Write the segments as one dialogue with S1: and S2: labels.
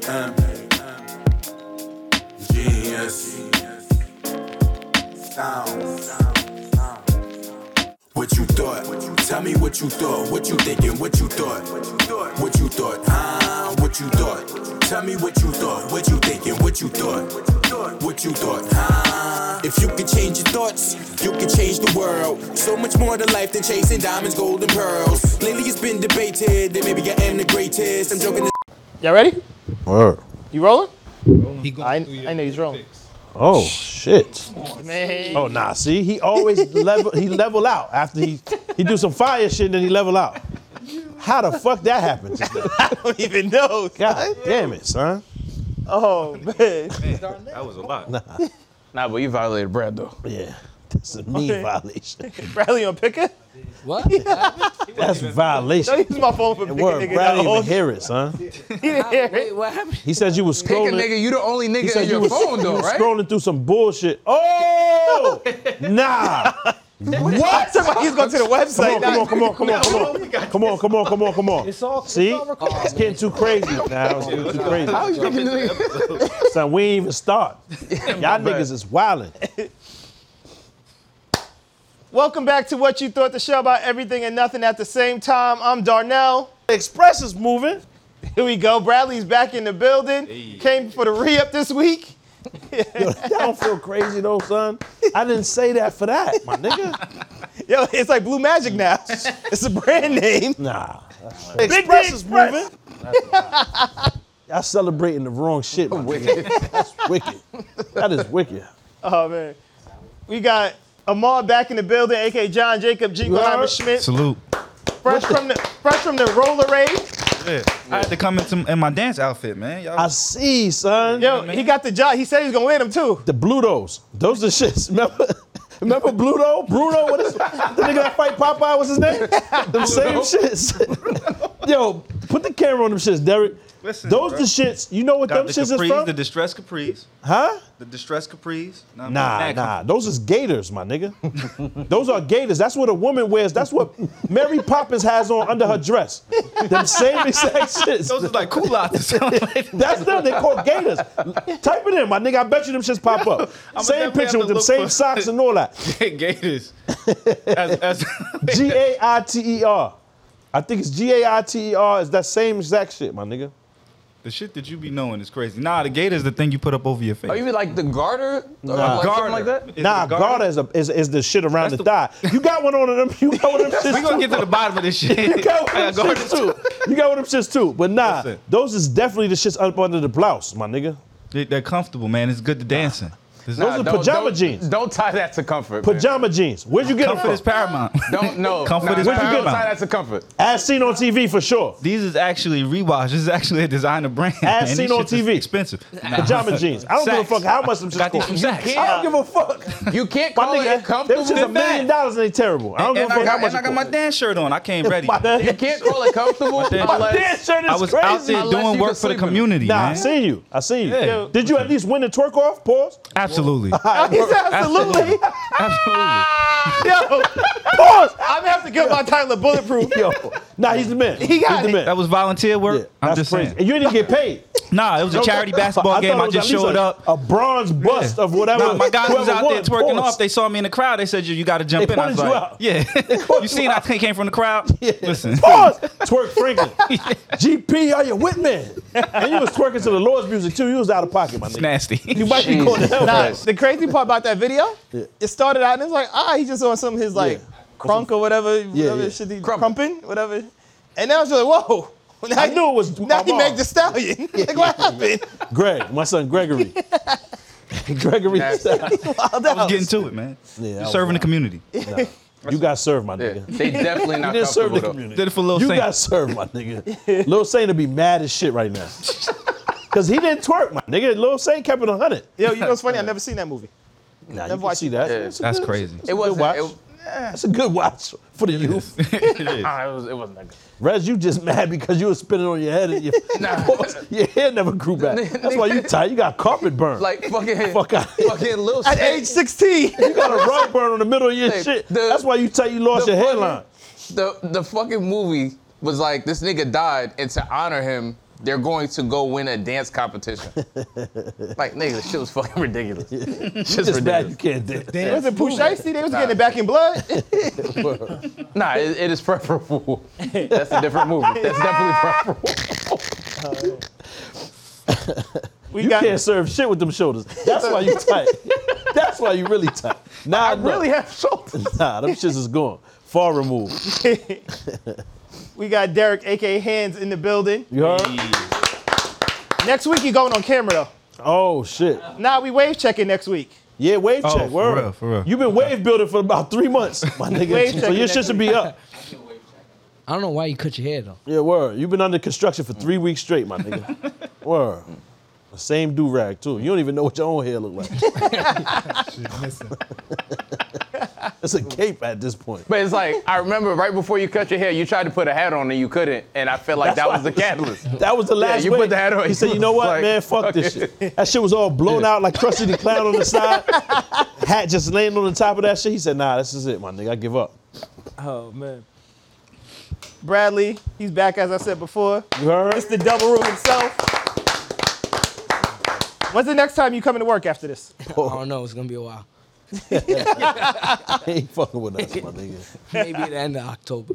S1: time. Genius. Sound. What you thought? Tell me what you thought. What you thinking? What you thought? What you thought? Ah, what you thought? Tell me what you thought. What you thinking? What you thought? What you thought? Ah. If you could change your thoughts, you could change the world. So much more to life than chasing diamonds, gold, and pearls. Lately it's been debated that maybe I am the greatest. I'm joking.
S2: Y'all ready?
S3: Word.
S2: You rolling?
S4: He going
S2: I,
S4: through your
S2: I know he's rolling.
S3: Oh shit.
S2: Man.
S3: Oh nah. See, he always level. He level out after he he do some fire shit, and then he level out. How the fuck that happened? just now?
S2: I don't even know.
S3: God damn it, son.
S2: Oh man.
S5: That was a lot.
S2: Nah, but you violated Brad though.
S3: Yeah, that's a mean
S2: Okay.
S3: violation.
S2: Bradley on picker?
S4: What?
S3: That's
S2: Don't
S3: violation.
S2: use my phone for picker,
S3: Word,
S2: nigga.
S3: Brad didn't
S2: no.
S3: even hear it, son.
S2: He didn't hear it.
S4: Wait, what happened?
S3: He said you was
S6: Nigga,
S3: scrolling.
S6: nigga, you the only
S3: He
S6: nigga
S3: said
S6: in your
S3: was,
S6: phone
S3: you
S6: though,
S3: was
S6: right?
S3: scrolling through some bullshit. Oh, nah.
S2: What? Somebody he's going to the
S3: Come
S2: website.
S3: on, come on, come on, come on, come on, come on, come on, come on, come on.
S7: It's all
S3: See,
S7: It's all recorded.
S3: it's getting too crazy now. It's getting too crazy.
S6: How you thinking, nigga?
S3: Son, we ain't even start. Y'all niggas is wildin'.
S2: Welcome back to What You Thought the Show about everything and nothing at the same time. I'm Darnell.
S3: Express is moving.
S2: Here we go. Bradley's back in the building. Came for the re-up this week.
S3: That don't feel crazy though, son. I didn't say that for that, my nigga.
S2: Yo, it's like Blue Magic now. it's a brand name.
S3: Nah.
S2: Big
S3: Express
S2: D
S3: is
S2: Express.
S3: moving. Y'all celebrating the wrong shit. My nigga. That's wicked. That is wicked.
S2: Oh man. We got Amar back in the building, aka John Jacob
S3: Yeah.
S2: Jingleheimer Schmidt.
S4: Salute.
S2: Fresh from the fresh from the roller raid.
S4: Yeah. I had to come into in my dance outfit, man. Y'all,
S3: I see, son.
S2: Yo, he got the job. He said he's gonna win him too.
S3: The Blutos. Those are shits. Remember, remember Bluto? Bruno? What is the nigga that fight Popeye? What's his name? Them same shits. Yo, put the camera on them shits, Derek.
S4: Listen,
S3: Those
S4: bro.
S3: the shits. You know what
S4: got
S3: them
S4: the
S3: shits is
S4: capris,
S3: from?
S4: the distress capris,
S3: huh?
S4: the distress capris. Nah,
S3: Nah, nah. Those is gators, my nigga. Those are gators. That's what a woman wears. That's what Mary Poppins has on under her dress. Them same exact shits.
S4: Those are like culottes.
S3: That's them. They call gators. Type it in, my nigga. I bet you them shits pop up.
S4: I'ma
S3: same
S4: definitely have
S3: picture with
S4: to
S3: them
S4: look
S3: same
S4: for-
S3: socks and all that.
S5: Gators.
S4: As- as-
S3: G A I T E R. I think it's G A I T E R. It's that same exact shit, my nigga.
S4: the shit that you be knowing is crazy. Nah, the gator's the thing you put up over your face.
S6: Are you mean like the garter? Or like something like that?
S4: Is
S3: nah,
S4: it garter?
S3: Garda is, a, is, is the shit around the,
S4: That's
S3: thigh. You got one on them. You got one of them shits.
S4: We gonna
S3: too.
S4: get to the bottom of this shit.
S3: You got one
S4: Yeah,
S3: of them
S4: garter
S3: shits too. You got one of them shits too. But nah,
S4: Listen.
S3: those is definitely the shits up under the blouse, my nigga.
S4: They- They're comfortable, man. It's good to dancing. There's
S6: Nah,
S4: no
S3: are
S6: don't-
S3: pajama
S6: don't-
S3: jeans.
S6: Don't tie that to comfort. man.
S3: Pajama jeans. Where'd you get them
S4: comfort
S3: from?
S4: is paramount.
S6: Don't no.
S4: Comfort
S6: nah,
S4: is
S6: nah,
S3: paramount.
S6: Don't tie that to comfort.
S3: As seen on TV for sure.
S4: These is actually rewash. This is actually a designer brand.
S3: As
S4: man.
S3: seen
S4: These
S3: on
S4: shits is
S3: TV.
S4: Expensive.
S3: Pajama jeans. I don't
S4: Saks.
S3: give a fuck how much them shits
S4: Got these from
S3: cost.
S4: Saks.
S3: I don't give a fuck.
S6: You can't
S3: My
S6: call it
S3: nigga, them shits a
S6: comfortable.
S3: million dollars and they terrible. I don't give
S4: And
S3: a fuck
S4: I,
S3: how
S4: got,
S3: much
S4: and I
S3: it
S4: got my
S3: costs.
S4: dance shirt on. I came ready.
S3: My
S4: I
S3: dad-
S6: You can't call it comfortable
S4: damn-
S3: My
S6: unless
S3: dance shirt is
S4: was
S3: crazy.
S4: out there
S6: Unless you
S4: doing
S6: can
S4: work for the
S6: sleep with it.
S4: community,
S3: Nah, I
S4: man.
S3: seen you. I seen you.
S4: Yeah.
S3: Did you at least win the twerk off? Pause.
S4: Absolutely.
S2: He said absolutely.
S4: Absolutely.
S2: Yo,
S3: Pause.
S2: I'm gonna have to give my Tyler bulletproof.
S3: Yo, nah, he's the man.
S2: He
S3: he's
S2: got
S3: the
S2: it.
S3: man.
S4: That was volunteer
S3: Yeah,
S4: work. I'm
S3: that's
S4: just
S3: crazy.
S4: saying.
S3: And you didn't get paid.
S4: Nah, it was a charity basketball
S3: thought
S4: game.
S3: it
S4: I
S3: was
S4: just
S3: at least
S4: showed
S3: a,
S4: up.
S3: A bronze bust of whatever.
S4: Nah, my guys was
S3: whoever
S4: out
S3: won.
S4: there twerking
S3: Pause.
S4: off. They saw me in the crowd. They said, "You, you got to jump
S3: They
S4: in." I was
S3: pointed you
S4: like,
S3: out.
S4: "Yeah." you seen? I think came from the crowd. Listen,
S3: Pause. Twerk Franklin. GP, are you with me? And you was twerking to the Lord's music too. You was out of pocket, my nigga.
S4: nasty.
S3: You might be going to hell.
S2: Nah,
S3: Nah,
S2: the crazy part about that video, it started out and it's like, ah, he just on some of his like crunk or whatever, whatever
S3: yeah.
S2: shit he
S6: Crumpin'.
S2: crumping, whatever. And now it's like, whoa. Now
S3: I
S2: he-
S3: knew it was
S2: Now he
S3: Amar.
S2: make the stallion. like what happened?
S3: Greg, my son Gregory. Gregory.
S2: Wild out.
S4: Getting to it, man.
S3: Yeah, I
S4: You're
S3: was
S4: serving the community.
S3: You got served, my
S6: Yeah,
S3: nigga.
S6: they definitely not
S3: You didn't serve
S6: comfortable
S3: the
S6: though.
S3: community.
S4: Did it for Lil
S3: you
S4: Saint.
S3: got served, my nigga. Lil Saint would be mad as shit right now. Cause he didn't twerk, my nigga. Lil Saint kept it 100.
S2: Yo, you know what's funny? I never seen that movie.
S3: Nah, you
S2: Never
S3: can
S2: watched
S3: see
S2: it.
S3: that.
S6: Yeah.
S3: That's, a
S4: That's
S3: good-
S4: crazy.
S6: It wasn't.
S3: watch.
S6: It,
S3: That's a good watch for the youth.
S6: nah, it was. It wasn't that good.
S3: Rez, you just mad because you was spinning on your head and your,
S6: Nah.
S3: your hair never grew back. That's why you tight. You got carpet burn.
S6: Like fucking.
S3: Fuck outta here.
S6: Fucking little.
S2: At age 16.
S3: you got a rug burn on the middle of your
S6: Hey,
S3: shit.
S6: the-
S3: That's why you tight. You lost
S6: the
S3: your
S6: fucking-
S3: hairline.
S6: the the fucking movie was like this nigga died and to honor him they're going to go win a dance competition. like, nigga, this shit was fucking ridiculous. Shit's
S3: It's bad.
S6: ridiculous.
S3: You can't do it.
S2: Was it Pusha They was getting it back in blood.
S6: Nah, it, it is preferable. That's a different movie. That's definitely preferable.
S2: We
S3: You
S2: got
S3: can't serve shit with them shoulders. That's why you tight. That's why you really tight. Nah, I
S6: Really have shoulders.
S3: Nah, them shits is gone. Far removed.
S2: we got Derek, aka Hands, in the building.
S3: You heard?
S2: Next week you going on camera though.
S3: Oh shit.
S2: Nah, we wave checking next week.
S3: Yeah, wave
S4: Oh,
S3: check.
S4: for
S3: Word.
S4: real, for real.
S3: You've been wave building for about three months, my nigga.
S2: Wave
S3: so
S2: checking
S3: your
S2: next
S3: shit should be up.
S7: I don't know why you cut your hair though.
S3: Yeah, word. You've been under construction for three weeks straight, my nigga. word. Same do rag too. You don't even know what your own hair look like. It's a cape at this point.
S6: But it's like, I remember right before you cut your hair, you tried to put a hat on and you couldn't. And I felt like
S3: That's
S6: that
S3: why
S6: was the
S3: I was-
S6: catalyst.
S3: That was the last.
S6: you put
S3: wave.
S6: the hat on,
S3: He
S6: you
S3: said, "You
S6: was
S3: know what,
S6: like,
S3: man? Fuck this shit. That shit was all blown out like Krusty the Clown on the side. Hat just laying on the top of that shit." He said, "Nah, this is it, my nigga. I give up."
S2: Oh man. Bradley, he's back as I said before.
S3: You heard?
S2: It's the double room himself. When's the next time you coming to work after this?
S7: I don't know. It's gonna be a while.
S3: He ain't fucking with us, my nigga.
S7: Maybe at the end of October.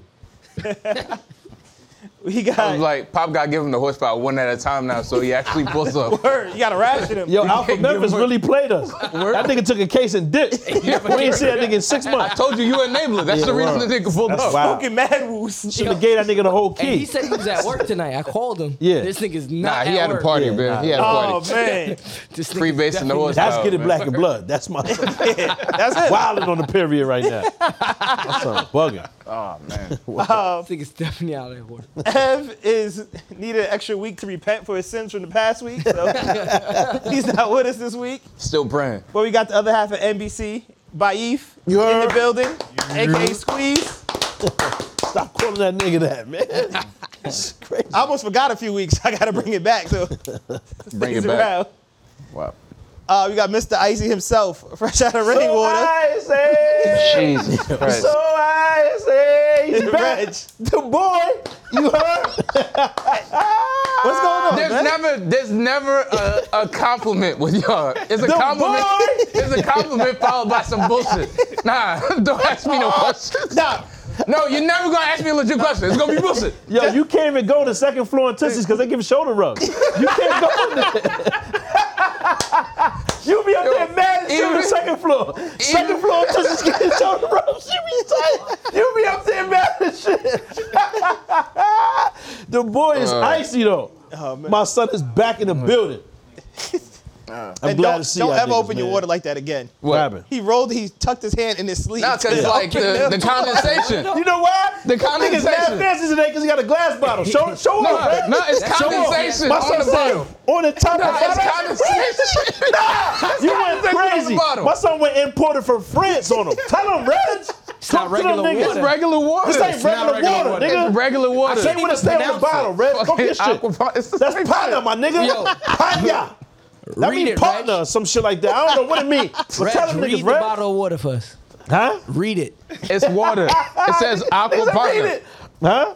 S2: We
S6: I
S2: got
S6: was like, Pop got given the horsepower one at a time now, so he actually pulls up.
S2: Word, you gotta ration him.
S3: Yo, Alpha
S6: can't give
S3: Memphis
S6: him-
S3: really played us. That nigga took a case and dipped. we ain't seen that nigga in six months.
S6: Told you, you enabler. That's
S3: Yeah,
S6: the reason
S3: word.
S6: the nigga pulled
S3: That's
S6: up.
S3: wild.
S2: Fucking mad woos.
S3: Should have gave that nigga the whole
S7: And he
S3: key.
S7: said he was at work tonight. I called him.
S3: Yeah.
S7: This nigga's
S6: Nah,
S7: not.
S6: he
S7: at
S6: had a
S7: work.
S6: party, man. He had a party.
S2: Oh man.
S7: This
S6: Free
S7: nigga's
S6: base in
S7: definitely-
S6: the horse.
S3: That's
S6: Oh,
S3: getting
S6: man.
S3: black and blood. That's my. That's it. Wilding on the period right now. That's something bugging.
S6: Oh man.
S7: This nigga's definitely out of work.
S2: Um, Ev is needed an extra week to repent for his sins from the past week. So he's not with us this week.
S6: Still praying.
S2: But we got the other half of NBC, Baif,
S3: You
S2: in
S3: heard?
S2: the building, aka Squeeze.
S3: Stop calling that nigga that, man. It's crazy.
S2: I almost forgot a few weeks. I gotta bring it back. So
S6: Bring
S2: he's
S6: it back.
S2: around.
S6: Wow.
S2: Uh, we got Mr. Icy himself, fresh out of rainwater.
S6: Jesus Christ.
S3: I say he's
S2: Reg,
S3: The boy, you heard?
S2: what's going on,
S6: There's
S2: man?
S6: never, there's never a, a compliment with y'all. It's a
S3: The
S6: compliment.
S3: boy.
S6: It's a compliment followed by some bullshit. Nah, don't ask me no questions.
S2: Nah,
S6: No, you're never gonna ask me a legit question. It's gonna be bullshit.
S3: Yo, you can't even go to second floor in Tootsie's because they give shoulder rubs. You can't go in there. You be up there mad as shit on the
S6: even-
S3: second floor. Second floor in Tootsie's getting shoulder rubs. You be tight. You be up there mad as shit. the boy is icy though. My son is back in the building. I'm
S2: Uh. and
S3: glad
S2: don't,
S3: to see
S2: don't
S3: y'all
S2: ever
S3: niggas,
S2: open your
S3: man.
S2: water like that again.
S3: What happened?
S2: He rolled, he tucked his hand in his sleeve.
S6: Nah, cause like the, the condensation.
S3: You know why?
S6: The
S3: Niggas mad
S6: condensation.
S3: fancy today because he got a glass bottle. Show, show
S6: No,
S3: off, man.
S6: no, it's
S3: Show off.
S6: condensation
S3: My
S6: on
S3: son
S6: the
S3: said,
S6: bottle.
S3: on the top
S6: Nah,
S3: of
S6: it's
S3: That's
S6: condensation.
S3: You went
S6: condensation on the
S3: crazy.
S6: bottle.
S3: My son went imported from France on him. Tell him, Reg. Talk to them
S7: regular
S3: niggas.
S7: water.
S6: It's regular water.
S3: This ain't
S6: It's
S3: regular,
S6: not
S3: water, nigga.
S6: It's regular water.
S3: Say what it say on the bottle, Reg. Go get shit.
S6: Aquaphor- it's the
S3: That's
S6: same
S3: partner,
S6: shit.
S3: my nigga.
S7: Yo.
S3: Partner. That
S7: Read
S3: mean
S7: it,
S3: partner
S7: Reg.
S3: or some shit like that. I don't know what it mean. But
S7: Reg,
S3: tell them
S7: read
S3: niggas,
S7: the
S3: Reg.
S7: bottle of water for us.
S3: Huh?
S7: Read it.
S6: It's water. It says aqua
S3: Niggas, read
S6: partner.
S3: it. Huh?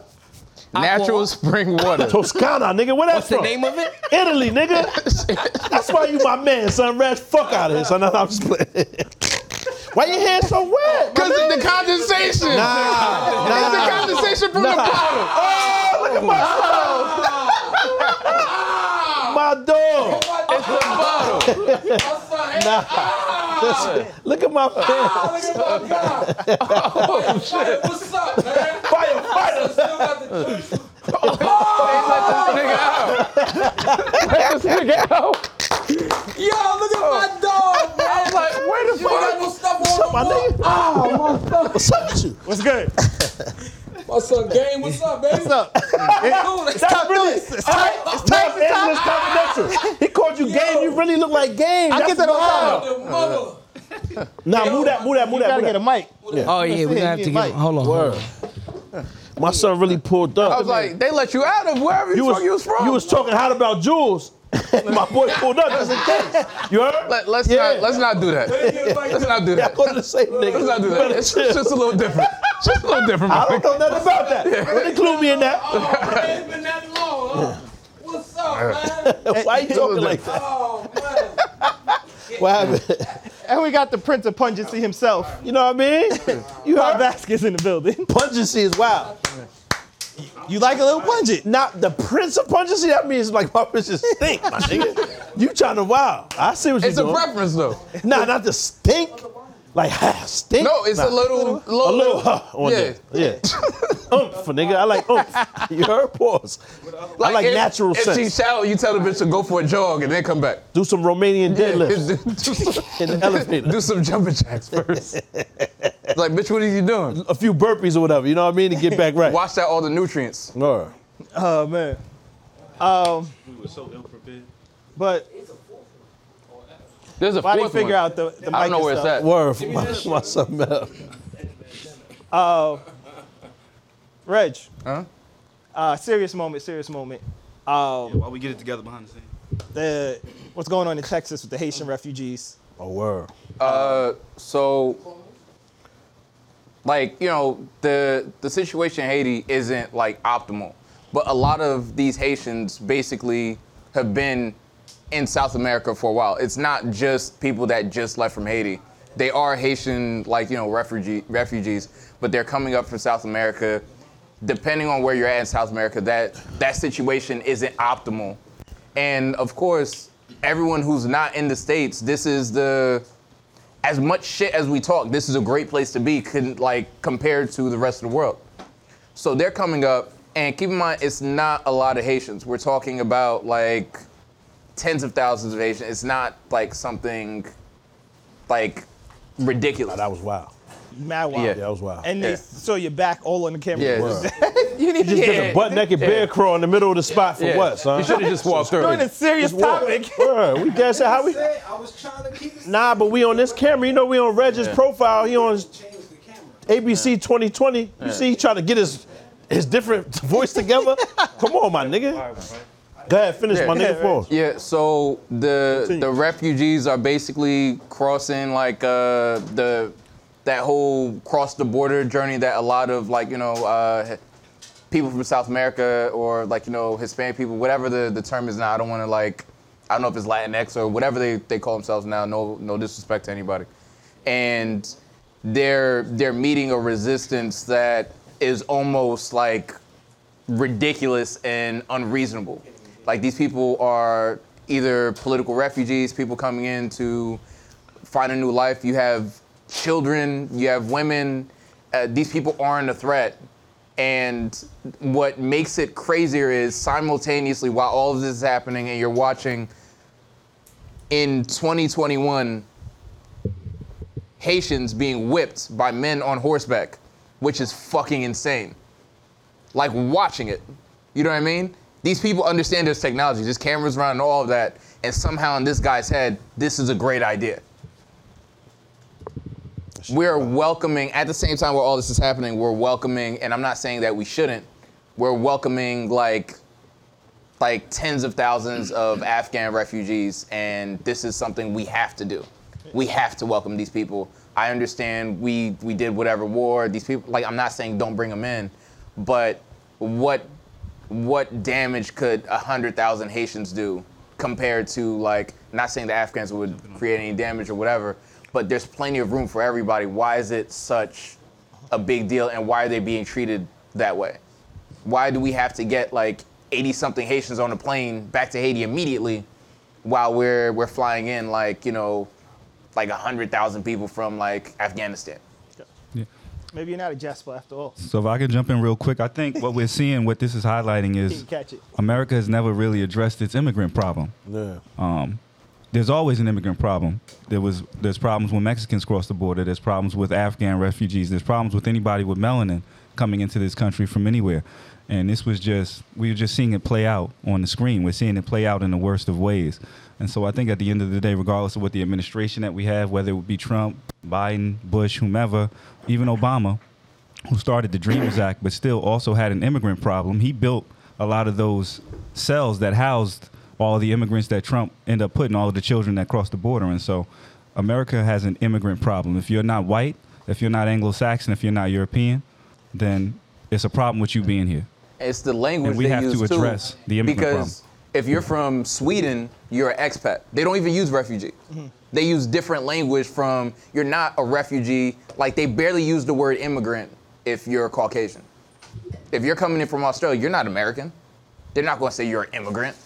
S6: Natural spring water.
S3: Toscana, nigga. Where that
S7: What's
S3: from?
S7: the name of it?
S3: Italy, nigga. That's why you my man, son. Rash, fuck out of here, son. I'm just playing. Why your hair so wet?
S6: Because of the condensation. It's the condensation from the bottle.
S3: Oh, look at my My dog.
S6: It's the bottle.
S3: Listen, look at my
S8: Ah,
S3: pants.
S5: What's up, man?
S3: Firefighter.
S6: They let this nigga out. Let this nigga out.
S5: Yo, look at my dog, man. I was like, where the fuck? You ain't got no Ah, stuff on
S3: My
S5: the wall.
S3: nigga. What's up with you?
S2: What's good?
S5: My son, game, what's up, baby?
S2: What's up?
S5: What's
S3: That's really it's tight. It's tight. Los Angeles Confidential. He called you game. You really look like game.
S2: I
S3: That's
S2: get that
S3: what I'm
S2: all the time.
S3: talking
S5: The mother.
S3: about. Nah, move that, move that, move
S2: You
S3: that,
S2: gotta
S3: move
S2: get a
S3: that.
S2: mic.
S7: Oh yeah, we're
S2: it,
S7: gonna have
S2: you
S7: to get.
S2: invite.
S7: Hold on. hold on.
S3: My son really pulled up.
S6: I was like, they let you out of wherever you,
S3: You
S6: was,
S3: was,
S6: you was from.
S3: you was talking hot about Jules. My boy pulled up just in case. You heard?
S6: Let, let's
S3: Yeah.
S6: not let's not do that. Let's not do
S3: Y'all
S6: that.
S3: go to the same nigga.
S6: Let's not do that. It's just a little different. It's just a little different.
S3: I don't know nothing about that. Don't include me in that.
S5: Oh, man, it's been that long, huh? What's
S3: Why you talking like that?
S5: Oh, man.
S3: What happened?
S2: And we got the Prince of Pungency himself.
S3: You know what I mean? You
S2: Bob
S3: heard that?
S2: Vasquez in the building.
S3: Pungency is wild.
S2: You like a little pungent?
S3: Not the Prince of Pungency. That means like my bitches stink, my nigga. You trying to wow? I see what you're
S6: It's a
S3: doing.
S6: preference though.
S3: Nah, not the stink. Like stink.
S6: No, it's
S3: Nah.
S6: a little, little,
S3: a little huh on
S6: Yeah.
S3: there. Oh, Yeah. oomph, nigga. I like oomph. You heard pause. I like
S6: if-
S3: natural
S6: If she
S3: sense.
S6: shout, you tell the bitch to go for a jog and then come back.
S3: Do some Romanian deadlifts
S6: do,
S3: in the elevator.
S6: do some jumping jacks first. like, bitch, what are you doing?
S3: a few burpees or whatever, you know what I mean, to get back right.
S6: Wash out all the nutrients.
S3: All right.
S2: Oh man. Um,
S4: We were so ill prepared.
S2: but
S6: There's a
S2: why
S6: fourth
S2: did figure
S6: one.
S2: out the, the
S6: I don't know where it's at.
S3: Word for my, my something else.
S2: Uh, Reg.
S6: Huh?
S2: Uh, serious moment. Serious moment.
S4: Yeah,
S2: Um,
S4: while we get it together behind the scenes.
S2: the what's going on in Texas with the Haitian refugees.
S3: Oh, word.
S6: Uh, so, like you know, the the situation in Haiti isn't like optimal, but a lot of these Haitians basically have been in South America for a while. It's not just people that just left from Haiti. They are Haitian, like you know, refugee refugees, but they're coming up from South America. Depending on where you're at in South America, that that situation isn't optimal. And of course, everyone who's not in the states, this is the as much shit as we talk, this is a great place to be, con- like compared to the rest of the world. So they're coming up, and keep in mind, it's not a lot of Haitians. We're talking about like tens of thousands of Haitians. It's not like something like ridiculous.
S3: That was wild.
S2: Mad wild.
S6: Yeah.
S3: Yeah, that was wild.
S2: And they
S6: Yeah.
S2: saw your back all on the camera.
S6: yeah,
S3: Word.
S2: you need to
S3: Just did a butt naked bear crawl in the middle of the spot for
S6: yeah.
S3: what, son?
S6: You should have just walked through.
S2: on a serious topic.
S3: Word. We dancing. How we?
S5: Say, I was trying to keep it.
S3: Nah, but we on this camera. You know we on Reg's profile. He on
S5: Change the camera.
S3: ABC 2020. You see, he trying to get his his different voice together. Come on, my nigga. Go ahead, finish my
S6: Yeah.
S3: nigga for us.
S6: Yeah, so the
S3: Continue.
S6: the refugees are basically crossing like uh, the that whole cross the border journey that a lot of like you know uh, people from South America or like you know Hispanic people, whatever the, the term is now. I don't want to like I don't know if it's Latinx or whatever they, they call themselves now. No no disrespect to anybody, and they're they're meeting a resistance that is almost like ridiculous and unreasonable. Like these people are either political refugees, people coming in to find a new life. You have children, you have women. Uh, these people aren't a threat. And what makes it crazier is simultaneously, while all of this is happening, and you're watching in 2021 Haitians being whipped by men on horseback, which is fucking insane like watching it. You know what I mean? These people understand there's technology, there's cameras around and all of that, and somehow in this guy's head, this is a great idea. We're welcoming, at the same time where all this is happening, we're welcoming, and I'm not saying that we shouldn't, we're welcoming like like tens of thousands of Afghan refugees, and this is something we have to do. We have to welcome these people. I understand we we did whatever war. These people, like I'm not saying don't bring them in, but what what damage could hundred thousand Haitians do compared to like not saying the Afghans would create any damage or whatever, but there's plenty of room for everybody. Why is it such a big deal, and why are they being treated that way? why do we have to get like 80 something Haitians on a plane back to Haiti immediately while we're we're flying in like, you know, like 100,000 people from like Afghanistan?
S2: Maybe you're not a Jasper after all.
S4: So if I can jump in real quick, I think what we're seeing, what this is highlighting
S2: He
S4: is
S2: can catch it.
S4: America has never really addressed its immigrant problem.
S3: Yeah.
S4: Um, there's always an immigrant problem. There was there's problems when Mexicans cross the border. There's problems with Afghan refugees. There's problems with anybody with melanin coming into this country from anywhere. And this was just we were just seeing it play out on the screen. We're seeing it play out in the worst of ways. And so I think at the end of the day, regardless of what the administration that we have, whether it would be Trump, Biden, Bush, whomever, even Obama, who started the Dreamers Act, but still also had an immigrant problem. He built a lot of those cells that housed all the immigrants that Trump ended up putting all of the children that crossed the border. And so America has an immigrant problem. If you're not white, if you're not Anglo Saxon, if you're not European, then it's a problem with you being here.
S6: It's the language
S4: And we
S6: they
S4: have to
S6: use, too,
S4: address the immigrant
S6: because if you're from Sweden, you're an expat. They don't even use refugee. They use different language from you're not a refugee. Like they barely use the word immigrant if you're Caucasian. If you're coming in from Australia, you're not American. They're not going to say you're an immigrant.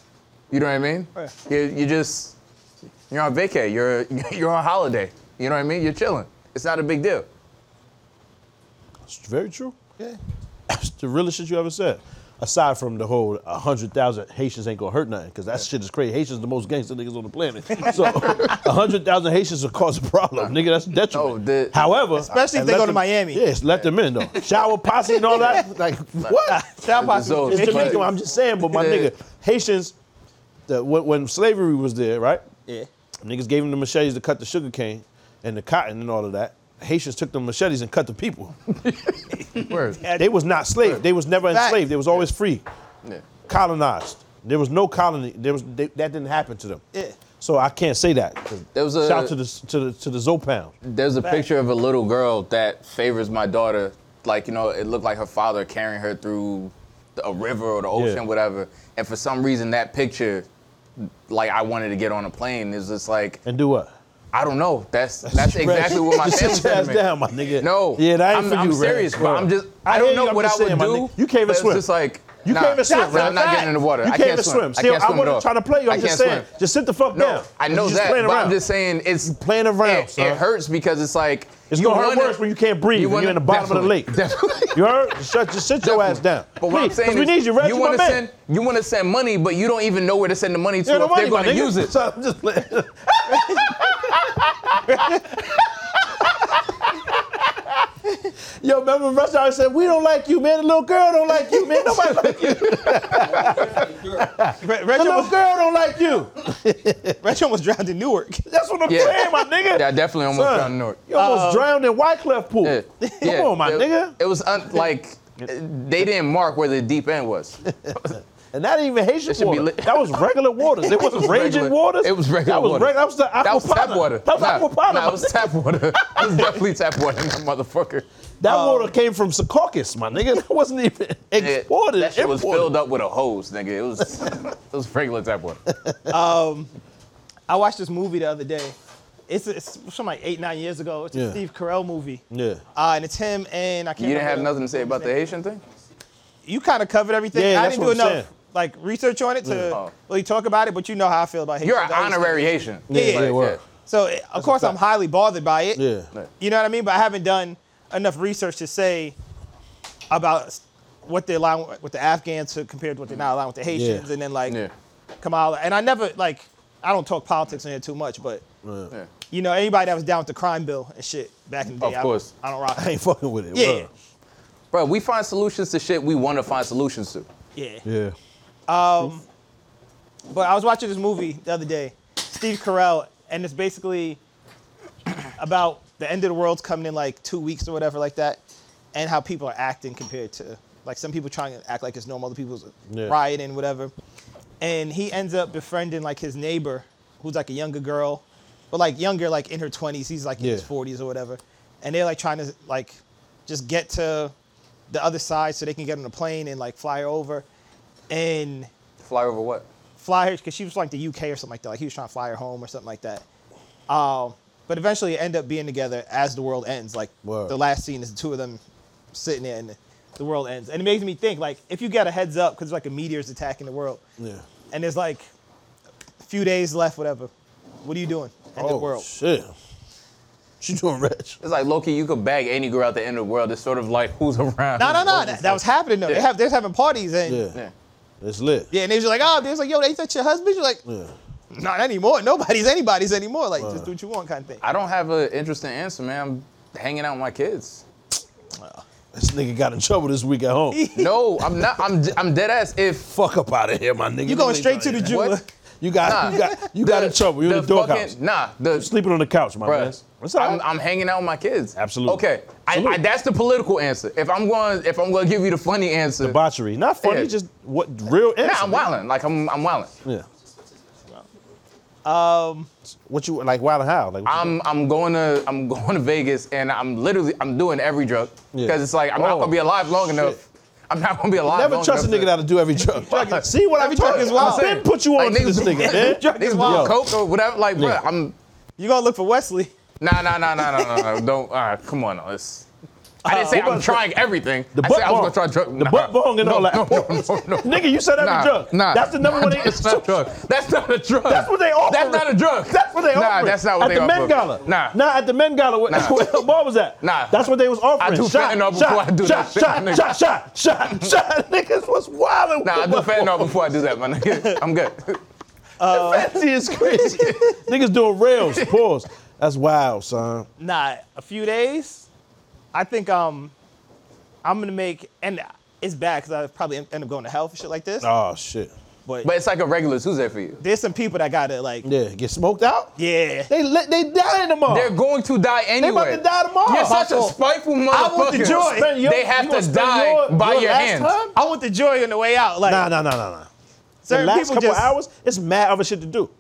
S6: You know what I mean?
S2: Right.
S6: You, you just you're on vacay. You're you're on holiday. You know what I mean? You're chilling. It's not a big deal.
S3: It's very true. Yeah. It's the realest shit you ever said. Aside from the whole 100,000 Haitians ain't gonna hurt nothing, because that shit is crazy. Haitians the most gangster niggas on the planet. So 100,000 Haitians will cause a problem. Nigga, that's detrimental.
S6: No, the-
S3: However,
S2: Oh, Especially if they
S3: let
S2: go to
S3: them-
S2: Miami.
S3: Yes, let them in though. Shower posse and all that. Like,
S6: ah,
S3: what?
S2: Shout out
S6: So-
S2: to
S3: It's
S6: But-
S3: Jamaican, I'm just saying, but my
S6: Yeah.
S3: nigga, Haitians, the, when, when slavery was there, right?
S2: Yeah.
S3: Niggas gave them the machetes to cut the sugar cane and the cotton and all of that. Haitians took them machetes and cut the people.
S6: Word.
S3: They was not slave. They was never
S2: Facts.
S3: enslaved. They was always free,
S6: Yeah.
S3: colonized. There was no colony. There was they, that didn't happen to them.
S2: Yeah.
S3: So I can't say that. 'cause
S6: There was a-
S3: shout to the to the to the Zopound.
S6: There's a picture of a little girl that favors my daughter. Like, you know, it looked like her father carrying her through the- a river or the ocean, whatever. And for some reason, that picture, like, I wanted to get on a plane. It's just like,
S3: And do what?
S6: I don't know. That's that's exactly what my
S3: Just
S6: family
S3: sit your ass
S6: said.
S3: down, my nigga.
S6: No.
S3: Yeah, that ain't
S6: I'm,
S3: for
S6: I'm
S3: you, Red.
S6: serious, bro. I'm just, I,
S3: I
S6: don't
S3: hear
S6: know
S3: you, I'm
S6: what I
S3: just
S6: would
S3: saying, my
S6: do.
S3: nigga. You can't even
S6: but
S3: swim.
S6: It's just like,
S3: You
S6: nah,
S3: can't even swim.
S6: I'm not
S3: Red.
S6: getting in the water.
S3: You
S6: I
S3: can't
S6: can't
S3: even swim.
S6: swim. I
S3: See,
S6: can't
S3: I'm
S6: swim at all.
S3: trying to play you.
S6: I
S3: I'm just
S6: can't
S3: saying,
S6: swim.
S3: just sit the fuck
S6: No,
S3: down.
S6: I know
S3: You're just
S6: that,
S3: playing
S6: but
S3: around.
S6: I'm just saying it's
S3: playing around,
S6: It,
S3: son.
S6: it hurts because it's like
S3: It's
S6: you
S3: gonna hurt
S6: wanna-
S3: worse when you can't breathe
S6: you
S3: when
S6: wanna-
S3: you're in the bottom of the
S6: definitely,
S3: lake.
S6: Definitely.
S3: You heard? Shut, just sit your ass down.
S6: But what I'm
S3: Please,
S6: saying
S3: 'cause
S6: is,
S3: we need you, Red.
S6: you
S3: You
S6: want
S3: my
S6: to
S3: man.
S6: send, you want to send money, but you don't even know where to send the money to.
S3: Yeah,
S6: if
S3: the money,
S6: they're going
S3: my
S6: to
S3: nigga.
S6: use it.
S3: So I'm just playing. Yo, remember Rush Hour said, we don't like you, man. The little girl don't like you, man. Nobody like you.
S2: Re-
S3: The
S2: Reggie
S3: little
S2: was,
S3: girl don't like you.
S2: Reggie was drowned in Newark.
S3: That's what I'm
S6: Yeah.
S3: saying, my nigga.
S6: Yeah, I definitely almost
S3: Son,
S6: drowned in Newark.
S3: You almost drowned in Wyclef Pool.
S6: Yeah.
S3: Come
S6: Yeah.
S3: on, my
S6: it,
S3: nigga.
S6: It was un- like uh, they didn't mark where the deep end was.
S3: And that ain't even Haitian
S6: It should be
S3: water.
S6: lit.
S3: That was regular waters. It wasn't raging
S6: regular-
S3: waters.
S6: It was regular
S3: that was
S6: water.
S3: reg- that was the aquapana.
S6: That was tap water.
S3: That was
S6: nah,
S3: aquapana.
S6: Nah,
S3: my
S6: it was
S3: nigga.
S6: tap water. It was definitely tap water, in that motherfucker. Um,
S3: That water came from Secaucus, my nigga. That wasn't even
S6: Yeah,
S3: exported.
S6: that shit was
S3: imported.
S6: filled up with a hose, nigga. It was it was regular tap water.
S2: Um, I watched this movie the other day. It's, it's from like eight, nine years ago. It's a
S3: Yeah.
S2: Steve Carell movie.
S3: Yeah.
S2: Uh, and it's him and I can't.
S6: You didn't have
S2: remember
S6: nothing to say about the Haitian thing?
S2: You kind of covered everything.
S3: Yeah,
S2: I
S3: that's
S2: didn't do
S3: what I'm
S2: enough
S3: saying.
S2: like research on it to
S6: Oh.
S2: really talk about it, but you know how I feel about Haitians.
S6: You're an
S2: I was-
S6: honorary Haitian.
S2: Yeah, yeah,
S6: Like,
S3: word.
S2: So eh, of course
S3: fact.
S2: I'm highly bothered by it.
S3: Yeah.
S2: You know what I mean? But I haven't done enough research to say about s- what they're allowing with the Afghans to compared to what they're not allowing with the Haitians,
S3: Yeah.
S2: and then like
S6: Yeah.
S2: Kamala. And I never like I don't talk politics in here too much, but
S6: yeah.
S2: you know anybody that was down with the crime bill and shit back in the day.
S6: Of course.
S2: I, I don't rock.
S3: I ain't fucking with it.
S2: Yeah.
S3: word.
S6: Bro, we find solutions to shit we want to find solutions to.
S2: Yeah.
S3: Yeah.
S2: Um, But I was watching this movie the other day, Steve Carell, and it's basically about the end of the world's coming in like two weeks or whatever like that, and how people are acting compared to like some people trying to act like it's normal, other people's
S3: Yeah.
S2: rioting, whatever. And he ends up befriending like his neighbor, who's like a younger girl, but like younger, like in her twenties. He's like in his
S3: Yeah.
S2: forties or whatever, and they're like trying to like just get to the other side so they can get on a plane and like fly her over, and
S6: Fly over what?
S2: fly her because she was from, like the UK or something like that. Like he was trying to fly her home or something like that. Um, but eventually, end up being together as the world ends. Like
S3: Word.
S2: the last scene is the two of them sitting there, and the world ends. And it makes me think like if you got a heads up because like a meteor's attacking the world,
S3: Yeah.
S2: and there's like a few days left, whatever. What are you doing? End
S3: oh
S2: the world.
S3: shit. She doing rich.
S6: It's like Loki, you could bag any girl out the end of the world. It's sort of like who's around.
S2: No, no, no. That, that was happening though. They
S6: Yeah.
S2: have they're having parties and
S3: Yeah.
S2: yeah,
S6: Yeah.
S3: It's lit.
S2: and they was like oh they was like yo they touch your husband. You're like
S3: Yeah.
S2: not anymore. Nobody's anybody's anymore. Like just do what you want kind of thing.
S6: I don't have an interesting answer, man. I'm hanging out with my kids.
S3: This nigga got in trouble this week at home.
S6: No, I'm not. I'm I'm dead ass. If
S3: Fuck up out of here, my nigga.
S2: You going straight to the
S3: You
S2: jeweler.
S6: What?
S3: You got,
S6: Nah.
S3: you got, you got in trouble. You in the doghouse.
S6: fucking- Nah, the
S3: Sleeping on the couch, my man.
S6: bruh,
S3: What's up?
S6: I'm, I'm hanging out with my kids.
S3: Absolutely.
S6: Okay, I, I,
S3: Absolutely.
S6: that's the political answer. If I'm going, if I'm going to give you the funny answer, nah,
S3: Debauchery. Not funny,
S6: Yeah.
S3: just what real answer.
S6: I'm wilding. Like I'm I'm wilding.
S3: Yeah. Um, What you like? Wild and how? Like what you
S6: I'm I'm going to I'm going to Vegas and I'm literally I'm doing every drug
S3: Yeah.
S6: because it's like I'm not
S3: Oh,
S6: gonna be alive long enough. I'm not gonna be alive.
S3: Never
S6: long
S3: trust a
S6: enough
S3: nigga that'll do every drug. See what I've
S2: drug
S3: told
S2: is
S3: you. I've
S2: wild.
S3: been put you
S6: Like,
S3: on to this nigga, man.
S6: Niggas
S3: Yo.
S6: want coke or whatever. Like, bro,
S3: Nigga.
S6: I'm
S2: You gonna look for Wesley?
S6: nah, nah, nah, nah, nah, nah. nah. Don't. All right, come on. Now. It's, I didn't say I'm trying everything.
S3: The
S6: I said I was
S3: butt
S6: gonna try
S3: bong.
S6: drug.
S3: The butt bong and
S6: no,
S3: all that.
S6: No, no, no, no.
S3: Nigga, you said every
S6: nah,
S3: drug.
S6: Nah,
S3: that's the number
S6: nah,
S3: one. they-
S6: That's not drug. That's not a drug.
S3: That's what they offer.
S6: That's not a drug.
S3: That's what they
S6: Nah,
S3: offering.
S6: that's not what
S3: at
S6: they
S3: the
S6: offer.
S3: Met Gala.
S6: Nah.
S3: nah, at the Men Gala. Where,
S6: Nah.
S3: where the bar was at.
S6: Nah.
S3: that's what they was offering.
S6: I do
S3: shot,
S6: fentanyl
S3: shot,
S6: before I do
S3: shot,
S6: that shit,
S3: Shot,
S6: nigga.
S3: shot, shot, shot, shot. Niggas was wilding.
S6: Nah, I do fentanyl before I do that, my nigga. I'm good.
S3: Fancy is crazy. Niggas doing rails. Pause. That's wild, son.
S2: Nah, a few days. I think um, I'm gonna make and it's bad because I probably en- end up going to hell for shit like this.
S3: Oh shit.
S2: But,
S6: But it's like a regular Tuesday for you.
S2: there's some people that gotta like, yeah.
S3: Yeah, get smoked out. They let they dying tomorrow.
S6: They're going to die anyway.
S3: about to die tomorrow.
S6: You're such a
S3: Michael,
S6: spiteful
S2: I want the
S6: motherfucker.
S2: joy.
S3: Spend your-
S6: they have
S3: you gonna
S6: to
S3: spend
S6: die
S3: your-
S6: by your
S3: last
S6: hands.
S3: Time?
S2: I want the joy on the way out. Like
S3: Nah, nah, nah, nah, nah. The
S2: certain
S3: last
S2: people
S3: couple
S2: just,
S3: hours, it's mad other shit to do.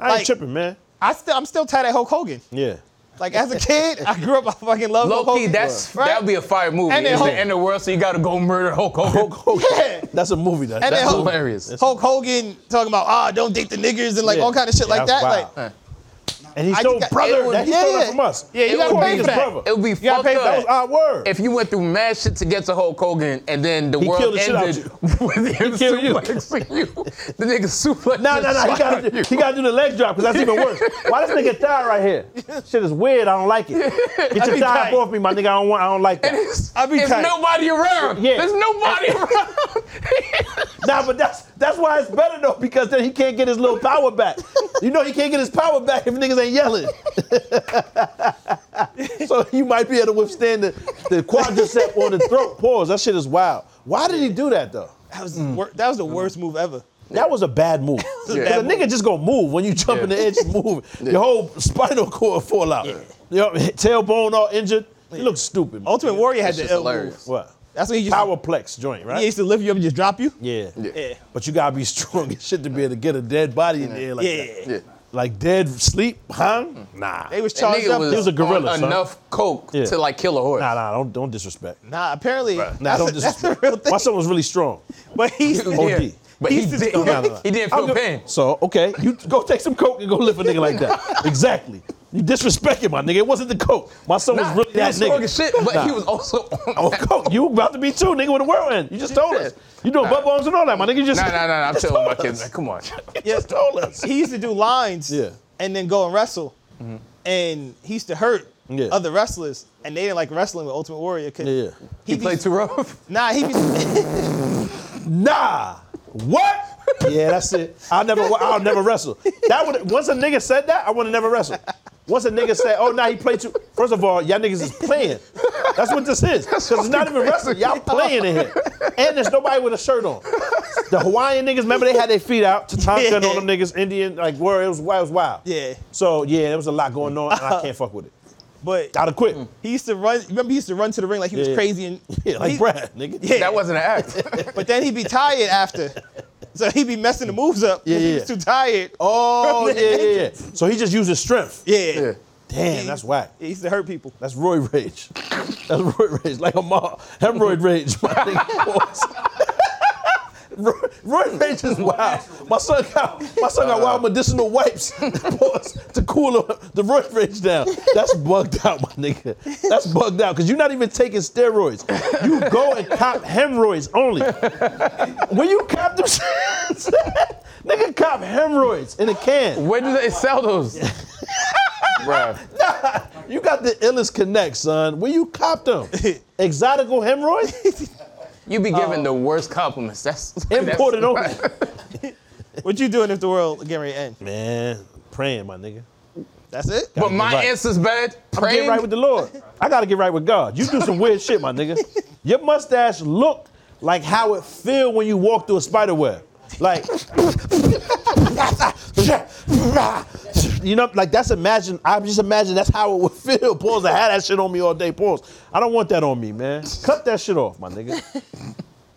S3: I
S2: Like-
S3: ain't tripping, man.
S2: I still, I'm still tired at Hulk Hogan.
S3: Yeah.
S2: Like as a kid, I grew up. I fucking love Hulk
S6: Low key,
S2: Hogan.
S6: that's
S2: Right?
S6: that'd be a fire movie.
S2: And
S6: And
S2: then
S6: it's
S2: Hulk-
S6: the end of the world, so you gotta go murder Hulk Hogan.
S2: Yeah.
S3: That's a movie. That,
S2: And
S3: that's
S2: then
S6: That's
S2: Hulk,
S6: hilarious.
S2: Hulk Hogan talking about ah, don't date the niggers and like
S3: Yeah.
S2: all kind of shit
S3: Yeah,
S2: like that.
S3: that's
S2: Like
S3: wild. and he
S2: I
S3: stole
S2: just got-
S3: brother.
S6: it was-
S3: that, he stole
S2: yeah,
S3: that from us.
S2: yeah, you
S3: Of
S2: gotta
S3: course,
S2: pay
S3: his
S2: for that.
S3: brother.
S6: It would be
S2: gotta
S6: fucked
S2: pay for
S6: up.
S3: That was our word.
S6: if you went through mad shit to get to Hulk Hogan and then the world
S3: killed the shit out
S6: ended with him
S3: killed you.
S6: suplexing you. The nigga suplexed
S3: No, no, no. He got to he got to do the leg drop because that's even worse. Why this nigga thigh right here? Shit is weird. I don't like it. Get your
S2: be
S3: thigh up
S2: tight.
S3: off me, my nigga. I don't want. I don't like that.
S6: I
S2: be
S6: There's
S2: tight.
S6: nobody around.
S3: Yeah.
S6: There's nobody around.
S3: Nah, but that's that's why it's better though because then he can't get his little power back. You know he can't get his power back if niggas ain't yelling. so you might be able to withstand the, the quadricep or the throat pause. That shit is wild. Why did he do that though?
S2: that was wor- that was the worst move ever.
S3: That was a bad move. Because
S2: a bad
S3: a nigga just gonna move when you jump in the air, just move. Your whole spinal cord fall out. Your tailbone all injured. You look stupid. man.
S2: Ultimate Warrior had
S6: It's
S2: the
S6: just
S2: L
S6: hilarious.
S2: move.
S3: What?
S2: That's what he used to,
S3: Powerplex joint, right?
S2: he used to lift you up and just drop you.
S3: Yeah.
S2: Yeah.
S3: But you gotta be strong as shit to be able to get a dead body in the air like
S2: Yeah.
S3: that.
S6: Yeah.
S3: Like dead sleep, huh? Nah.
S2: They was
S6: That
S2: charged
S6: nigga
S2: up.
S6: was,
S3: He was a gorilla,
S6: on
S3: son.
S6: enough coke
S3: Yeah.
S6: to like kill a horse.
S3: nah, nah, don't don't disrespect.
S2: nah, apparently
S3: Nah,
S2: that's,
S3: don't
S2: a, that's
S3: disrespect.
S2: the real thing.
S3: My son was really strong.
S2: But he's
S3: OD.
S6: Yeah. But he,
S2: He's just-
S6: did,
S2: No,
S3: no, no, no.
S6: he didn't
S3: I'm
S6: feel
S3: good.
S6: pain.
S3: So, okay, you go take some coke and go live a nigga like that. exactly. You disrespecting my nigga. It wasn't the coke. My son
S6: Nah,
S3: was really
S6: he
S3: that
S6: was
S3: nigga.
S6: strong as shit, but
S3: Nah.
S6: he was also on
S3: Oh,
S6: that
S3: coke. You about to be too, nigga, with the world end. You just told us. You doing butt bombs and all that, my nigga. You just
S6: Nah, nah, nah, nah. I'm
S3: just
S6: telling my
S3: told
S6: kids,
S3: us.
S6: man, come on.
S3: You just told us.
S2: he used to do lines
S3: Yeah.
S2: and then go and wrestle.
S6: Mm-hmm.
S2: And he used to hurt
S3: Yeah.
S2: other wrestlers, and they didn't like wrestling with Ultimate Warrior. 'cause
S3: Yeah.
S2: He, be-
S6: Played too rough.
S2: Nah, he be-
S3: Nah. What? Yeah, that's it. I'll never, I'll never wrestle. That would once a nigga said that, I would have never wrestled. Once a nigga said, "Oh, now nah, he played too." First of all, y'all niggas is playing. That's what this is. Cause it's not even wrestling. Y'all playing in here, and there's nobody with a shirt on. The Hawaiian niggas, remember they had their feet out. Tatanka and all them niggas, Indian, like where it was, wild- it was wild.
S2: Yeah.
S3: So yeah, there was a lot going on, and I can't fuck with it.
S2: but
S3: Gotta quit.
S2: he used to run. Remember, he used to run to the ring like he was
S3: Yeah.
S2: crazy and
S3: Yeah, like
S2: he-
S3: Brad, nigga.
S2: Yeah,
S6: That wasn't an act.
S2: But then he'd be tired after, so he'd be messing the moves up. 'cause
S3: Yeah,
S2: he
S3: yeah.
S2: was too tired.
S3: Oh yeah, yeah, yeah. So he just used his strength.
S2: yeah.
S6: Yeah.
S3: Damn, that's whack.
S2: He used to hurt people.
S3: That's Roy Rage. That's Roy Rage. Like a mom. Hemorrhoid Rage, my nigga. Roy, Roy Rage is wild. My son got my son got wild medicinal wipes pause, to cool the Roy Rage down. That's bugged out, my nigga. That's bugged out because you're not even taking steroids. You go and cop hemorrhoids only. When you cop them, shits, nigga, cop hemorrhoids in a can.
S6: Where do they sell those? Bruh.
S3: You got the illest connect, son. Where you cop them? Exotical hemorrhoid?
S6: You be giving the worst compliments. That's
S3: Imported
S6: that's-
S3: only.
S2: What you doing if the world getting ready to end?
S3: Man, praying, my nigga.
S2: That's it.
S6: But my
S3: right.
S6: answer's bad. Praying.
S3: Get right with the Lord. I gotta get right with God. You do some weird shit, my nigga. Your mustache look like how it feel when you walk through a spider web. Like, you know, like that's imagine. I just imagine that's how it would feel. Pause. I had that shit on me all day. Pause. I don't want that on me, man. Cut that shit off, my nigga.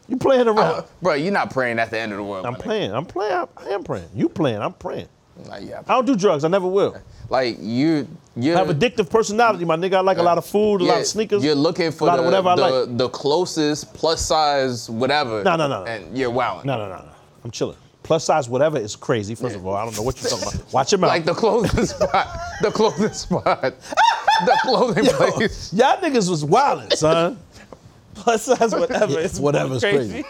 S3: You playing around?
S6: Bro, you're not praying at the end of the world.
S3: I'm
S6: my nigga.
S3: playing. I'm playing. I am praying. You playing. I'm praying.
S6: Like yeah,
S3: I don't do drugs. I never will.
S6: like you you
S3: I have addictive personality, my nigga. I like a lot of food, a lot of sneakers.
S6: You're looking for
S3: a lot
S6: the,
S3: of whatever I
S6: the,
S3: like.
S6: the closest plus size whatever.
S3: No, no, no, no.
S6: And you're wowing.
S3: No, no, no, no. I'm chilling. Plus size, whatever is crazy. First of all, I don't know what you're talking about. Watch your mouth.
S6: Like the clothing spot. The clothing spot. the clothing place.
S3: Y'all niggas was wildin', son.
S2: Plus size, whatever.
S3: Yeah,
S2: It's
S3: whatever's crazy.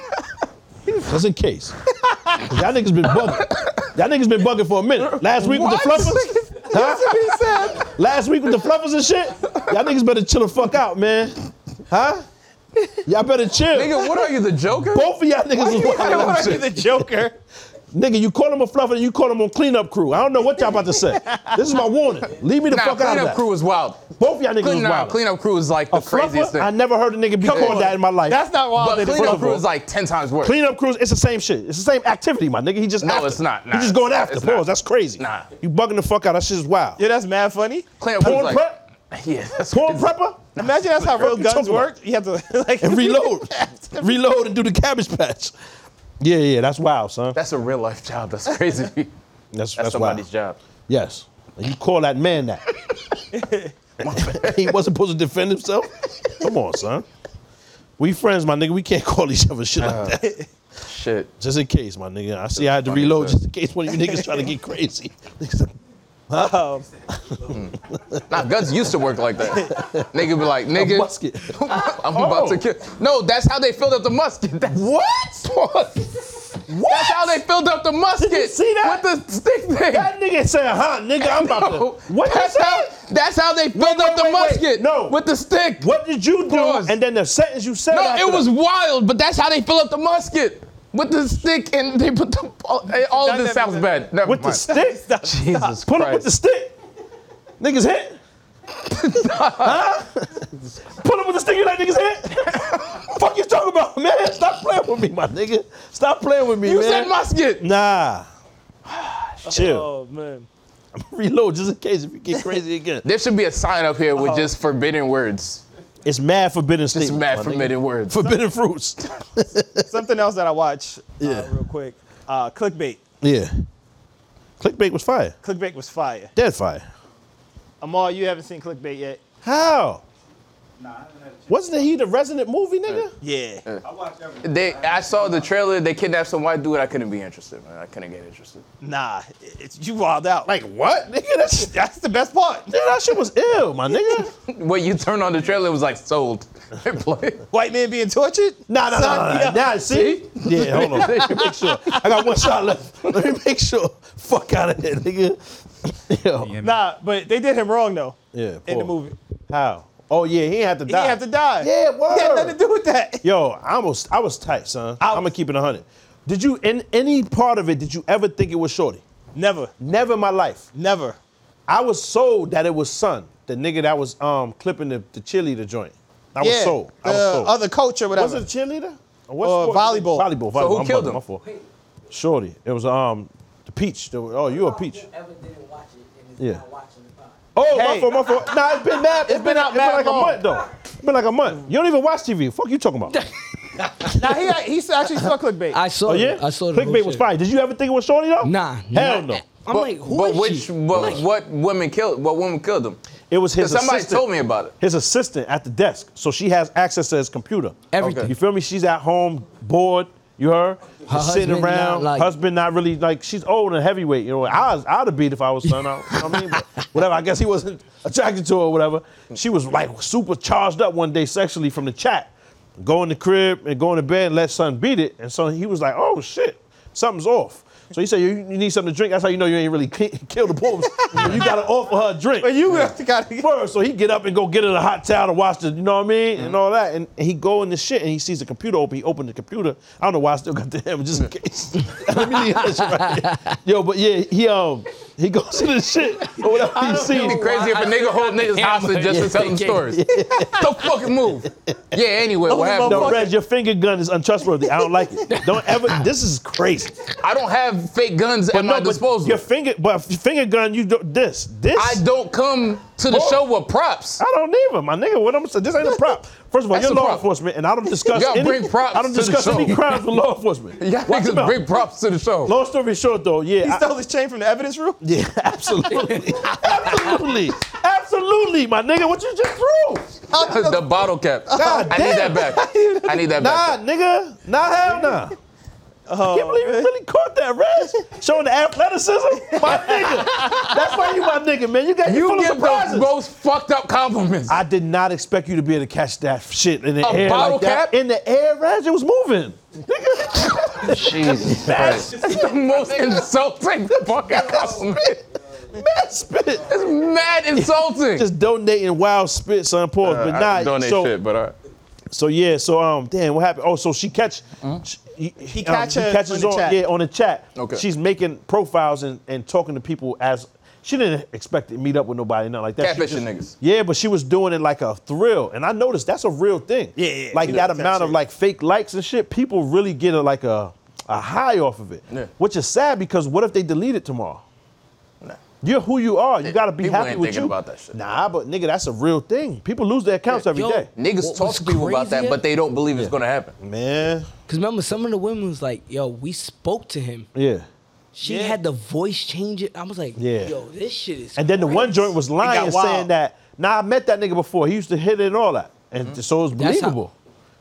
S3: Just in case. 'Cause Y'all niggas been bugging. Y'all niggas been bugging for a minute. Last week with the fluffers. Huh? Last week with the fluffers and shit. Y'all niggas better chill the fuck out, man. Huh? Y'all better chill.
S6: Nigga, what are you, the Joker?
S3: Both of y'all niggas was wildin'.
S2: Why are you the Joker?
S3: Nigga, you call him a fluffer and you call him on cleanup crew. I don't know what y'all about to say. This is my warning. Leave me the
S6: Nah,
S3: fuck out
S6: cleanup
S3: of that.
S6: crew is wild.
S3: Both of y'all niggas
S6: Clean,
S3: was
S6: nah,
S3: wild.
S6: cleanup crew is like the
S3: a
S6: craziest
S3: fluffer?
S6: thing.
S3: I never heard a nigga be
S6: Come
S3: called
S6: on.
S3: that in my life.
S2: That's not wild.
S6: but
S2: that it's
S6: cleanup
S2: possible.
S6: crew is like ten times worse.
S3: Cleanup crews, it's the same shit. It's the same activity, my nigga. He just
S6: No,
S3: after.
S6: it's not. Nah,
S3: you just going
S6: it's-
S3: after.
S6: it's
S3: Pause.
S6: not.
S3: That's crazy.
S6: Nah.
S3: You bugging the fuck out. That shit is wild.
S2: Yeah, that's mad funny.
S6: cleanup crew is
S3: Porn
S6: like
S3: prep?
S6: yeah, that's
S3: Porn prepper?
S2: Imagine that's how real
S3: you
S2: guns
S3: talking about?
S2: work. You have to like
S3: And reload. reload and do the cabbage patch. Yeah, yeah, that's wild, son.
S6: That's a real life job. That's crazy. that's
S3: That's, that's,
S6: somebody's
S3: wild.
S6: job.
S3: Yes. And you call that man that. he wasn't supposed to defend himself? Come on, son. We friends, my nigga. We can't call each other shit like that.
S6: Uh, Shit.
S3: Just in case, my nigga. I see I had to
S6: funny,
S3: reload
S6: son.
S3: just in case one of you niggas try to get crazy.
S2: um,
S6: Nah, guns used to work like that. nigga be like, nigga,
S3: musket.
S6: I'm about
S3: Oh.
S6: to kill. No, that's how they filled up the musket. That's, what? That's how they filled up the musket.
S3: see that?
S6: With the stick thing.
S3: that nigga said, huh, nigga, I'm about
S6: No,
S3: to. What you
S6: that's how,
S3: say?
S6: that's how they filled
S3: wait,
S6: up the
S3: wait, wait.
S6: musket.
S3: No.
S6: With the stick.
S3: What did you do?
S6: Pause.
S3: And then the sentence you said.
S6: No,
S3: after
S6: it was
S3: that.
S6: wild, but that's how they fill up the musket. With the stick, and they put the. All, eh, all of this sounds bad. Never
S3: with the
S6: mind.
S3: stick.
S6: Jesus
S3: Pull up
S6: Christ.
S3: with the stick. Niggas hit. huh? Pull up with the stick. You like niggas hit? Fuck you talking about, man? Stop playing with me, my nigga. Stop playing with me,
S6: You
S3: man.
S6: said musket.
S3: nah. Chill.
S2: oh man.
S3: Reload just in case if you get crazy again.
S6: There should be a sign up here
S2: Oh.
S6: with just forbidden words.
S3: It's mad forbidden
S6: It's
S3: statements.
S6: mad
S3: my nigga.
S6: forbidden words.
S3: Forbidden fruits.
S2: Something else that I watch uh,
S3: Yeah.
S2: real quick. Uh, clickbait.
S3: Yeah. Clickbait was fire.
S2: Clickbait was fire.
S3: Dead fire.
S2: Amal, you haven't seen clickbait yet.
S3: How? Wasn't he the resident movie nigga?
S2: Yeah.
S6: They, I saw the trailer. They kidnapped some white dude. I couldn't be interested, man. I couldn't get interested.
S2: Nah, it's you wild out. Like
S3: What? Nigga, that shit,
S2: that's the best part.
S3: nigga, that shit was ill, my nigga.
S6: When you turned on the trailer, it was like sold. They played.
S2: White man being tortured?
S3: Nah, nah, nah, nah, nah. Nah, see? Yeah, hold on. Let me make sure. I got one shot left. Let me make sure. Fuck out of here, nigga. Yo.
S4: Yeah,
S3: Yeah,
S4: man.
S2: Nah, but they did him wrong though. In the
S3: pause.
S2: movie.
S3: How? Oh, yeah, he had to
S2: He
S3: die.
S2: didn't have to die.
S3: Yeah,
S2: He had nothing
S3: word.
S2: to do with that.
S3: Yo, I almost, I was tight, son. I'm going to keep it 100. Did you, in any part of it, did you ever think it was Shorty?
S2: Never.
S3: Never in my life.
S2: Never.
S3: I was sold that it was Son, the nigga that was um clipping the, the cheerleader joint. I was
S2: yeah.
S3: sold. I
S2: the
S3: was sold.
S2: other coach or
S3: was
S2: whatever.
S3: it cheerleader? Or, what
S2: Or
S3: sport?
S2: volleyball.
S3: Uh, Volleyball. Volleyball.
S6: who
S3: I'm
S6: killed
S3: bugging,
S6: him?
S3: My fault. Shorty. It was um the peach. The- oh, you a peach?
S9: Ever didn't watch it and is
S3: Yeah.
S9: not watching the pod.
S3: Oh,
S2: Hey.
S3: my fault. My fault. Nah, it's been mad. it's been out. It's been
S2: mad
S3: like
S2: long.
S3: a month though. It's been like a month. You don't even watch TV. Fuck you talking about?
S2: Nah, he he actually saw clickbait.
S7: I saw
S3: Oh
S7: it.
S3: yeah.
S7: I saw the whole
S3: Clickbait was
S7: shit.
S3: fire. Did you ever think it was Shorty though?
S7: Nah. nah.
S3: Hell no.
S7: I'm like, who
S6: but
S7: is
S6: which,
S7: she?
S6: but
S7: Like-
S6: what woman killed? What woman killed him?
S3: It was his.
S6: Somebody
S3: assistant.
S6: told me about it.
S3: his assistant at the desk. So she has access to his computer.
S7: Everything.
S6: Okay.
S3: You feel me? She's at home, bored. You heard? Her just sitting
S7: husband not
S3: around.
S7: like-
S3: husband not really like she's old and heavyweight. You know, I was, I'd have beat if I was son. I, you know what I mean, But whatever. I guess he wasn't attracted to her or whatever. She was like super charged up one day sexually from the chat. Go in the crib and go in the bed and let son beat it. And so he was like, oh shit, something's off. So he said, you, you need something to drink. That's how you know you ain't really ki- killed the poems. you gotta offer her a drink.
S2: but you gotta get
S3: First, so he get up and go get in a hot towel to wash the, you know what I mean, and all that. And, and he go in the shit and he sees the computer open. He opened the computer. I don't know why I still got the hammer just in case. Let me leave that shit right here. Yo, but yeah, he um he goes to the shit or whatever he sees.
S6: It'd be crazy if a nigga hold niggas hostage just to tell them stories. Don't fucking move. Yeah, anyway, what happened?
S3: No, Reg, your finger gun is untrustworthy. I don't like it. Don't ever. This is crazy.
S6: I don't have fake guns at
S3: No,
S6: my
S3: but
S6: disposal.
S3: Your finger, but your finger gun. You do, this, this.
S6: I don't come to the show with props.
S3: I don't need them, my nigga. What I'm saying, this ain't a prop. First of all,
S6: That's
S3: you're
S6: a
S3: law
S6: prop.
S3: enforcement, and I don't discuss
S6: Y'all
S3: any.
S6: bring props
S3: I don't
S6: to the
S3: discuss any
S6: show.
S3: crimes with law enforcement.
S6: Y'all
S3: Watch your
S6: niggas
S3: mouth.
S6: bring props to the show.
S3: Long story short, though,
S2: He
S3: yeah, I-
S2: stole his chain from the evidence room.
S3: yeah, absolutely, absolutely, absolutely, my nigga. What you just threw?
S6: the bottle cap.
S3: God
S6: I need
S3: damn.
S6: that back. I need that
S3: Nah,
S6: back.
S3: nigga, nah, hell nah.
S2: Oh,
S3: I can't believe you really caught that, Reg. Showing the athleticism, my nigga. That's why you my nigga, man. You got you full
S6: You
S3: of
S6: give the
S3: surprises.
S6: most fucked up compliments.
S3: I did not expect you to be able to catch that shit in the
S6: A
S3: air
S6: bottle
S3: like that.
S6: cap?
S3: In the air, Reg, it was moving.
S6: Jesus Christ. That's the most insulting fucking compliment.
S3: Mad spit.
S6: It's mad insulting.
S3: Just donating wild spit, son. Pause,
S6: Uh,
S3: but
S6: I
S3: not
S6: donate
S3: so.
S6: shit, but uh,
S3: So yeah, so um, damn, what happened? Oh, so she catch, she- um, he,
S2: catch her on the
S3: on,
S2: chat.
S3: yeah, on the chat.
S6: Okay.
S3: She's making profiles and, and talking to people as she didn't expect to meet up with nobody, nothing like that. She
S6: Catfishing
S3: just-
S6: niggas.
S3: Yeah, but she was doing it like a thrill, and I noticed that's a real thing.
S2: Yeah, yeah,
S3: Like
S2: you
S3: that
S2: know, type
S3: amount of
S2: shit.
S3: like fake likes and shit, people really get a, like a a high off of it,
S6: Yeah.
S3: which is sad because what if they delete it tomorrow? You're who you are. You gotta be
S6: people
S3: happy
S6: ain't
S3: with
S6: thinking
S3: you.
S6: about that shit.
S3: Nah, but nigga, that's a real thing. People lose their accounts every day.
S7: yo,
S6: niggas
S7: What
S6: talk
S7: was
S6: to people about that,
S7: crazy-
S6: but they don't believe it's gonna happen.
S3: Man,
S7: Cause remember, some of the women was like, "Yo, we spoke to him.
S3: yeah.
S7: She
S2: Yeah.
S7: had the voice change it. I was like,
S3: Yeah.
S7: yo, this shit is."
S3: And then the one
S7: crazy.
S3: joint was lying,
S2: wild.
S3: saying that, nah, I met that nigga before. He used to hit it and all that. And so it was
S7: Mm-hmm. That's how-
S3: believable.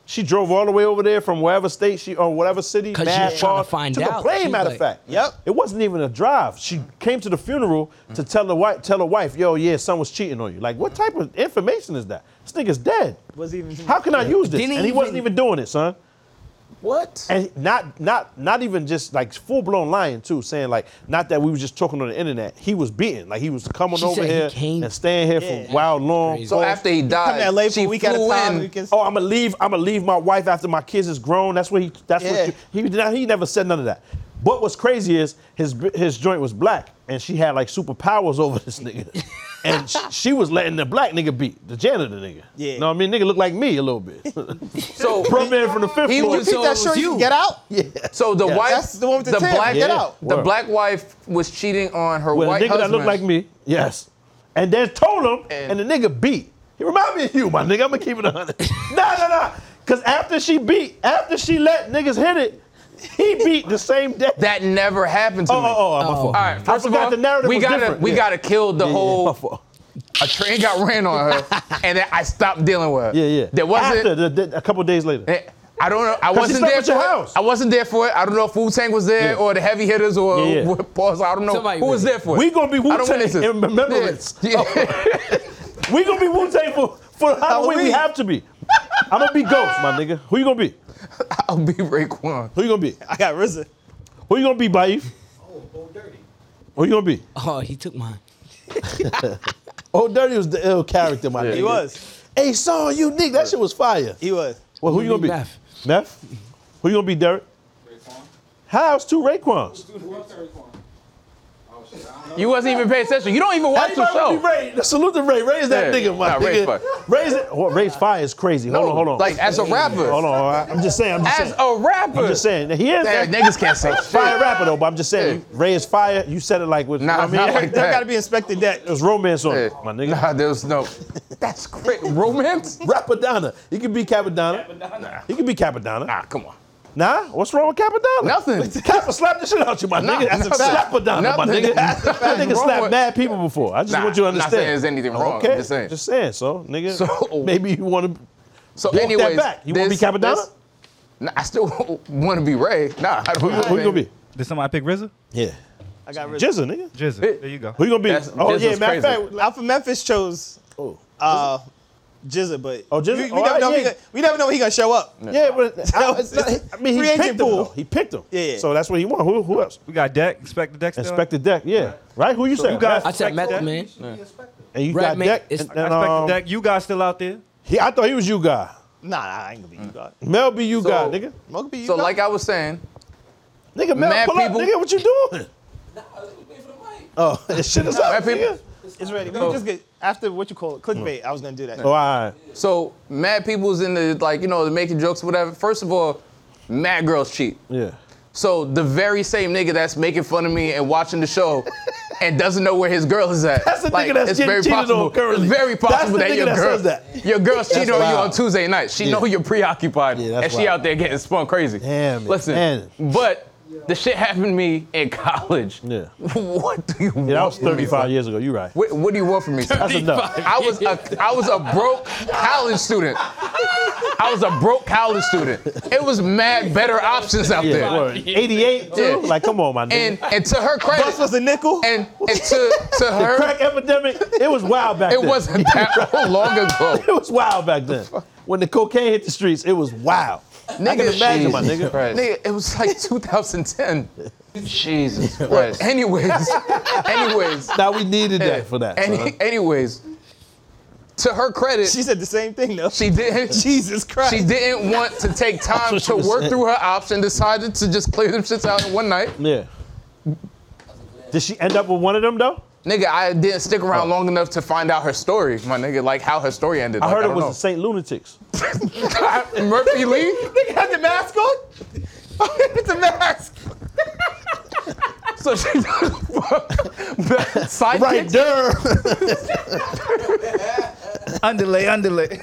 S3: she drove all the way over there from wherever state she or whatever city.
S7: 'Cause she
S3: mad
S7: was trying to
S3: far,
S7: find
S3: took
S7: out.
S3: a plane,
S7: She
S3: matter of
S7: like-
S3: fact.
S2: Yep.
S3: It wasn't even a drive. She came to the funeral
S7: Mm.
S3: to tell the wife, tell her wife, yo, yeah, son was cheating on you. Like, what type of information is that? This nigga's dead.
S2: Was even-
S3: How can I use this?
S7: Didn't
S3: and he wasn't
S7: even-
S3: even doing it, son.
S6: What?
S3: And not not not even just like full blown lying too, saying like not that we were just talking on the internet. He was beaten. Like he was coming
S7: She
S3: over
S7: said he
S3: here
S7: came-
S3: and staying here for
S2: Yeah.
S3: a while long.
S7: Crazy.
S6: So after he
S2: Come to
S6: died,
S2: LA for
S6: she
S2: a week at a
S6: flew
S2: time.
S6: in.
S2: We can-
S3: Oh, I'ma leave. I'ma leave my wife after my kids is grown. That's what he. That's
S2: Yeah.
S3: what you, he did. Not, he never said none of that. But what's crazy is his his joint was black, and she had like superpowers over this nigga, and she, she was letting the black nigga beat the janitor nigga.
S2: Yeah.
S3: know what I mean? Nigga look like me a little bit.
S6: So
S3: Pro man from the fifth
S6: He
S3: floor.
S6: was-
S2: Keep
S6: So
S2: that short. You. can get out.
S6: So the wife,
S2: That's the one with the tail.
S6: black,
S2: Get out.
S6: the
S3: Word.
S6: black wife was cheating on her
S3: with a
S6: white
S3: nigga
S6: husband.
S3: that looked like me. Yes. And then told him, and,
S6: And-
S3: the nigga beat. He remind me of you, my nigga. I'ma keep it a hundred. nah, nah, nah. Cause after she beat, after she let niggas hit it, he beat the same day.
S6: That never happened to
S3: oh,
S6: me.
S3: oh, oh, my fault.
S6: All right,
S3: I
S6: first of
S3: forgot
S6: all,
S3: the narrative
S6: we
S3: was
S6: gotta
S3: different.
S6: we
S3: Yeah.
S6: gotta kill the
S3: Yeah, yeah, my
S6: whole.
S3: fault.
S6: a train got ran on her, and then I stopped dealing with her.
S3: Yeah, yeah.
S6: There wasn't.
S3: After, the, the- a couple days later.
S6: eh, I don't know. I
S3: 'Cause she
S6: wasn't
S3: slept
S6: there
S3: at
S6: for
S3: your
S6: it.
S3: house.
S6: I wasn't there for it. I don't know if Wu Tang was there
S3: Yeah.
S6: or the heavy hitters or
S3: Yeah, yeah.
S6: what- pause. I don't know
S7: Somebody
S6: who was
S7: was
S6: there for it.
S3: We gonna be
S6: I don't
S3: Wu-Tang
S6: witness it.
S3: in remembrance.
S6: Yeah. yeah.
S3: We gonna be Wu Tang for, for Halloween. We
S2: Halloween.
S3: have to be. I'm gonna be Ghost, my nigga. Who you gonna be?
S6: I'll be Raekwon.
S3: Who you gonna be?
S2: I got risen.
S3: Who you gonna be, Baif?
S9: Oh, oh, dirty.
S3: Who you gonna be?
S7: Oh, he took mine.
S3: Oh, Dirty was the ill character, my nigga.
S2: He was.
S3: Hey, son, Oh, you nigga, that shit was fire.
S2: He was.
S3: Well, who you
S7: You
S3: gonna be?
S7: be Meth.
S3: Meth? Who you gonna be, Derek?
S9: Raekwon.
S3: How? It's two Raekwons.
S9: Dude, who else Raekwon? Oh, shit, I don't know.
S6: You wasn't even paying attention. You don't even watch the
S3: Everybody
S6: show.
S3: would be Ray. Salute to Ray. Ray is that
S6: Yeah.
S3: nigga, my
S6: Nah,
S3: nigga.
S6: Ray's fire.
S3: Ray's, oh, Ray's fire is crazy. Hold on, hold on.
S6: Like as a rapper.
S3: hold on. all right? I'm just saying. I'm just
S6: As
S3: saying.
S6: a rapper.
S3: I'm just saying. He is
S6: Damn,
S3: that
S6: niggas can't say
S3: fire
S6: shit.
S3: rapper though, but I'm just saying.
S6: Yeah.
S3: Ray is fire. You said it like with.
S6: Nah,
S3: you know what I mean,
S6: not like
S2: There
S6: Hey.
S2: got to be inspected that.
S3: There's romance on it,
S6: Yeah.
S3: my nigga.
S6: Nah, there's no. That's great. Romance?
S3: Rapadonna. He could be Capadonna. He could be Capadonna.
S6: Nah, come on.
S3: Nah, what's wrong with Capadonna?
S6: Nothing.
S3: Cap slap the shit out you, my
S6: Nah,
S3: nigga. That's a
S6: nothing.
S3: slap Madonna, my
S6: Nothing.
S3: nigga.
S6: That's a fact.
S3: That nigga
S6: Wrong
S3: slapped
S6: with-
S3: mad people before. I just
S6: Nah,
S3: want you to
S6: I'm not
S3: understand.
S6: saying there's anything
S3: Oh,
S6: wrong.
S3: Okay,
S6: Just saying.
S3: Just saying. So, nigga,
S6: So-
S3: maybe you want to
S6: So,
S3: walk that
S6: anyways,
S3: back. You want to
S6: this-
S3: be Capadonna?
S6: this- Nah, I still want to be Ray. Nah, I don't
S3: Who, who you gonna be?
S4: Did somebody pick RZA?
S3: Yeah.
S2: I got risen.
S3: Jizza, nigga.
S4: Jizza. There you go.
S3: Who you gonna be?
S6: That's-
S3: oh
S6: Jizza's
S3: yeah, matter of
S6: crazy.
S3: fact.
S2: Alpha Memphis chose
S3: Oh.
S2: uh, Jizza, but
S3: Oh, Jizza?
S2: we, we
S3: Oh,
S2: never
S3: alright,
S2: know if he
S3: yeah.
S2: gonna- we never know when he gonna show up.
S3: Yeah, but I, it's not- I mean, he
S2: Free
S3: picked
S2: agent
S3: him.
S2: pool.
S3: though. He picked him.
S2: Yeah, yeah.
S3: So that's what he want. Who, who else?
S4: We got Deck. Inspector Deck. still?
S3: Inspector Deck. Yeah. Right. Who you said?
S4: got-
S7: I said,
S4: Like
S7: Meth
S4: that?
S7: Man.
S3: and you got
S7: Redman-
S3: Deck.
S7: it's-
S3: And, and,
S4: Inspector
S3: um,
S4: Deck. You guys still out there?
S3: he- I thought he was you guy.
S2: Nah, nah, I ain't gonna be you, God.
S3: Mel be you
S6: So-
S3: guy, nigga.
S2: Mug be you.
S6: So,
S2: God.
S6: like I was saying,
S3: Nigga, Mel,
S6: Mad
S3: pull
S6: people-
S3: up, nigga. What you doing?
S9: Nah, I was waiting for the mic.
S3: Oh, shit is up,
S6: mad people-
S3: nigga.
S2: it's ready. We
S6: Oh.
S2: just get after what you call it clickbait. I was gonna do that.
S3: Oh, all right.
S6: so mad people's in the, like, you know, making jokes, whatever. First of all, mad girls cheat.
S3: Yeah.
S6: So the very same nigga that's making fun of me and watching the show and doesn't know where his girl is at.
S3: That's the nigga that's
S6: it's
S3: getting
S6: very
S3: cheated on
S6: possible.
S3: currently.
S6: It's very
S3: That's
S6: possible
S3: the
S6: that
S3: nigga
S6: your
S3: that
S6: girl,
S3: says that.
S6: your girl's cheating on you
S3: wild.
S6: on Tuesday night. She
S3: Yeah.
S6: know you're preoccupied,
S3: Yeah, that's
S6: and she
S3: wild.
S6: out there getting spun crazy.
S3: Damn it.
S6: Listen,
S3: Man.
S6: but the shit happened to me in college.
S3: Yeah.
S6: What do you want?
S3: Yeah, that was
S6: from me,
S3: 35
S6: son?
S3: years ago. You're right.
S6: What, what do you want from me? son?
S3: That's enough.
S6: I was a I was a broke college student. I was a broke college student. It was mad better options out
S3: Yeah,
S6: there.
S3: word. 88 too?
S6: Yeah.
S3: Like, come on, my nigga.
S6: And and to her credit,
S2: Bus was a nickel.
S6: and, and to to
S3: the
S6: her,
S3: crack epidemic, it was wild back
S6: it
S3: then.
S6: wasn't that long ago.
S3: It was wild back then. When the cocaine hit the streets, it was wild. I can imagine, my
S6: Jesus
S3: nigga.
S6: Christ. Nigga, it was like 2010. Jesus Christ. Anyways, anyways,
S3: Now we needed that for that.
S6: any-
S3: son.
S6: anyways, to her credit,
S2: She said the same thing though.
S6: she didn't.
S2: Jesus Christ.
S6: She didn't want to take time
S3: what she
S6: to
S3: was
S6: work
S3: saying.
S6: through her option, decided to just clear them shits out in one night.
S3: Yeah. Did she end up with one of them though? Oh.
S6: Nigga, I didn't stick around long enough to find out her story, my nigga, like how her story ended.
S3: I
S6: Like,
S3: heard it
S6: don't
S3: was
S6: know.
S3: the St. Lunatics.
S6: Murphy Lee? Nigga had the mask on?
S8: Oh,
S6: the mask. so she sidekick.
S3: Right there.
S4: underlay, underlay.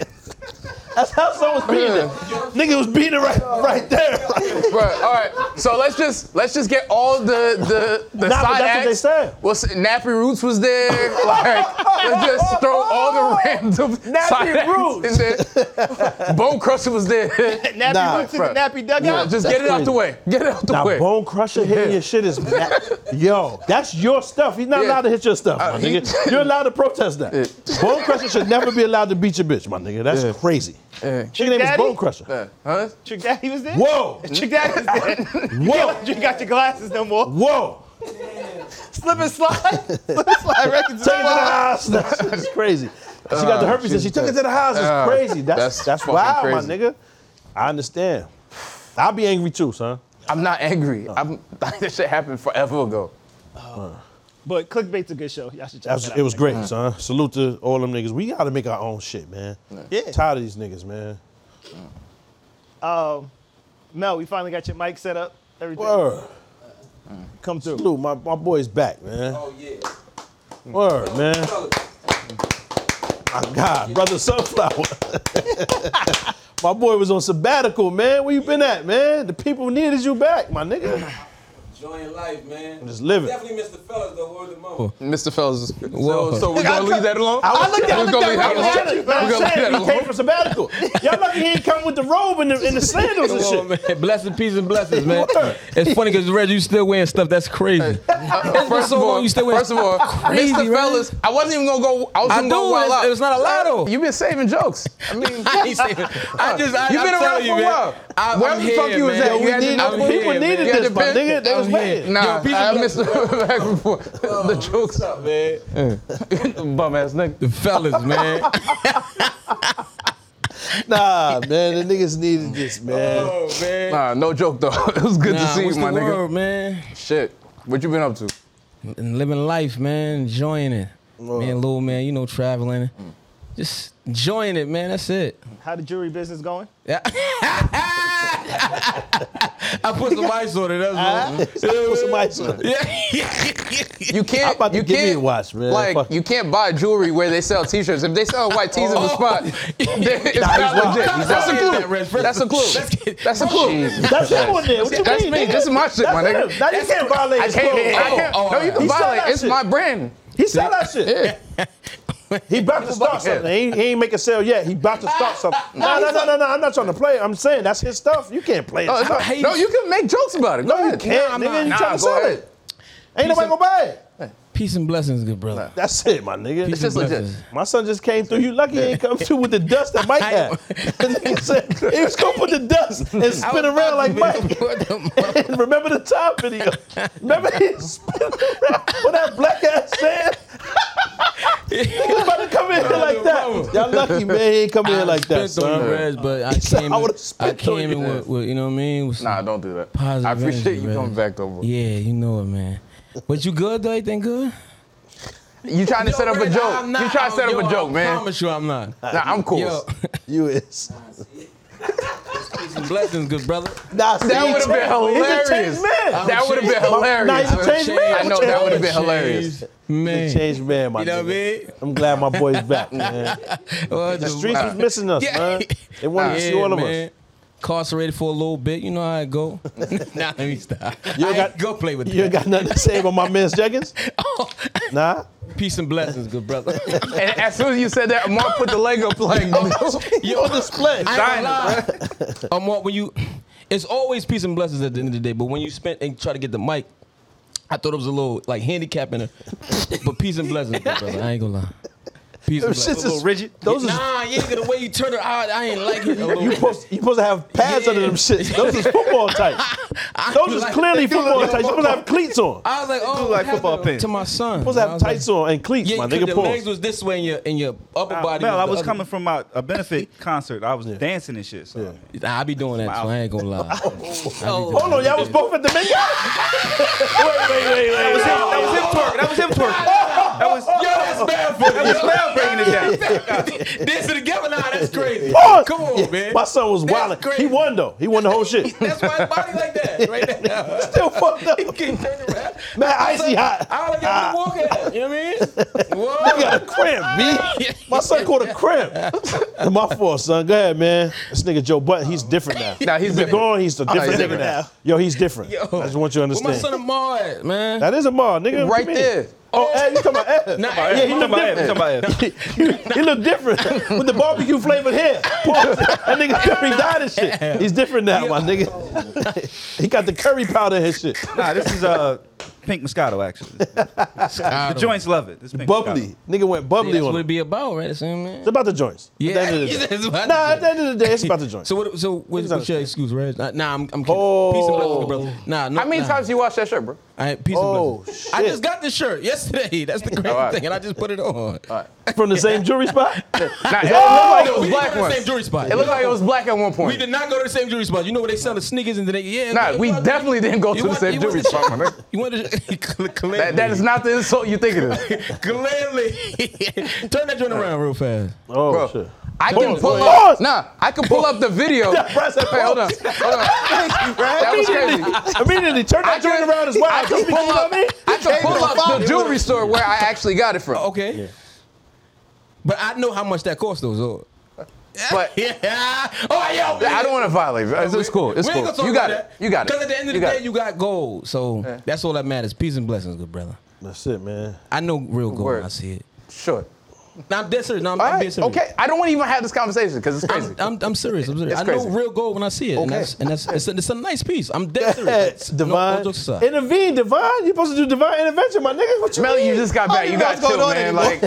S3: That's how someone's beating it. Nigga was beating it right, right there.
S6: Bruh, all right. So let's just let's just get all the the the
S3: Nah, but that's what
S6: side acts.
S3: they said.
S6: Well, s- Nappy Roots was there. Like, let's just throw all the random side
S3: Oh, Roots.
S6: acts in there. Bone Crusher was there.
S2: nappy
S3: Nah.
S2: went to the
S6: Bruh.
S2: nappy dugout.
S6: Nah, just get it out the
S3: crazy.
S6: way. Get it out the
S3: Now
S6: way.
S3: Bone Crusher hitting your shit is mad. Yo, that's your stuff. He's not
S6: Yeah.
S3: allowed to hit your stuff,
S6: Uh,
S3: my
S6: he-
S3: nigga. You're allowed to protest that. Bone Crusher should never be allowed to beat your bitch, my nigga. That's crazy. Chicken name is
S2: Daddy?
S3: Bone Crusher.
S6: Uh, huh?
S2: Trick Daddy was there.
S3: Whoa,
S2: Trick Daddy was there. You
S3: Whoa.
S2: can't- You got your glasses no more.
S3: whoa.
S2: Slip and slide. Slip and slide records.
S3: Take it to the house. That's, that's crazy. She got the
S6: Ah,
S3: herpes and she took it to the house. It's
S6: Uh,
S3: crazy. That's
S6: that's
S3: that's,
S6: fucking
S3: wild, my
S6: crazy.
S3: nigga. I understand. I'll be angry too, son.
S6: I'm not angry. I'm, that shit happened forever ago.
S3: Uh,
S2: But clickbait's a good show. Y'all should check
S3: That's-
S2: that out. Mm.
S3: it was great, son. Salute to all them niggas. We gotta make our own shit, man.
S2: Yeah.
S3: Tired of these niggas, man.
S2: Um, Mel, we finally got your mic set up. Everything.
S3: Word.
S2: Mm. Come through.
S3: Salute, my, my boy's back, man.
S9: Oh yeah.
S3: Word, man. My God, brother Sunflower. my boy was on sabbatical, man. Where you been at, man? The people needed you back, my nigga.
S9: Enjoying life, man.
S3: Just living.
S9: Definitely missed the fellas though. Word the moment.
S6: Mr. Fells, so, so we're gonna leave that alone?
S3: I looked at
S6: We're gonna leave
S3: I was
S6: that
S3: at
S6: alone?
S3: it, but
S6: We're gonna
S3: I'm
S6: leave that
S3: saying he came
S6: alone?
S3: from sabbatical. Y'all lucky he ain't come with the robe and the, and the sandals and shit.
S5: man. Blessing, peace, and blessings, man.
S3: Word.
S5: It's funny because Reggie, you still wearing stuff that's crazy.
S6: Uh, First of
S5: so
S6: all,
S5: long you stay with-
S6: first of all,
S5: Crazy,
S6: Mr.
S5: man.
S6: Fellas, I wasn't even gonna go. I was
S5: I
S6: gonna go
S5: do,
S6: wild
S5: it's-
S6: out.
S5: it's not allowed, though.
S6: You've been saving jokes. I mean,
S5: I ain't saying I just, I,
S6: You've been
S5: I'm telling
S6: around for
S5: you,
S6: a
S5: man.
S6: while.
S5: I, I'm
S6: Where the
S5: here,
S6: fuck you was
S5: man.
S6: at? Yo, we
S5: You had
S6: needed-
S5: to- I'm
S6: people
S5: here, man.
S3: needed
S5: You had
S3: this,
S5: to
S3: my
S5: bend-
S3: nigga. They
S5: I'm
S3: was
S5: here.
S3: waiting.
S6: nah,
S5: Yo,
S6: I
S5: peace
S6: missed the back and forth.
S9: Oh,
S6: The jokes up,
S5: man.
S6: bum ass nigga.
S5: The fellas, man.
S3: Nah, man, the niggas needed this, man.
S5: oh, man.
S6: Nah, no joke though. it was good to
S5: Nah,
S6: see you,
S5: what's
S6: my
S5: the
S6: nigga.
S5: word, man?
S6: Shit, what you been up to?
S5: And living life, man. Enjoying it. Man, little man, you know, traveling.
S6: Mm.
S5: Just enjoying it, man. That's it.
S2: How the jewelry business going?
S5: Yeah. I put some ice on it. That's all.
S3: Put some ice on it.
S5: Yeah.
S6: You can't.
S3: I'm about to
S6: you
S3: give me
S6: can't
S3: a watch, man.
S6: Like
S3: Fuck. Oh.
S6: you can't buy jewelry where they sell T-shirts. If they sell white tees in the spot, then it's not
S3: wild.
S6: legit.
S3: He's
S6: That's a
S5: wild. That
S6: clue.
S5: red flag.
S6: That's a
S5: Let's
S6: clue.
S5: get-
S6: That's a clue.
S3: That's him on there. What you
S6: That's
S3: mean?
S6: me.
S3: nigga?
S6: This is my shit,
S3: That's
S6: my nigga.
S3: him. Now you can't violate
S6: I
S3: his
S6: can't.
S3: clothes.
S6: I can't.
S5: Oh,
S6: no,
S5: alright.
S6: you can
S3: He said
S6: violate.
S3: that
S6: It's
S3: shit.
S6: my brand.
S3: He said that shit.
S6: Yeah.
S3: He about to start
S6: Yeah.
S3: something. He, ain't- he ain't make a sale yet. He about to start something. No, no, no, no, no. I'm not trying to play. I'm saying that's his stuff. You can't play it.
S6: Uh, No, it's not-
S5: Hey,
S6: no, you can make jokes about it. Go
S3: No, you
S6: ahead.
S3: can't, nigga. You
S6: nah,
S3: trying
S6: go
S3: to sell
S6: ahead.
S3: it. Ain't nobody gonna buy it.
S5: Peace and blessings, good brother.
S3: That's it, my nigga.
S5: Peace
S6: just
S5: and
S6: legit.
S5: blessings.
S3: My son just came through. You lucky he ain't come through with the dust that Mike had. The nigga said he was gonna put the dust and spin around like Mike. Remember the top video? Remember he spin around with that black ass sand? He was about to come in here like that. Y'all lucky, man. He ain't come in here like that,
S5: spent on
S3: son.
S5: you, Reg, but I
S3: said,
S5: came
S3: "I
S5: in,
S3: would've
S5: I
S3: spent on
S5: came
S3: you."
S5: in with, with, you know what I mean? With some-
S6: Nah, don't do that.
S5: Positive
S6: I appreciate
S5: energy,
S6: you
S5: brother.
S6: coming back over.
S5: Yeah, you know it, man. But you good though? Everything good?
S6: You trying to set up a joke?
S5: I'm not-
S6: You trying to set
S5: yo,
S6: up a joke,
S5: I
S6: man?
S5: promise you, I'm not.
S6: Nah, I'm cool.
S5: Yo,
S3: You is.
S5: Blessings, good brother. Oh,
S3: Nah, see,
S6: That
S3: he
S6: would have been
S3: changed. He's a
S6: hilarious.
S3: changed man.
S6: That would have been
S3: Nah, he's
S6: hilarious.
S3: a changed man.
S6: I know that would have been hilarious.
S3: He's
S5: Man,
S3: a changed man, my
S5: You know what I
S3: nigga.
S5: mean?
S3: I'm glad my boy's back, man.
S5: Well,
S3: The
S5: the-
S3: streets was missing us,
S5: Yeah.
S3: man. They wanted to see all of us.
S5: man. Incarcerated for a little bit, you know how it go. nah, let me stop.
S3: You
S5: I
S3: got-
S5: ain't go play with
S3: You
S5: that. Oh.
S3: ain't got nothing to say about my man Jenkins? Nah.
S5: Peace and blessings, good brother.
S6: And as soon as you said that, Mark put the leg up like,
S3: You're on display.
S5: I ain't gonna lie. Um, Mark, when you, it's always peace and blessings at the end of the day. But when you spent and try to get the mic, I thought it was a little like handicapping her. but peace and blessings, good brother. I ain't gonna lie. Peace and
S3: Those shits
S5: blessings.
S3: is rigid. Those is
S5: Nah, yeah, the way you turn her out, I ain't like it. A little
S3: you
S5: bit.
S3: supposed, you supposed to have pads
S5: Yeah.
S3: under them shits. Those is football tights.
S5: I
S3: Those
S5: ain't
S3: is
S5: like-
S3: clearly football tights. You supposed to have cleats on. You
S5: I was like, oh,
S4: like
S5: what
S4: football
S5: happened
S4: pants.
S5: to my son.
S3: supposed to
S5: I
S3: have
S5: was like,
S3: tights on and cleats,
S5: Yeah,
S3: my
S5: because
S3: nigga.
S5: the legs
S3: Pause.
S5: was this way and your and your upper body.
S4: Mel, I
S5: the
S4: was
S5: other-
S4: coming from my, a benefit concert. I was dancing and shit. So Oh,
S5: Nah, I be doing that too. I ain't gonna lie.
S3: Hold on, y'all was both at the main Wait, wait, wait, wait.
S4: That was him- that was him twerking. That was him twerking. That was yo, that's barefoot. That was Mel breaking it down.
S5: Dancing together, nah, that's crazy.
S3: Pause.
S5: Come on,
S3: Yeah,
S5: man.
S3: My son was wilding.
S5: crazy.
S3: He won though. He won the whole shit.
S5: That's why his body like that right now.
S3: Still fucked up.
S5: Can't turn around.
S3: Man, icy hot.
S5: I don't got to walk at. You know what I mean?
S3: I got a cramp, B. My son caught a cramp. My fault, son. Go ahead, man. This nigga Joe Button, he's different now.
S6: Nah, he's
S3: been
S6: different.
S3: gone. He's a different
S6: he's
S3: nigga
S6: different
S3: now. Yo, he's different. I just want you to
S5: Where my
S3: understand.
S5: son Amar at, man?
S3: that is a mall, nigga. What
S6: right
S3: you mean?
S6: there.
S3: Oh, Ed, you talking about eh, Ed?
S5: Nah,
S3: yeah, he look
S4: Somebody,
S3: different.
S4: somebody.
S3: he look different with the barbecue flavored hair. Pause. That nigga curry dyed and shit. He's different now, my nigga. he got the curry powder in his shit.
S4: Nah, this is uh, pink Moscato actually. the joints love it. This pink
S3: Bubbly. Nigga went bubbly
S5: That's
S3: on
S5: what
S3: him.
S5: it be about, right? That's what I mean.
S3: It's about the joints. At the
S5: Yeah,
S3: end of the day.
S5: it's about
S3: Nah,
S5: the
S3: at the end of the day, it's about the joints.
S5: So what? So what's, what's your excuse, Reg? Nah, Nah, I'm, I'm kidding. Peace and
S3: Oh.
S5: blessings, brother. Nah, no,
S6: How many
S5: nah.
S6: times you watch that shirt, bro?
S5: I peace
S3: Oh,
S5: and blessings. I
S3: shit.
S5: just got this shirt yesterday. That's the crazy
S6: right.
S5: thing, and I just put it on.
S3: From the same jewelry spot? Oh!
S6: Nah, it
S5: We
S6: looked
S5: didn't go to
S6: like it was black
S5: the same
S6: once.
S5: jewelry spot.
S6: It looked like it was black at one
S5: We
S6: point.
S5: did not go to the same jewelry spot. You know where they sell the sneakers and then they yeah.
S6: Nah, we
S5: you-
S6: definitely didn't go
S5: you
S6: to the
S5: want-
S6: same
S5: you want
S6: jewelry
S5: to-
S6: spot, my nigga.
S5: You wanted to clearly.
S6: That, that is not the insult you think it is.
S5: clearly. Turn that joint around real fast.
S3: Oh,
S6: Bro,
S3: shit.
S6: I can
S3: Pause,
S6: pull
S3: pause.
S6: up. Nah, I can pull up the video.
S3: Press that
S6: Hey, hold on. Hold on. That was crazy.
S3: Immediately turn
S6: I
S3: that joint
S6: can-
S3: around as well.
S6: I can
S3: You know
S6: pull
S3: what
S6: up.
S3: I mean?
S6: I can pull up the jewelry store where I actually got it from.
S5: Okay. But I know how much that costs though. So.
S6: But-
S5: yeah. Oh yeah.
S6: I don't want to violate. It's, it's cool. It's
S5: We
S6: cool.
S5: ain't gonna talk
S6: You got
S5: about
S6: it.
S5: that.
S6: You got it.
S5: Because at the end of
S6: You
S5: the
S6: got
S5: day,
S6: it.
S5: you got gold. So that's all that matters. Peace and blessings, good brother.
S3: That's it, man.
S5: I know real gold.
S6: Word.
S5: When I see it.
S6: Sure.
S5: Now I'm dead serious. No, I'm,
S6: All
S5: I'm being
S6: right.
S5: serious.
S6: Okay. I don't want to even have this conversation because it's
S5: I'm,
S6: crazy.
S5: I'm, I'm serious. I'm serious.
S6: It's
S5: I know
S6: crazy.
S5: real gold when I see it, and that's and that's it's a, it's a nice piece. I'm dead serious. No- no
S3: Divine.
S5: jokes aside.
S3: Intervene, Divine. You supposed to do divine intervention, my nigga. What you
S6: Melly,
S3: mean?
S6: you just got
S5: Oh,
S3: I don't even
S6: back. You
S3: know what's
S6: got
S3: going
S6: chill,
S3: on
S6: man.
S3: anymore.
S6: Like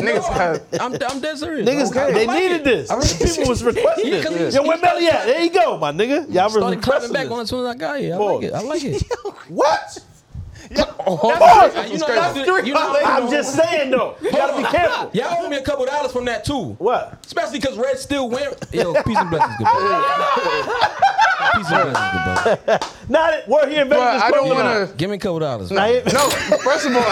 S6: niggas. got-
S5: I'm, I'm dead serious.
S3: Niggas,
S5: I
S3: they
S5: like
S3: needed
S5: it.
S3: this.
S5: I like
S3: The people was requesting
S5: Yeah, 'cause
S3: this.
S5: it's-
S3: Yo, where Melly at? There you go, my nigga. Y'all were
S5: Started clapping
S3: requesting
S5: back on
S3: this.
S5: as soon as I got here. I like it. I like it.
S3: What?
S6: That's-
S3: Pause.
S5: You know,
S6: crazy.
S5: that's the- you know,
S3: I'm just saying though. You gotta be careful.
S5: Y'all owe me a couple dollars from that too.
S3: What?
S5: Especially because Red's still wearing. Yo, peace and blessings, good brother. peace and blessings, good brother.
S3: Not that we're here in
S6: Bruh,
S3: Vegas.
S6: I don't want to.
S5: Give me a couple dollars.
S3: I
S5: man.
S3: ain't-
S6: No, first of all,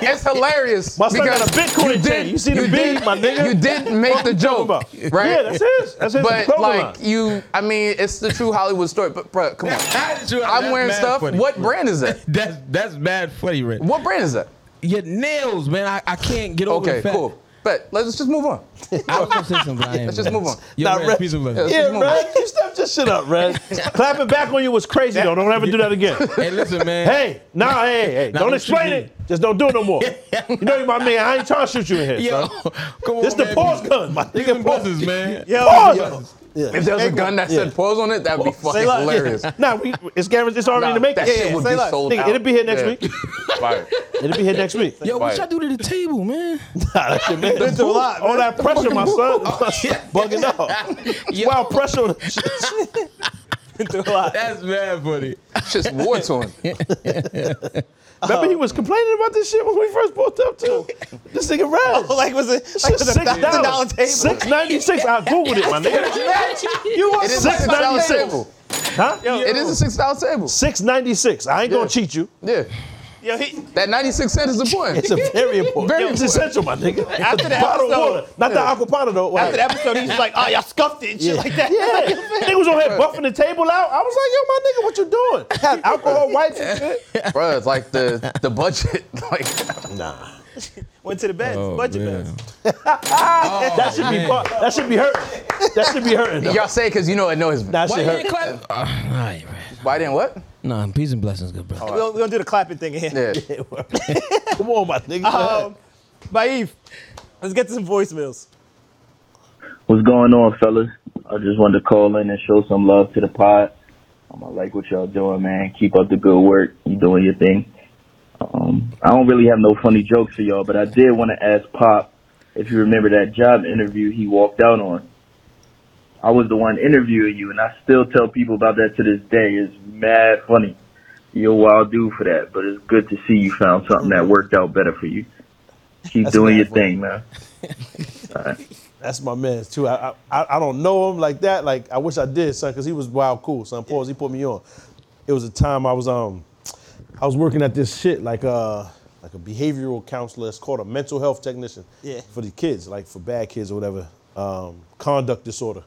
S6: it's hilarious.
S3: My son got a
S6: because
S3: Bitcoin
S6: you
S3: chain.
S6: did-
S3: You see the
S6: you
S3: bead,
S6: did-
S3: my nigga?
S6: You didn't make the joke, right?
S3: Yeah, that's his. That's his.
S6: But
S3: clothing
S6: like
S3: line.
S6: you, I mean, it's the true Hollywood story. But bro, come on,
S5: That's true.
S6: I'm
S5: That's
S6: wearing
S5: mad
S6: stuff.
S5: funny.
S6: What brand is that?
S5: That's that's bad funny, Red.
S6: What brand is that?
S5: Your nails, man. I, I can't get over
S6: Okay,
S5: the fact.
S6: cool. But let's just move on.
S5: I was gonna say something. but I ain't
S6: Let's just
S5: gonna.
S6: move on.
S5: Yo,
S3: Nah,
S5: Red,
S3: Red-
S5: peace and blessings.
S6: Yeah.
S3: Yeah, Red, you stepped your shit up, Red. Clapping back on you was crazy though. Don't ever do that again.
S5: Hey, listen, man.
S3: Hey, nah, hey, hey.
S5: Nah,
S3: don't
S5: don't
S3: explain
S5: shoot
S3: it. Just don't do it no more. You know you my man. I ain't trying to shoot you in here.
S5: yo,
S3: son.
S5: come on,
S3: This the
S5: man.
S3: pause gun, my
S5: Peace and
S3: nigga. Pause.
S5: blessings, man.
S2: Yo,
S3: Pause.
S2: yo.
S6: If there was a gun that said pause on it, that'd be fucking
S2: Say less.
S6: hilarious.
S3: Nah, we, it's guaranteed. It's already
S6: Nah,
S3: in the making.
S6: that shit would
S2: say
S6: be
S2: less.
S6: sold
S3: Nigga,
S6: out.
S3: it'll be here next week.
S6: Fire.
S3: It'll be here next week.
S5: Yo, what y'all do to the table, man?
S3: Nah, that shit made
S2: It's a lot.
S3: All that pressure, my son. My son bugging out.
S5: Yo.
S3: Wow, pressure on the shit.
S2: Been through a lot.
S5: That's mad funny.
S6: It's just war torn.
S3: Remember he was complaining about this shit when we first bought up too. This nigga Raz.
S2: Oh, Like was it like
S3: Shit's
S2: was it a
S3: six
S2: thousand dollar
S3: dollars.
S2: table?
S3: Six ninety six. I googled it, my nigga.
S6: You are
S3: six ninety six. Huh?
S6: It is a six dollar table.
S3: Six ninety six. I ain't
S6: Yeah.
S3: gonna cheat you.
S6: Yeah.
S2: Yo, he,
S6: That 96 cent is important.
S3: It's a very important.
S6: Very
S3: it's
S6: important.
S3: essential, my nigga.
S2: After
S3: It's a
S2: the
S3: bottle of
S2: episode-
S3: water, not the aquapana though.
S2: after the episode, he's like, oh, y'all scuffed it and shit like that.
S3: Yeah, nigga was on here buffing the table out. I was like, yo, my nigga, what you doing? Had alcohol wipes and shit.
S6: Bruh, it's like the, the budget. like,
S3: Nah.
S2: Went to the Ah, beds,
S3: Oh,
S2: budget
S5: Oh, man.
S2: beds.
S3: that should be part, that should be hurt. That should be hurting. though.
S6: Oh, y'all say because you know it knows.
S3: That
S5: Why
S3: should
S5: you didn't
S3: hurt.
S5: clap? Uh, all right, man.
S6: Why didn't what?
S5: Nah, peace and blessings, good brother.
S2: We don't, we don't do the clapping thing in here.
S6: Yeah.
S3: Come on, my nigga.
S2: Um, Baif, let's get to some voicemails.
S10: What's going on, fellas? I just wanted to call in and show some love to the pod. Um, I like what y'all doing, man. Keep up the good work. You doing your thing. Um, I don't really have no funny jokes for y'all, but I did want to ask Pop if you remember that job interview he walked out on. I was the one interviewing you, and I still tell people about that to this day. It's mad funny. You're a wild dude for that, but it's good to see you found something that worked out better for you. Keep doing your
S3: mad funny.
S10: thing, man.
S3: That's my man too. I, I- I I don't know him like that. Like I wish I did, son, because he was wild cool. Son, pause. He put me on. It was a time I was um, I was working at this shit like uh like a behavioral counselor. It's called a mental health technician.
S2: Yeah.
S3: For the kids, like for bad kids or whatever, um, conduct disorder.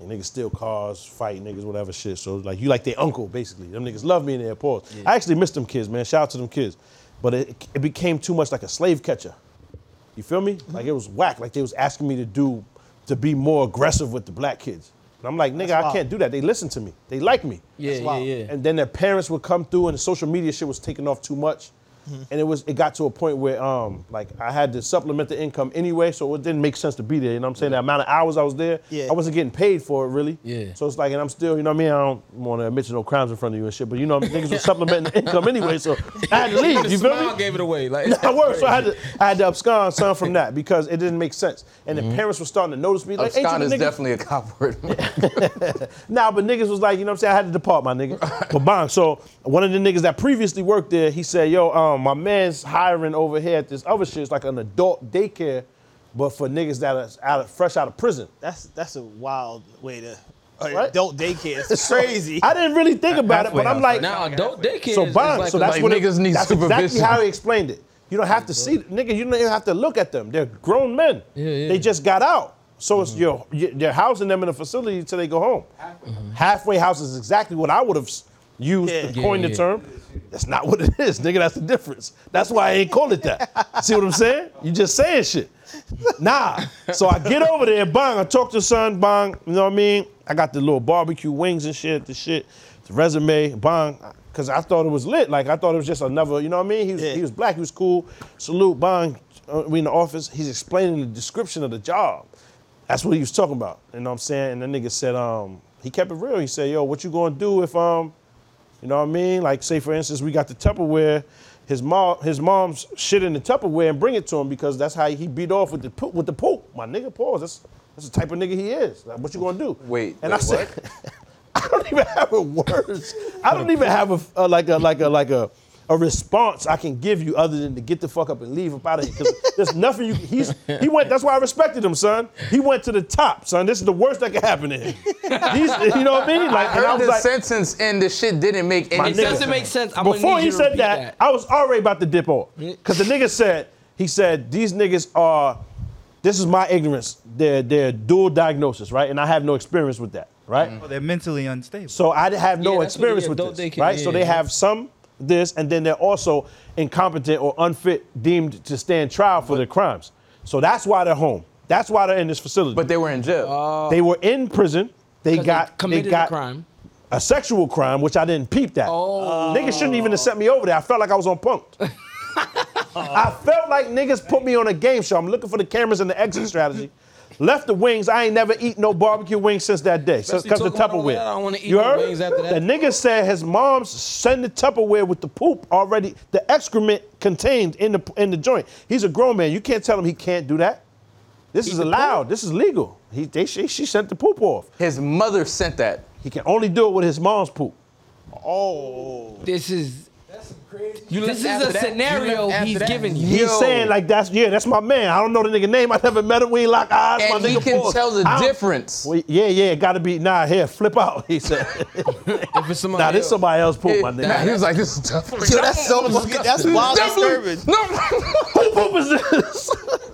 S3: And niggas steal cars, fight niggas, whatever shit. So like you like their uncle basically. Them niggas love me in their pause. I actually miss them kids, man. Shout out to them kids, but it it became too much like a slave catcher. You feel me? Like it was whack. Like they was asking me to do, to be more aggressive with the black kids. And I'm like, nigga, I
S2: wild.
S3: can't do that. They listen to me. They like me.
S5: Yeah, yeah,
S2: wild.
S5: yeah.
S3: And then their parents would come through, and the social media shit was taking off too much.
S5: Mm-hmm.
S3: And it was it got to a point where um like I had to supplement the income anyway, so it didn't make sense to be there. You know what I'm saying? The amount of hours I was there,
S2: Yeah.
S3: I wasn't getting paid for it really.
S5: Yeah.
S3: So it's like, and I'm still, you know what I mean? I don't want to admit to no crimes in front of you and shit, but you know, what I mean? niggas was supplementing the income anyway, so I had to leave. You feel me?
S5: Smile gave it away. Like,
S3: I worked, so I had to I had to abscond son from that because it didn't make sense. And the parents were starting to notice me like, ain't you
S6: Abscond Mm-hmm. Oh, is
S3: the nigga?
S6: definitely a cop word.
S3: Nah, but niggas was like, you know what I'm saying? I had to depart my nigga. But bang. So one of the niggas that previously worked there, he said, yo, um, my man's hiring over here at this other shit. It's like an adult daycare, but for niggas that are out of, fresh out of prison.
S2: That's that's a wild way to or
S3: What?
S2: adult daycare. It's crazy.
S3: Oh, I didn't really think about it, but I'm like,
S5: now, adult daycare.
S3: So
S5: is
S3: bond,
S5: like
S3: so
S5: a-
S3: that's
S6: like
S3: what
S6: niggas
S3: it,
S6: need
S3: that's exactly
S6: supervision.
S3: how he explained it. You don't have to see nigga. You don't even have to look at them. They're grown men.
S5: yeah. Mm-hmm.
S3: They just got out. So it's your you- you're housing them in a facility until they go home. Halfway house is exactly what I would have used
S2: Yeah.
S3: to coin
S5: Yeah,
S3: the
S5: yeah.
S3: term. That's not what it is, nigga. That's the difference. That's why I ain't call it that. See what I'm saying? You just saying shit. Nah. So I get over there, bang, I talk to son, bang, you know what I mean? I got the little barbecue wings and shit, the shit, the resume, bang, because I thought it was lit. Like, I thought it was just another, you know what I mean? He was,
S2: Yeah.
S3: he was black, he was cool. Salute, bang, uh, we in the office. He's explaining the description of the job. That's what he was talking about. You know what I'm saying? And the nigga said, um, he kept it real. He said, yo, what you gonna do if, um, you know what I mean? Like, say for instance, we got the Tupperware. His mom, his mom's shit in the Tupperware and bring it to him because that's how he beat off with the poop, with the poop. My nigga, pause. That's that's the type of nigga he is. Like, what you gonna do?
S6: Wait,
S3: And
S6: wait,
S3: I said, I don't even have a words. I don't even have a, a like a like a like a a response I can give you other than to get the fuck up and leave up out of here because there's nothing you he's he went. That's why I respected him, son. He went to the top, son. This is the worst that could happen to him. He's, you know what I mean? Like,
S6: I
S3: and I
S6: heard
S3: was
S6: this
S3: like,
S6: sentence and the shit didn't make
S3: My nigga.
S6: any
S7: It
S6: sense.
S7: doesn't make sense. I'm
S3: Before
S7: gonna need
S3: he
S7: you to
S3: said
S7: repeat
S3: that,
S7: that.
S3: I was already about to dip off. Because the nigga said, he said, these niggas are, this is my ignorance. They're, they're dual diagnosis, right? And I have no experience with that, right?
S4: Oh, they're mentally unstable.
S3: So I have no
S5: Yeah, that's what
S3: experience
S5: it is.
S3: with
S5: Don't
S3: this,
S5: they can-
S3: right?
S5: yeah,
S3: so they
S5: yeah.
S3: have some this, and then they're also incompetent or unfit deemed to stand trial for their crimes. So that's why they're home. That's why they're in this facility.
S6: But they were in jail.
S3: they were in prison. They
S7: 'Cause
S3: got
S7: committed
S3: they got
S7: a crime.
S3: a sexual crime, which I didn't peep that. Oh. Niggas shouldn't even have sent me over there. I felt like I was on punked. I felt like niggas put me on a game show. I'm looking for the cameras and the exit strategy. Left the wings. I ain't never eaten no barbecue wings since that day. So,
S5: Especially
S3: Cause the
S5: talking about all
S3: Tupperware.
S5: that, I don't wanna eat
S3: you
S5: no
S3: heard?
S5: wings after that.
S3: The nigga said his mom's send the Tupperware with the poop already, the excrement contained in the in the joint. He's a grown man. You can't tell him he can't do that. This is allowed. This is legal. He, they, she, she sent the poop off.
S6: His mother sent that.
S3: He can only do it with his mom's poop.
S2: oh,
S7: This is
S5: You
S7: This
S5: left
S7: is a
S5: after that? You
S7: scenario
S5: left after
S7: he's
S5: that?
S7: giving you.
S3: He's
S6: Yo.
S3: saying like that's yeah, that's my man. I don't know the nigga name. I never met him. We ain't lock eyes.
S6: And
S3: my
S6: he
S3: nigga
S6: can
S3: pause.
S6: tell the
S3: I don't-
S6: difference.
S3: Well, yeah, yeah, it gotta be nah here, flip out. He said.
S5: If it's somebody
S3: nah, this
S5: else.
S3: somebody else poop, my
S6: Nah,
S3: nigga.
S6: he was like, this is definitely.
S2: Yo, that's so fucking. That's wild
S6: Definitely-
S2: disturbing.
S6: No.
S3: Who poop is this?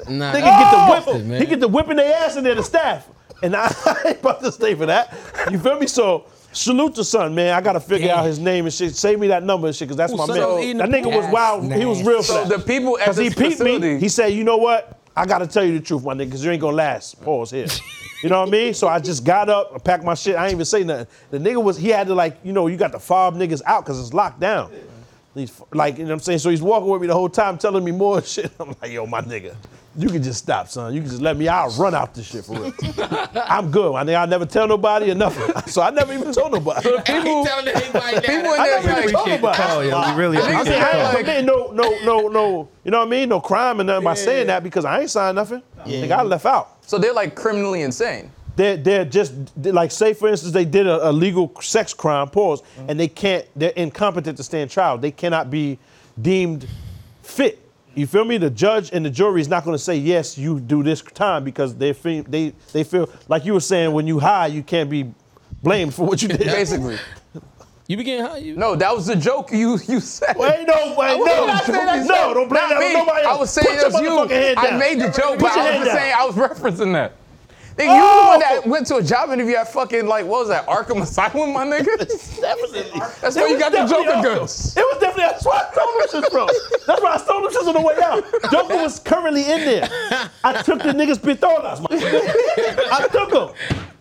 S5: Nah,
S3: nigga
S6: Oh!
S3: get the whip.
S5: man.
S3: He get the whipping their ass in there, the staff. And I, I ain't about to stay for that. You feel me? So salute the son, man. I gotta figure out his name and shit. Save me that number and shit, cause that's my
S5: son was
S3: man.
S5: eating
S3: That
S5: the
S3: nigga was
S7: poop?
S3: wild. He was real for
S6: So
S3: that.
S6: the people at
S3: Because he
S6: this
S3: peeped me.
S6: facility.
S3: He said, you know what? I got to tell you the truth, my nigga, because you ain't going to last. Pause here. You know what I mean? So I just got up, I packed my shit. I ain't even say nothing. The nigga was, he had to like, you know, you got to fob niggas out because it's locked down. He's f- like, you know what I'm saying? So he's walking with me the whole time, telling me more shit. I'm like, yo, my nigga, you can just stop, son. You can just let me, I'll run out this shit for real. I'm good. I think I'll never tell nobody or nothing. So I never even told nobody.
S5: People telling everybody
S6: People in
S3: I
S6: there
S3: never
S6: like,
S3: even told nobody.
S4: Oh, yeah, we really
S3: I
S4: appreciate
S3: mean,
S6: Yeah,
S3: I ain't
S6: like-
S3: committing no, no, no, no. You know what I mean? No crime and nothing by saying that because I ain't signed nothing. They got left out.
S6: so they're like criminally insane.
S3: They're, they're just they're like say for instance they did a, a legal sex crime pause and they can't they're incompetent to stand trial. They cannot be deemed fit. You feel me? The judge and the jury is not going to say yes. You do this time because they feel, they they feel like you were saying when you high you can't be blamed for what you did.
S6: Basically.
S5: You be getting high. You,
S6: No, that was the joke you you said.
S3: Well, ain't no way.
S6: What
S3: No,
S6: did I say? That's
S3: no, don't blame
S6: not
S3: that on
S6: me.
S3: nobody else.
S6: I was saying
S3: Put your
S6: it was you.
S3: motherfucking head
S6: I
S3: down.
S6: made the joke, but
S3: your
S6: I
S3: hand
S6: was just
S3: down.
S6: saying I was referencing that. Nigga, you the one that
S3: Oh!
S6: went to a job interview at fucking like what was that Arkham Asylum, my nigga?
S3: Definitely.
S6: That's where
S3: It
S6: you
S3: was
S6: got the
S3: definitely
S6: Joker
S3: Arkham.
S6: goods.
S3: It was definitely that's why I stole them shits from. That's why I stole them shits on the way out. Joker was currently in there. I took the niggas pistolas. my nigga. I took them.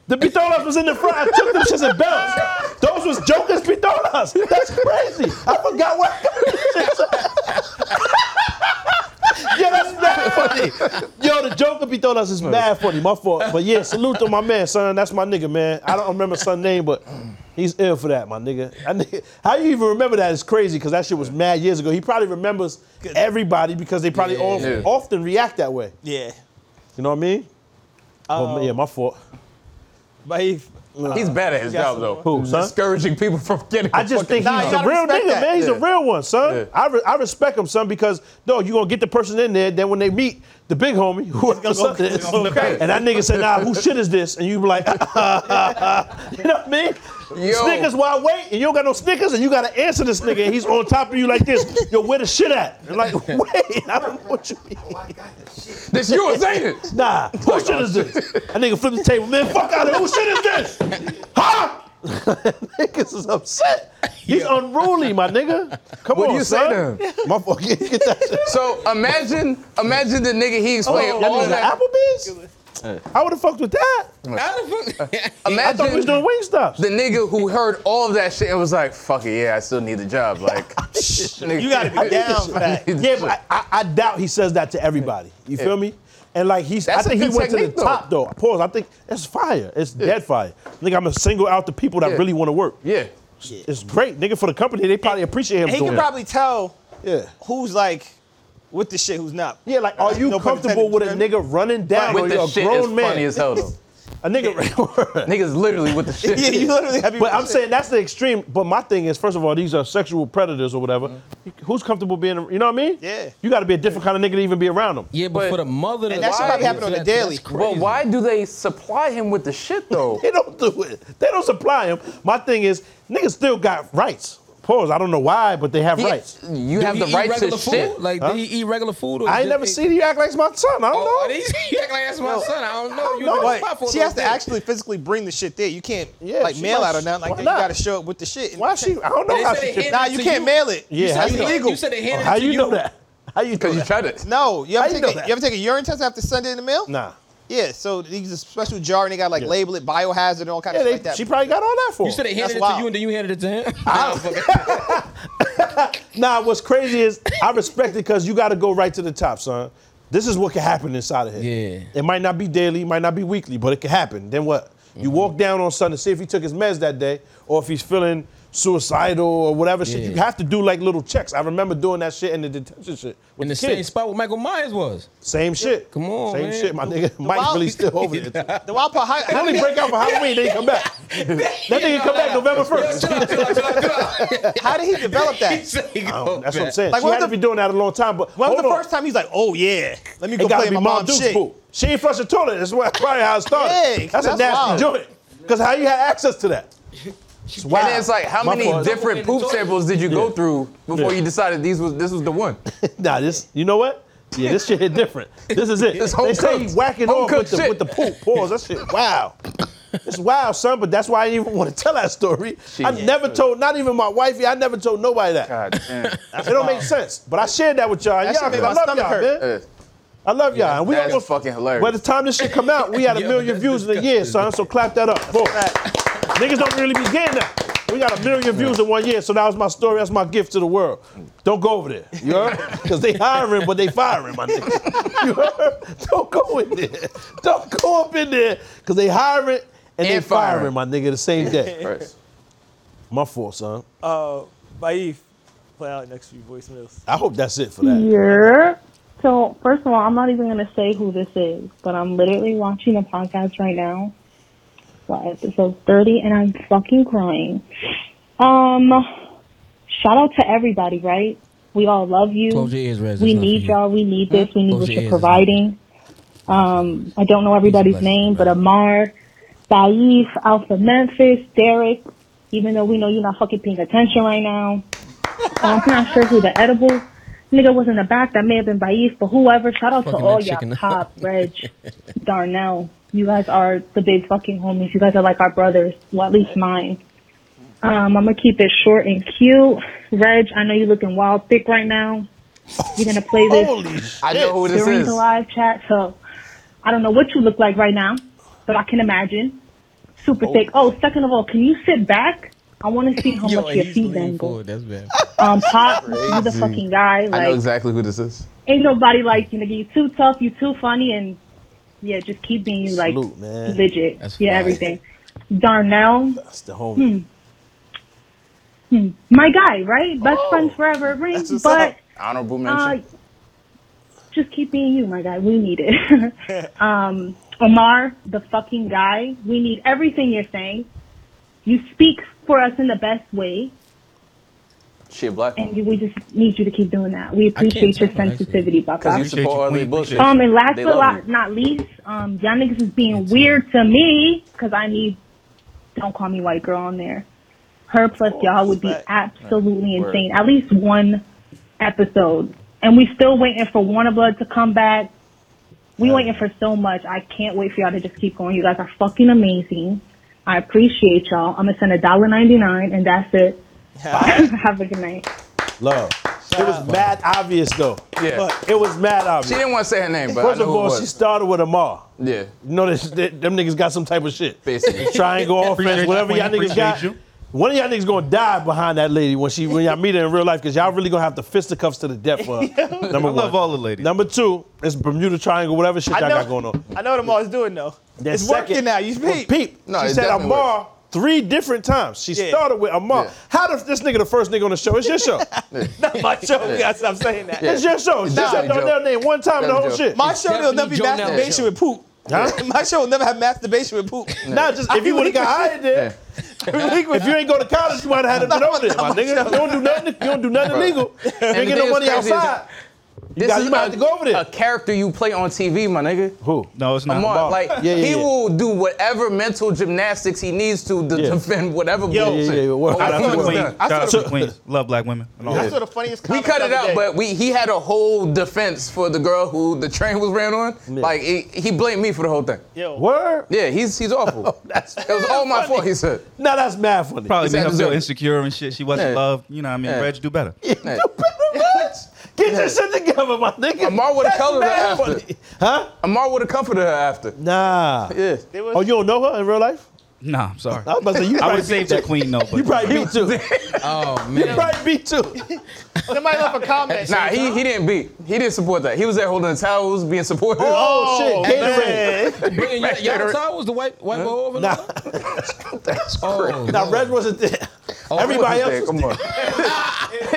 S3: The pistolas was in the front. I took them shits and bounced. Those was Joker's pistolas. That's crazy. I forgot what. Yeah, that's mad funny. Yo, the Joker pistolas is mad funny. My fault. But yeah, salute to my man, son. That's my nigga, man. I don't remember son name, but he's ill for that, my nigga. I nigga- how you even remember that is crazy because that shit was mad years ago. He probably remembers everybody because they probably all,
S6: Yeah.
S3: often react that way.
S2: Yeah.
S3: You know what I mean? Oh, yeah, my fault.
S2: But he,
S6: He's bad at his
S2: Got
S6: job
S2: some
S6: though.
S3: Who, son?
S6: Discouraging people from getting.
S3: I just think
S2: Nah,
S3: he's
S2: you
S3: a
S2: gotta
S3: real
S2: respect
S3: nigga,
S2: that.
S3: man. He's
S6: Yeah.
S3: a real one, son.
S6: Yeah.
S3: I, re- I respect him, son, because no, you gonna get the person in there. Then when they meet the big homie, who the son
S2: go-
S3: is,
S2: he's gonna look at it.
S3: and that nigga said, "Nah, who shit is this?" And you be like, "You know what I mean?"
S6: Yo.
S3: Snickers, why wait? And you don't got no Snickers, and you gotta answer this nigga. And he's on top of you like this. Yo, where the shit at? And like, wait, I don't know what you mean.
S6: this you was saying it. uh,
S3: Nah, who shit is this? That nigga flipped the table, man. Fuck out of here. Who shit is this? Huh? Niggas is upset. He's unruly, my nigga. Come
S6: What
S3: on,
S6: do you say to
S3: son.
S6: him?
S3: My fuck, get that shit.
S6: So imagine, imagine the nigga he explained
S3: Oh,
S6: all
S3: that nigga's
S6: that.
S3: at Applebee's? I would have fucked with that. I
S6: Imagine
S3: thought we was doing wing stuff.
S6: the nigga who heard all of that shit and was like, "Fuck it, yeah, I still need a job." Like, nigga,
S2: you gotta be down for that.
S3: Yeah, but I, I, I doubt he says that to everybody. You feel me? And like he's,
S6: That's
S3: I think
S6: a
S3: he
S6: good
S3: went to the
S6: technique, though.
S3: top though. Pause. I think it's fire. It's dead fire. Nigga, I'm gonna single out the people that
S6: Yeah.
S3: really want to work.
S6: yeah.
S3: It's great, nigga, for the company. They probably appreciate him
S2: he
S3: doing
S2: can
S3: that.
S2: probably tell
S3: yeah.
S2: who's like with the shit, who's not.
S3: Yeah, like, are you
S2: No pun
S3: comfortable
S2: intended,
S3: with a
S2: you know
S3: nigga running down
S6: With
S3: on you,
S6: the
S3: a
S6: shit is
S3: grown
S6: funny
S3: man?
S6: as hell though.
S3: A nigga.
S6: Niggas literally with the shit.
S2: Yeah, you literally have.
S3: But I'm saying that's the extreme. But my thing is, first of all, these are sexual predators or whatever.
S6: Mm-hmm.
S3: Who's comfortable being, you know what I mean?
S2: Yeah.
S3: You got to be a different kind of nigga to even be around them.
S5: yeah, but,
S6: But-
S5: for the mother,
S2: And that shit probably happen on the daily.
S6: But why do they supply him with the shit though?
S3: They don't do it. They don't supply him. My thing is, niggas still got rights. Pause. I don't know why, but they have
S6: He-
S3: rights.
S6: You
S5: Do
S6: have
S5: he
S6: the
S5: eat
S6: right to
S5: regular food?
S6: shit.
S5: Like, do he eat regular food? Or
S3: I ain't
S5: just
S3: never
S5: eat-
S3: seen you act like it's my son. I don't
S5: Oh,
S3: know.
S5: you act like that's my son. I don't know. You
S3: know.
S5: been
S3: But
S5: spot for
S2: she
S5: those
S2: has to
S5: days.
S2: actually physically bring the shit there. You can't
S3: Yeah,
S2: like
S3: she
S2: mail
S3: might-
S2: out or nothing like
S3: why
S2: that.
S3: not?
S2: You gotta show up with the shit.
S3: Why she? I don't know
S5: They
S3: how she.
S5: said they hit-
S3: Nah,
S2: Nah,
S5: it
S2: you
S5: to
S2: can't
S5: you?
S2: mail it.
S3: Yeah,
S2: You
S3: how
S2: said
S3: you
S2: it's
S3: know?
S2: illegal.
S5: You said they handed
S3: How
S5: it to
S3: you
S5: you.
S3: know that? How you know
S6: Cause you
S3: that?
S6: tried it.
S2: No, you
S3: How you
S2: ever take
S3: know
S2: a,
S3: that?
S2: you ever take a urine test after Sunday in the mail?
S3: Nah.
S2: Yeah, so they use a special jar and they got like
S3: Yeah.
S2: label it biohazard and all kinds
S3: Yeah,
S2: of shit
S3: they,
S2: like that.
S3: she probably got all that for.
S5: You said they
S2: That's
S5: handed it to
S2: wild.
S5: you and then you handed it to him.
S3: Nah, what's crazy is I respect it because you got to go right to the top, son. This is what can happen inside of here.
S5: Yeah.
S3: It might not be daily, it might not be
S5: Mm-hmm.
S3: weekly, but it can happen. Then what? You walk down on son to see if he took his meds that day or if he's feeling suicidal or whatever shit.
S5: Yeah.
S3: You have to do like little checks. I remember doing that shit in the detention shit with
S5: in the
S3: the,
S5: same
S3: kids.
S5: spot where Michael Myers was.
S3: Same shit.
S5: Come on,
S3: Same
S5: man.
S3: shit. My nigga, Mike
S2: wild-
S3: really still over there.
S2: The wild part, how,
S3: They
S2: how
S3: only
S2: many,
S3: break out for Halloween. They come back. That nigga come back November first.
S2: how did he develop that?
S3: That's what I'm saying.
S2: Like,
S3: she
S2: when
S3: had
S2: the-
S3: to be doing that a long time. But
S2: When was
S3: hold
S2: the
S3: on.
S2: first time he's like, oh yeah, let me
S3: It
S2: go
S3: gotta
S2: play
S3: be
S2: in my
S3: Mom
S2: mom's
S3: Duke's
S2: shit.
S3: boot. She ain't flush the toilet. That's where probably how it started.
S2: Yeah,
S3: that's, a
S2: that's
S3: nasty
S2: wild.
S3: joint. Because how you had access to that? It's wild.
S6: And then it's like, how
S3: My
S6: many
S3: fault.
S6: different poop samples did you go through before
S3: Yeah.
S6: you decided these was this was the one?
S3: Nah, this. You know what? Yeah, this shit hit different. This is it.
S6: This
S3: they say
S6: home-cooked-
S3: you whack it off with
S6: home-cooked
S3: the,
S6: shit.
S3: with the poop. Pause. That shit. Wow. It's wild, son. But that's why I didn't even want to tell that story. I
S6: Jeez.
S3: never told, not even my wifey. I never told nobody that.
S6: God damn.
S3: It don't make sense. But I shared that with y'all. and
S2: That shit
S3: y'all
S2: made
S3: I
S2: my
S3: love
S2: stomach
S3: y'all,
S2: hurt.
S3: man.
S6: Uh,
S3: I love y'all. And we
S6: that's
S3: almost,
S6: fucking hilarious.
S3: By the time this shit come out, we had a
S5: Yo,
S3: million
S5: that's
S3: views in a year, son. So clap that up. Boom. Niggas don't really be getting that. We got a million views in one year, so that was my story. That's my gift to the world. Don't go over there, you heard? Because they hiring, but they firing, my nigga. You heard? Don't go in there. Don't go up in there, because they hiring and, they
S6: And firing.
S3: firing, my nigga, the same day.
S6: Christ.
S3: my fault, son.
S2: Uh, Baif, play out next few voicemails.
S3: I hope that's it for that.
S11: Yeah. So first of all, I'm not even gonna say who this is, but I'm literally watching a podcast right now. Well, episode 30, and I'm fucking crying. Um, shout out to everybody, right? We all love you.
S5: Close your ears, Rez.
S11: we
S5: It's not
S11: need
S5: for you.
S11: y'all. We need this. We need
S5: Close
S11: what
S5: your
S11: you're
S5: ears,
S11: providing. Um, I don't know everybody's
S5: blessing,
S11: name, but
S5: right.
S11: Amar, Saif, Alpha Memphis, Derek, even though we know you're not fucking paying attention right now. Oh, I'm not sure who the edible nigga was in the back. That may have been Baif, but whoever. Shout out
S5: Fucking
S11: to all
S5: that
S11: y'all.
S5: chicken.
S11: Pop, Reg, Darnell. You guys are the big fucking homies. You guys are like our brothers. Well, at least mine. Um, I'm gonna keep it short and cute. Reg, I know you're looking wild thick right now. You're gonna play this
S3: Holy shit.
S6: I know who this
S11: during
S6: is.
S11: the live chat, so I don't know what you look like right now, but I can imagine. Super thick. Oh, second of all, can you sit back? I want to see how much your
S5: he's
S11: feet
S5: leaning
S11: dangle.
S5: forward. That's bad.
S11: Um, Pop, you the fucking guy.
S6: I know
S11: Like,
S6: exactly who this is.
S11: ain't nobody like you. Nigga, you too tough, you too funny, and yeah, just keep being like
S3: Salute, man.
S11: legit.
S5: That's
S11: yeah,
S5: fly.
S11: everything. Darnell,
S3: That's the
S11: Hmm,
S3: homie.
S11: my guy, right? Best friends forever, ring.
S2: what's
S11: But
S2: up.
S6: Honorable
S11: Uh,
S6: mention.
S11: just keep being you, my guy. We need it. um, Omar, the fucking guy. We need everything you're saying. You speak for us in the best way,
S6: She a black
S11: and
S6: woman.
S11: you- we just need you to keep doing that. We appreciate your
S5: tell, actually.
S11: sensitivity,
S6: Because you
S11: Bucka.
S4: Appreciate you,
S6: support all their
S4: queen.
S6: bullshit.
S11: Um, and last
S6: They
S11: but
S6: love
S11: lo-
S6: you.
S11: not least, um, y'all niggas is being weird to me because I need. Don't call me white girl on there. Her plus y'all would be
S2: respect.
S11: absolutely
S6: Oh, Word.
S11: insane. At least one episode, and we still waiting for Warner Blood to come back. We waiting for so much. I can't wait for y'all to just keep going. You guys are fucking amazing. I appreciate y'all. I'm gonna send a dollar ninety nine, and that's it. Have a good night.
S3: Love. It was mad obvious though.
S6: Yeah.
S3: But it was mad obvious.
S6: She didn't want to say her name, but
S3: First
S6: I
S3: of
S6: know who it
S3: all, she
S6: was.
S3: started with Amar.
S6: Yeah,
S3: You know that, that- them niggas got some type of shit.
S6: basically.
S3: Triangle
S4: Appreciate
S3: offense,
S4: you,
S3: whatever y'all
S4: Queen.
S3: niggas got.
S4: Appreciate you.
S3: One of y'all niggas gonna die behind that lady when she when y'all meet her in real life, cause y'all really gonna have to fisticuffs to the death for her. Number
S4: I
S3: one.
S4: love all the ladies.
S3: Number two, it's Bermuda Triangle, whatever shit
S2: I
S3: y'all
S2: know-
S3: got going on.
S2: I know what Amar is doing though.
S3: That
S2: it's
S3: second-
S2: working now. You
S3: Well,
S2: speak.
S3: Peep.
S6: No,
S3: she
S6: it
S3: said
S6: definitely
S3: Amar three different times. She
S2: Yeah.
S3: started with Amar.
S6: Yeah.
S3: How does this nigga the first nigga on the show? It's your show.
S2: Not my show. You gotta stop saying that.
S3: It's your show. She
S6: Nah.
S3: said Darnell name one time in the
S6: That was
S3: whole
S6: Joe.
S3: shit.
S2: My show will never be
S5: Stephanie Jonell
S2: masturbation
S5: show.
S2: with poop.
S3: Huh?
S2: My show will never have masturbation with poop.
S3: Nah, just if you would have got hired there. If you ain't go to college, you might have had it put over there, my nigga. You don't do nothing. You don't do nothing illegal. You ain't get
S6: thing
S3: no
S6: is
S3: money
S6: crazy is-
S3: outside. You,
S6: This
S3: got,
S6: is
S3: you might have to go over
S6: A
S3: there.
S6: character you play on TV, my nigga.
S3: Who?
S4: No, it's not.
S6: Amar, like
S3: Yeah, yeah,
S6: he
S3: yeah.
S6: will do whatever mental gymnastics he needs to to
S3: Yeah.
S6: defend whatever bullshit.
S3: yeah, yeah, yeah. Well,
S6: Or
S3: I
S6: whatever
S3: feel
S6: was
S3: like-
S6: done.
S2: I
S4: Shout out
S2: saw
S4: to the queens. Love black women. and all
S2: I
S4: that.
S2: saw the funniest.
S6: We
S2: comment
S6: cut
S2: the
S6: it
S2: other
S6: out,
S2: day.
S6: but we he had a whole defense for the girl who the train was ran on. Like he, he blamed me for the whole thing.
S2: yo,
S3: Word? Oh,
S6: Yeah, he's he's awful.
S3: That's
S6: it was all my
S3: funny.
S6: fault. He said.
S3: Now that's mad funny.
S4: Probably made her
S6: Exactly.
S4: feel insecure and shit. She wasn't
S6: Yeah.
S4: loved. You know what I mean?
S6: Yeah.
S4: Reg, do better.
S6: Hey,
S3: Get your shit together, my nigga.
S6: Amar would've
S3: That's
S6: colored her
S3: mad
S6: after.
S3: funny. Huh?
S6: Amar would have comforted her after.
S3: Nah.
S6: Yeah.
S3: Oh, you don't know her in real life?
S4: Nah, I'm sorry.
S3: I was about to say, you
S4: I would
S3: probably
S4: have saved
S3: beat
S4: your
S3: that.
S4: queen, though.
S3: You
S4: but-
S3: probably beat too. You
S5: Oh man.
S3: probably beat too.
S2: somebody left a comment.
S6: Nah, he, he didn't beat. He didn't support that. He was there holding the towels, being supportive.
S3: Oh, shit. Gatorade.
S5: Bringing y'all, y'all was the white white boy over.
S3: Nah,
S5: Oh,
S3: nah, Red wasn't there.
S6: Oh,
S3: Everybody
S6: I
S3: else
S6: wasn't
S3: was
S6: there.
S3: there.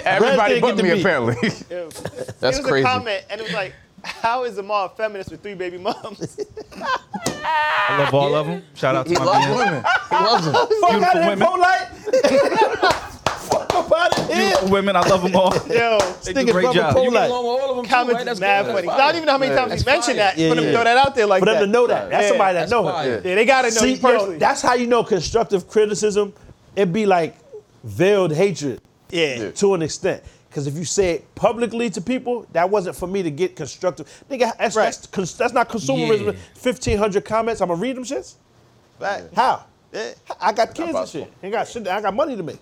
S6: Everybody
S3: didn't
S6: but
S3: get to
S6: me,
S3: meet.
S6: apparently. That's
S2: it was
S6: crazy.
S2: a comment, and it was like, "How is Jamal a feminist with three baby moms?"
S4: I love all of them. Shout out to
S6: He
S4: my
S6: loves
S4: man.
S6: women. He loves them.
S2: Fuck out of here,
S4: women.
S2: Fuck out of here.
S4: Women, I love them all.
S2: Yo,
S3: They do a great job.
S5: You get along
S3: Polite.
S5: with all of them too,
S2: comments
S5: right?
S2: is mad
S5: good.
S2: funny.
S5: That's
S2: I don't even know how many
S6: Yeah.
S2: times
S6: That's
S2: he mentioned
S6: fire.
S2: that for them to
S3: yeah.
S2: throw that out there like
S3: For them
S2: that.
S3: to know that. That's
S2: Yeah.
S3: somebody that
S5: That's
S3: know
S5: fire.
S3: him.
S2: yeah, they gotta know
S3: See,
S2: you
S3: yo,
S2: personally.
S3: that's how you know constructive criticism. It'd be like veiled hatred
S2: yeah.
S3: to an extent. Because if you say it publicly to people, that wasn't for me to get constructive. Nigga, that's,
S2: Right.
S3: that's, cons- that's not consumerism.
S5: Yeah.
S3: 1,500 comments, I'm going to read them shits?
S2: Right.
S3: How?
S2: Yeah.
S3: I got kids and
S6: possible.
S3: shit. I got shit. I got money to make.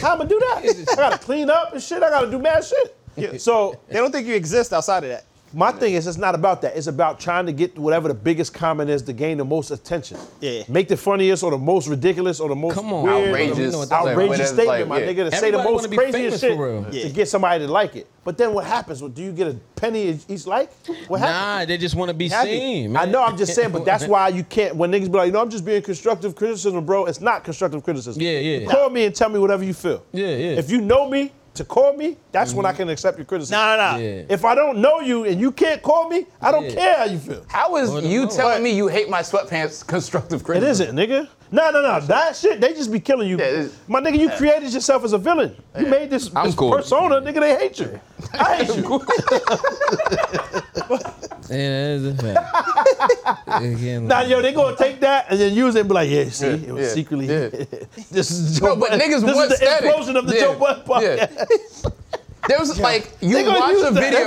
S3: How I'ma do that? I gotta clean up and shit. I gotta do mad shit. So
S2: They don't think you exist outside of that.
S3: my thing is, it's not about that. It's about trying to get whatever the biggest comment is to gain the most attention.
S2: Yeah.
S3: Make the funniest or the most ridiculous or the most
S5: Come on.
S3: weird or the
S5: Outrageous.
S3: most
S5: You know what
S6: that's like.
S3: outrageous
S6: Whatever,
S3: statement,
S6: like,
S3: my
S6: yeah.
S3: nigga, to say the
S5: Everybody
S3: most
S5: wanna be
S3: craziest
S5: famous
S3: shit
S5: for real.
S2: Yeah.
S3: to get somebody to like it. But then what happens? Well, do you get a penny each like? What happens?
S5: Nah, they just want to be
S3: happy.
S5: seen.
S3: I
S5: man.
S3: know, I'm just saying, but that's why you can't. When niggas be like, you know, I'm just being constructive criticism, bro. It's not constructive criticism.
S5: Yeah, yeah.
S3: You call me and tell me whatever you feel.
S5: Yeah, yeah. Mm-hmm.
S3: If you know me to call me, that's when I can accept your criticism.
S2: No, no, no.
S5: Yeah.
S3: If I don't know you and you can't call me, I don't
S5: Yeah.
S3: care how you feel.
S6: How is
S5: Lord
S6: you
S5: knows.
S6: telling me you hate my sweatpants constructive
S3: It isn't,
S6: criticism?
S3: nigga. No, no, no. That shit, they just be killing you.
S6: Yeah, it is.
S3: My nigga, you created yourself as a villain. You made this,
S6: I'm
S3: this
S6: cool.
S3: persona, nigga. They hate you. I hate you.
S5: Yeah, that's a fact. Again,
S3: Now, yo, they gonna take that and then use it and be like, yeah, see,
S6: Yeah,
S3: it was
S6: yeah,
S3: secretly.
S6: yeah.
S3: this is Joe
S6: No, but
S3: Budden-
S6: niggas
S3: This
S6: want
S3: is the
S6: static.
S3: implosion of the
S6: Yeah,
S3: Joe Budden
S6: yeah.
S3: podcast.
S6: There was like you
S3: They gonna
S6: watch
S3: use
S6: a
S3: that.
S6: video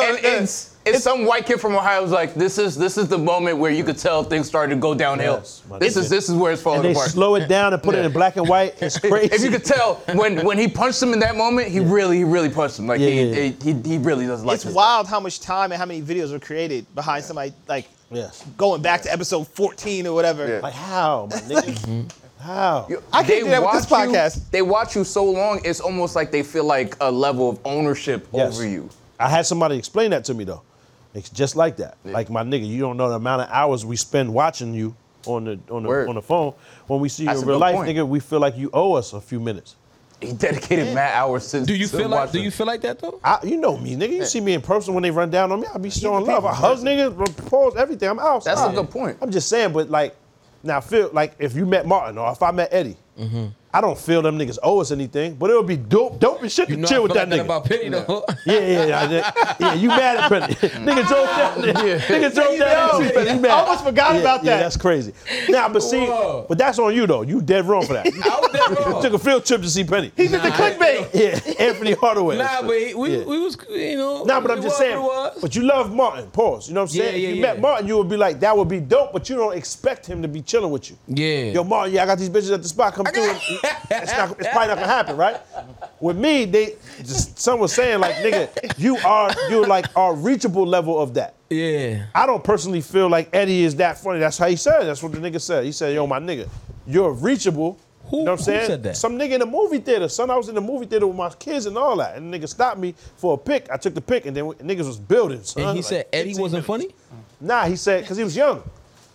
S2: Yo,
S6: and
S2: uh,
S6: it's, it's some white kid from Ohio was like, this is this is the moment where you could tell things started to go downhill.
S3: Yes, my
S6: this is
S3: nigga.
S6: this is where it's falling
S3: And they
S6: apart.
S3: slow it down and put it in black and white. It's crazy.
S6: If you could tell when when he punched him in that moment, he really he really punched him. Like
S3: Yeah,
S6: he,
S3: yeah, yeah.
S6: He, he he really doesn't like
S2: It's
S6: this.
S2: wild how much time and how many videos were created behind somebody like
S3: Yes.
S2: going back to episode 14 or whatever.
S6: Yeah.
S3: Like how, my nigga? How?
S2: I can't
S6: They
S2: do that with this
S6: watch you-
S2: podcast.
S6: they watch you so long, it's almost like they feel like a level of ownership
S3: Yes.
S6: over you.
S3: I had somebody explain that to me though. It's just like that. Like my nigga, you don't know the amount of hours we spend watching you on the on the,
S6: Word.
S3: on the phone. When we see you
S6: That's
S3: in
S6: a
S3: real
S6: good
S3: life,
S6: point.
S3: nigga, we feel like you owe us a few minutes.
S6: He dedicated mad hours to
S5: do you
S6: to
S5: feel like? Do
S6: watching.
S5: you feel like that though?
S3: I, you know me, nigga. You see me in person when they run down on me, I be showing love. I hug niggas, pause everything. I'm out.
S6: That's a good point.
S3: I'm just saying, but like, now feel like if you met Martin or if I met Eddie, I don't feel them niggas owe us anything. But it would be dope, dope as shit
S5: You
S3: to
S5: know, I
S3: chill with
S5: feel
S3: that
S5: like
S3: nigga.
S5: about Penny though.
S3: Yeah, yeah, yeah, yeah. Yeah, you mad at Penny. nigga drove down there. Nigga drove down there. You mad.
S2: I almost forgot
S3: Yeah,
S2: about
S3: yeah,
S2: that.
S3: that's crazy. Now, but see,
S5: Whoa.
S3: but that's on you though. You dead wrong for that.
S5: I was that wrong.
S3: You took a field trip to see Penny.
S2: He did the clickbait.
S3: yeah, Anthony Hardaway.
S5: Nah, but he- we,
S3: Yeah.
S5: we was you know.
S3: Nah, but I'm
S5: it
S3: just
S5: was what it
S3: saying.
S5: was.
S3: But you love Martin. Pause. You know what I'm
S5: Yeah,
S3: saying?
S5: yeah,
S3: if you
S5: yeah.
S3: met Martin, you would be like, that would be dope, but you don't expect him to be chilling with you.
S5: Yeah.
S3: Yo, Martin, yeah, I got these bitches at the spot. Come through. and- it's, not, it's probably not gonna happen, right? With me, they just someone was saying like, nigga, you are you're like our reachable level of that.
S5: yeah.
S3: I don't personally feel like Eddie is that funny. That's how he said. it. That's what the nigga said. He said, "Yo, my nigga, you're reachable."
S5: Who-
S3: you know what I'm
S5: who
S3: saying?
S5: said that?
S3: Some nigga in the movie theater. Son, I was in the movie theater with my kids and all that, and the nigga stopped me for a pic. I took the pic, and then we- niggas was building. Son,
S5: And he
S3: like
S5: said Eddie
S3: 15
S5: wasn't
S3: minutes.
S5: funny.
S3: Nah, he said because he was young.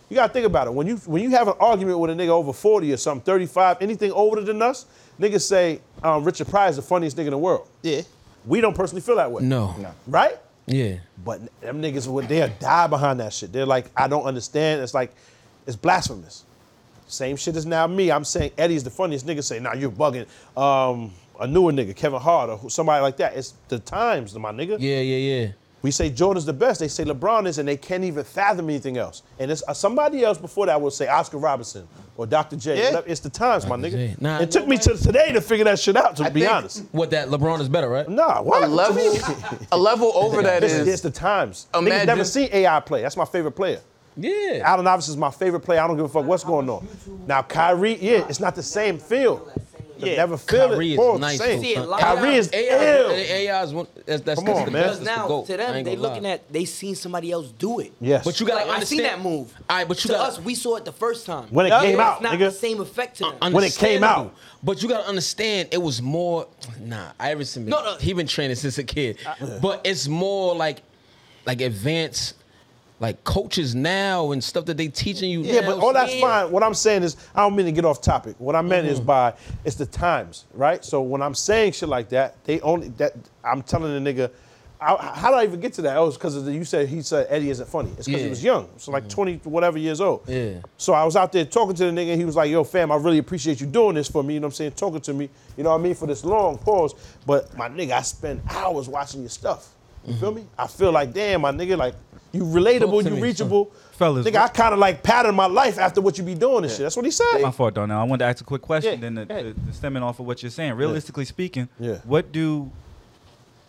S3: You gotta think about it. When you when you have an argument with a nigga over 40 or something, 35, anything older than us, niggas say um, Richard Pryor is the funniest nigga in the world.
S2: Yeah.
S3: We don't personally feel that way.
S5: No. No.
S3: Right?
S5: Yeah.
S3: But them niggas would they'll die behind that shit. They're like, I don't understand. It's like, it's blasphemous. Same shit as now me. I'm saying Eddie's the funniest nigga. Say, nah, you're bugging. Um, a newer nigga, Kevin Hart or who- somebody like that. It's the times, my nigga.
S5: Yeah. Yeah. Yeah.
S3: We say Jordan's the best. They say LeBron is, and they can't even fathom anything else. And it's uh, somebody else before that will say Oscar Robinson or Dr. J.
S2: Yeah.
S3: It's the times, my
S5: J.
S3: nigga.
S5: Nah,
S3: it took me to today to figure that shit out. To be
S6: think-
S3: honest,
S5: What that LeBron is better, right?
S3: nah, what?
S6: a level a level over that
S3: It's, it's
S6: is
S3: the times. Niggas
S6: Imagine-
S3: never seen AI play. That's my favorite player.
S5: Yeah.
S3: Allen Iverson is my favorite player. I don't give a fuck what's going on. Now Kyrie, yeah, it's not the same feel.
S2: Yeah.
S3: You never feel
S5: Kyrie
S3: it.
S5: is
S3: Paul,
S5: nice,
S3: the same.
S5: though,
S7: See it live.
S3: Kyrie is
S5: AI,
S3: ill.
S5: AI is one. That's, that's,
S3: Come
S5: that's
S3: on,
S5: the
S3: man.
S7: Because
S5: best. That's the
S7: now
S5: goat.
S7: to
S5: I
S7: them,
S5: ain't
S7: they
S5: gonna
S7: looking
S5: lie.
S7: at they seen somebody else do it.
S3: Yes.
S5: But you gotta
S7: Like, I seen
S5: understand-
S7: that move.
S5: All right, but you
S7: to
S5: gotta
S7: us, we saw it the first time.
S3: When it
S7: Yeah.
S3: came
S7: It's
S3: out,
S7: not
S3: nigga.
S7: the same effect to them.
S3: When it came out.
S5: Understandable. But you gotta understand, it was more. Nah, Iverson. Been,
S7: No, no.
S5: He been training since a kid, but it's more like, like advanced. like coaches now and stuff that they teaching you.
S3: Yeah,
S5: now.
S3: but all that's
S5: Yeah.
S3: fine. What I'm saying is, I don't mean to get off topic. What I meant
S5: Mm-hmm.
S3: is by it's the times, right? So when I'm saying shit like that, they only that I'm telling the nigga. I, how did I even get to that? Oh, it's because you said he said Eddie isn't funny. It's because he
S5: Yeah. Mm-hmm.
S3: was young, so like twenty whatever years old.
S5: Yeah.
S3: So I was out there talking to the nigga, and he was like, "Yo, fam, I really appreciate you doing this for me. You know what I'm saying? Talking to me, you know what I mean? For this long pause, but my nigga, I spend hours watching your stuff. You feel me? I feel like, damn, my nigga, like you relatable,
S4: to
S3: you
S4: me,
S3: reachable,
S4: Fellas,
S3: Nigga, I kind of like pattern my life after what you be doing and shit. That's what he said.
S4: My fault, Darnell. I wanted to ask a quick question,
S3: Yeah,
S4: then the,
S3: yeah.
S4: the, the stemming off of what you're saying. Realistically speaking,
S3: Yeah.
S4: what do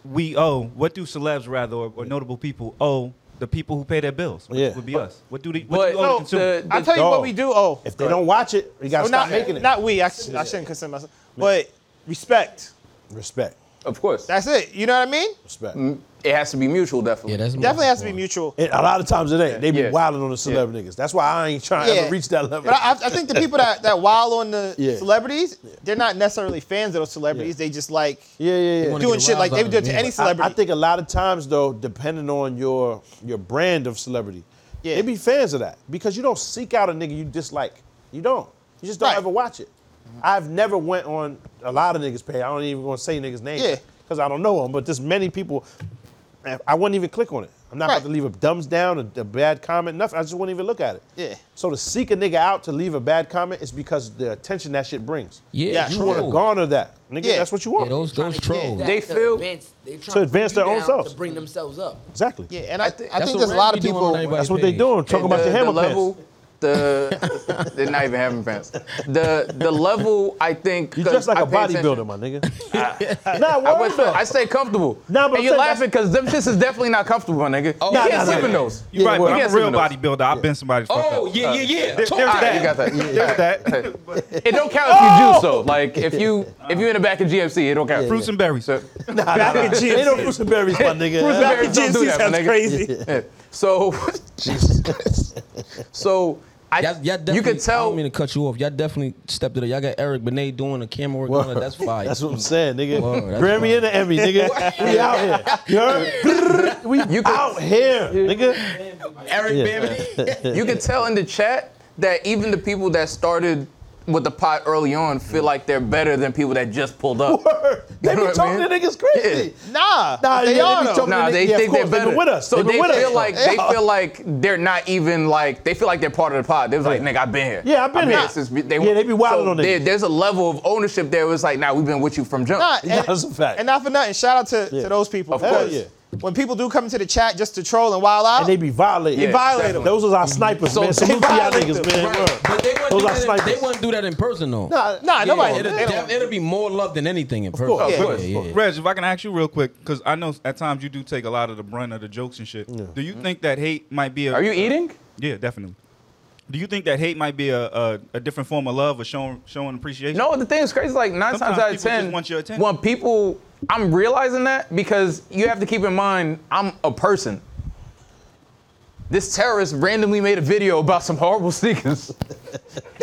S4: we owe? What do celebs rather or, or notable people owe the people who pay their bills? Which
S3: Yeah.
S4: would be
S3: But-
S4: us. What do they? What
S6: but
S4: do we owe
S6: no,
S4: the consumer?
S6: the-
S2: I'll tell you what we do owe.
S3: If they don't watch it, you gotta
S2: Well,
S3: stop
S2: not,
S3: making it.
S2: not we. I, sh- I shouldn't consider myself. But respect.
S3: Respect,
S6: Of course.
S2: That's it. You know what I mean?
S3: respect.
S6: It has to be mutual, definitely.
S5: Yeah, that's
S2: Definitely has to be mutual.
S3: And a lot of times it ain't. They be
S6: Yeah.
S3: wilding on the celeb niggas. That's why I ain't trying to
S2: Yeah.
S3: ever reach that level.
S2: But I, I think the people that, that wild on the
S3: Yeah.
S2: celebrities, they're not necessarily fans of those celebrities. They just like
S3: yeah, yeah, yeah.
S5: wanna
S2: doing
S5: get
S2: shit like
S5: aroused
S2: they
S5: out
S2: would
S5: of
S2: do it
S5: it,
S2: to
S5: yeah.
S2: any
S5: But
S2: celebrity.
S3: I, I think a lot of times though, depending on your your brand of celebrity,
S2: Yeah.
S3: they be fans of that because you don't seek out a nigga you dislike. You don't. You just don't
S2: Right.
S3: ever watch it. I've never went on a lot of niggas' page. I don't even want to say niggas' names
S2: Yeah.
S3: because I don't know them. But there's many people. I- I wouldn't even click on it. I'm not
S2: Right.
S3: about to leave a thumbs down, a, a bad comment, nothing. I just wouldn't even look at it.
S2: Yeah.
S3: So to seek a nigga out to leave a bad comment is because the attention that shit brings.
S5: Yeah,
S2: Yeah,
S3: You
S2: true.
S3: want to garner that, nigga.
S2: Yeah.
S3: That's what you want.
S5: Yeah, those those trolls.
S6: They
S7: to
S6: feel-
S7: advance, they trying
S3: To advance
S7: bring you
S3: their own
S7: down
S3: selves.
S7: to bring themselves up.
S3: exactly.
S2: yeah, and I, th- I
S5: That's
S2: think
S5: what
S2: there's a lot of
S5: Randy doing on
S2: people.
S5: everybody.
S3: That's what they
S5: page.
S3: doing. Talking about
S6: the,
S3: your hammer
S6: the
S3: pants.
S6: level, the they're not even having pants. The the level I think
S3: You
S6: 'cause
S3: dress like
S6: I
S3: a
S6: pay attention.
S3: bodybuilder, my nigga. nah,
S6: I
S3: word
S6: went for,
S3: though.
S6: I stay comfortable.
S3: Nah, but I'm
S6: and you're
S3: saying-
S6: laughing because them shits is definitely not comfortable, my nigga. Oh, you
S3: Nah,
S6: can't
S3: nah,
S6: sleep
S3: nah.
S6: in those.
S4: You're right,
S3: well,
S4: but I'm
S6: you
S4: a
S6: can't sleep
S4: real
S6: in those.
S4: bodybuilder. I've been somebody's fuck
S5: Oh
S4: up.
S5: yeah, yeah, yeah. Talk-
S6: All right,
S4: that.
S6: you got that.
S4: There's that.
S6: It don't count if you
S3: Oh!
S6: juice though. Like if you if you're in the back of GFC, it don't count.
S4: Fruits and berries.
S6: So-
S2: Back in
S3: They
S2: GMC.
S3: don't fruits and berries, my nigga.
S6: Fruits and
S2: Back in
S6: berries don't do
S2: GMC
S6: that, my
S2: sounds
S6: nigga.
S2: crazy.
S6: Yeah. So Jesus Christ. So I
S5: Y'all, y'all
S6: you
S5: definitely-
S6: could
S5: I
S6: tell
S5: don't mean to cut you off. Y'all definitely stepped it up. Y'all got Eric Benet doing the camera work. and all that. That's fire.
S3: That's what I'm saying, nigga.
S5: Word, that's
S3: Grammy and
S5: wild.
S3: the Emmy, nigga. we out here. You heard? we out here, nigga.
S5: Eric
S6: you can tell in the chat that even the people that started with the pot early on feel like they're better than people that just pulled up.
S3: Word. They
S6: You
S3: be
S6: know what I
S3: talking
S6: mean?
S3: to niggas crazy.
S2: Nah,
S3: Nah,
S2: they
S3: yeah,
S2: are
S3: they be
S2: though.
S3: talking-
S6: Nah, they
S3: Yeah, of
S6: think
S3: course,
S6: they're
S3: they've been
S6: better
S3: with us.
S6: So
S3: They've been
S6: they
S3: with us.
S6: feel like they
S2: Yeah.
S6: feel like they're not even like they feel like they're part of the pod. They was like, nigga, I've been here.
S3: Yeah, I've been here.
S6: since
S3: Yeah, they be wildin'
S6: so
S3: on
S6: there-
S3: niggas.
S6: There's a level of ownership there. It was like, nah, we've been with you from jump.
S2: Nah,
S3: Yeah,
S2: and,
S3: that's a fact.
S2: and not for nothing. Shout out to,
S3: Yeah.
S2: to those people.
S6: Of course.
S2: because
S3: Yeah.
S2: When people do come into the chat just to troll and wild out,
S3: And they be violating.
S6: Yeah,
S2: violate 'em.
S3: Those was our snipers,
S6: So
S3: man.
S6: they
S3: Salute to y'all
S2: violate
S3: niggas,
S2: them.
S3: man. Word.
S5: But they wouldn't,
S3: Those
S5: do
S3: are
S5: that, in-
S3: snipers.
S5: they wouldn't do that in person though.
S3: Nah,
S2: nah, nobody.
S5: it'll,
S2: they don't-
S5: it'll, it'll be more love than anything in person.
S3: course,
S6: of
S5: yeah,
S6: course.
S5: yeah, yeah.
S4: Reg, if I can ask you real quick, because I know at times you do take a lot of the brunt of the jokes and shit. Do you think that hate might be a?
S6: Are you eating?
S4: Yeah, definitely. Do you think that hate might be a, a, a different form of love or showing showing appreciation?
S6: No, the thing is crazy. Like nine
S4: Sometimes
S6: times out of
S4: people
S6: ten,
S4: just want your attention.
S6: when people, I'm realizing that because you have to keep in mind, I'm a person. This terrorist randomly made a video about some horrible sneakers,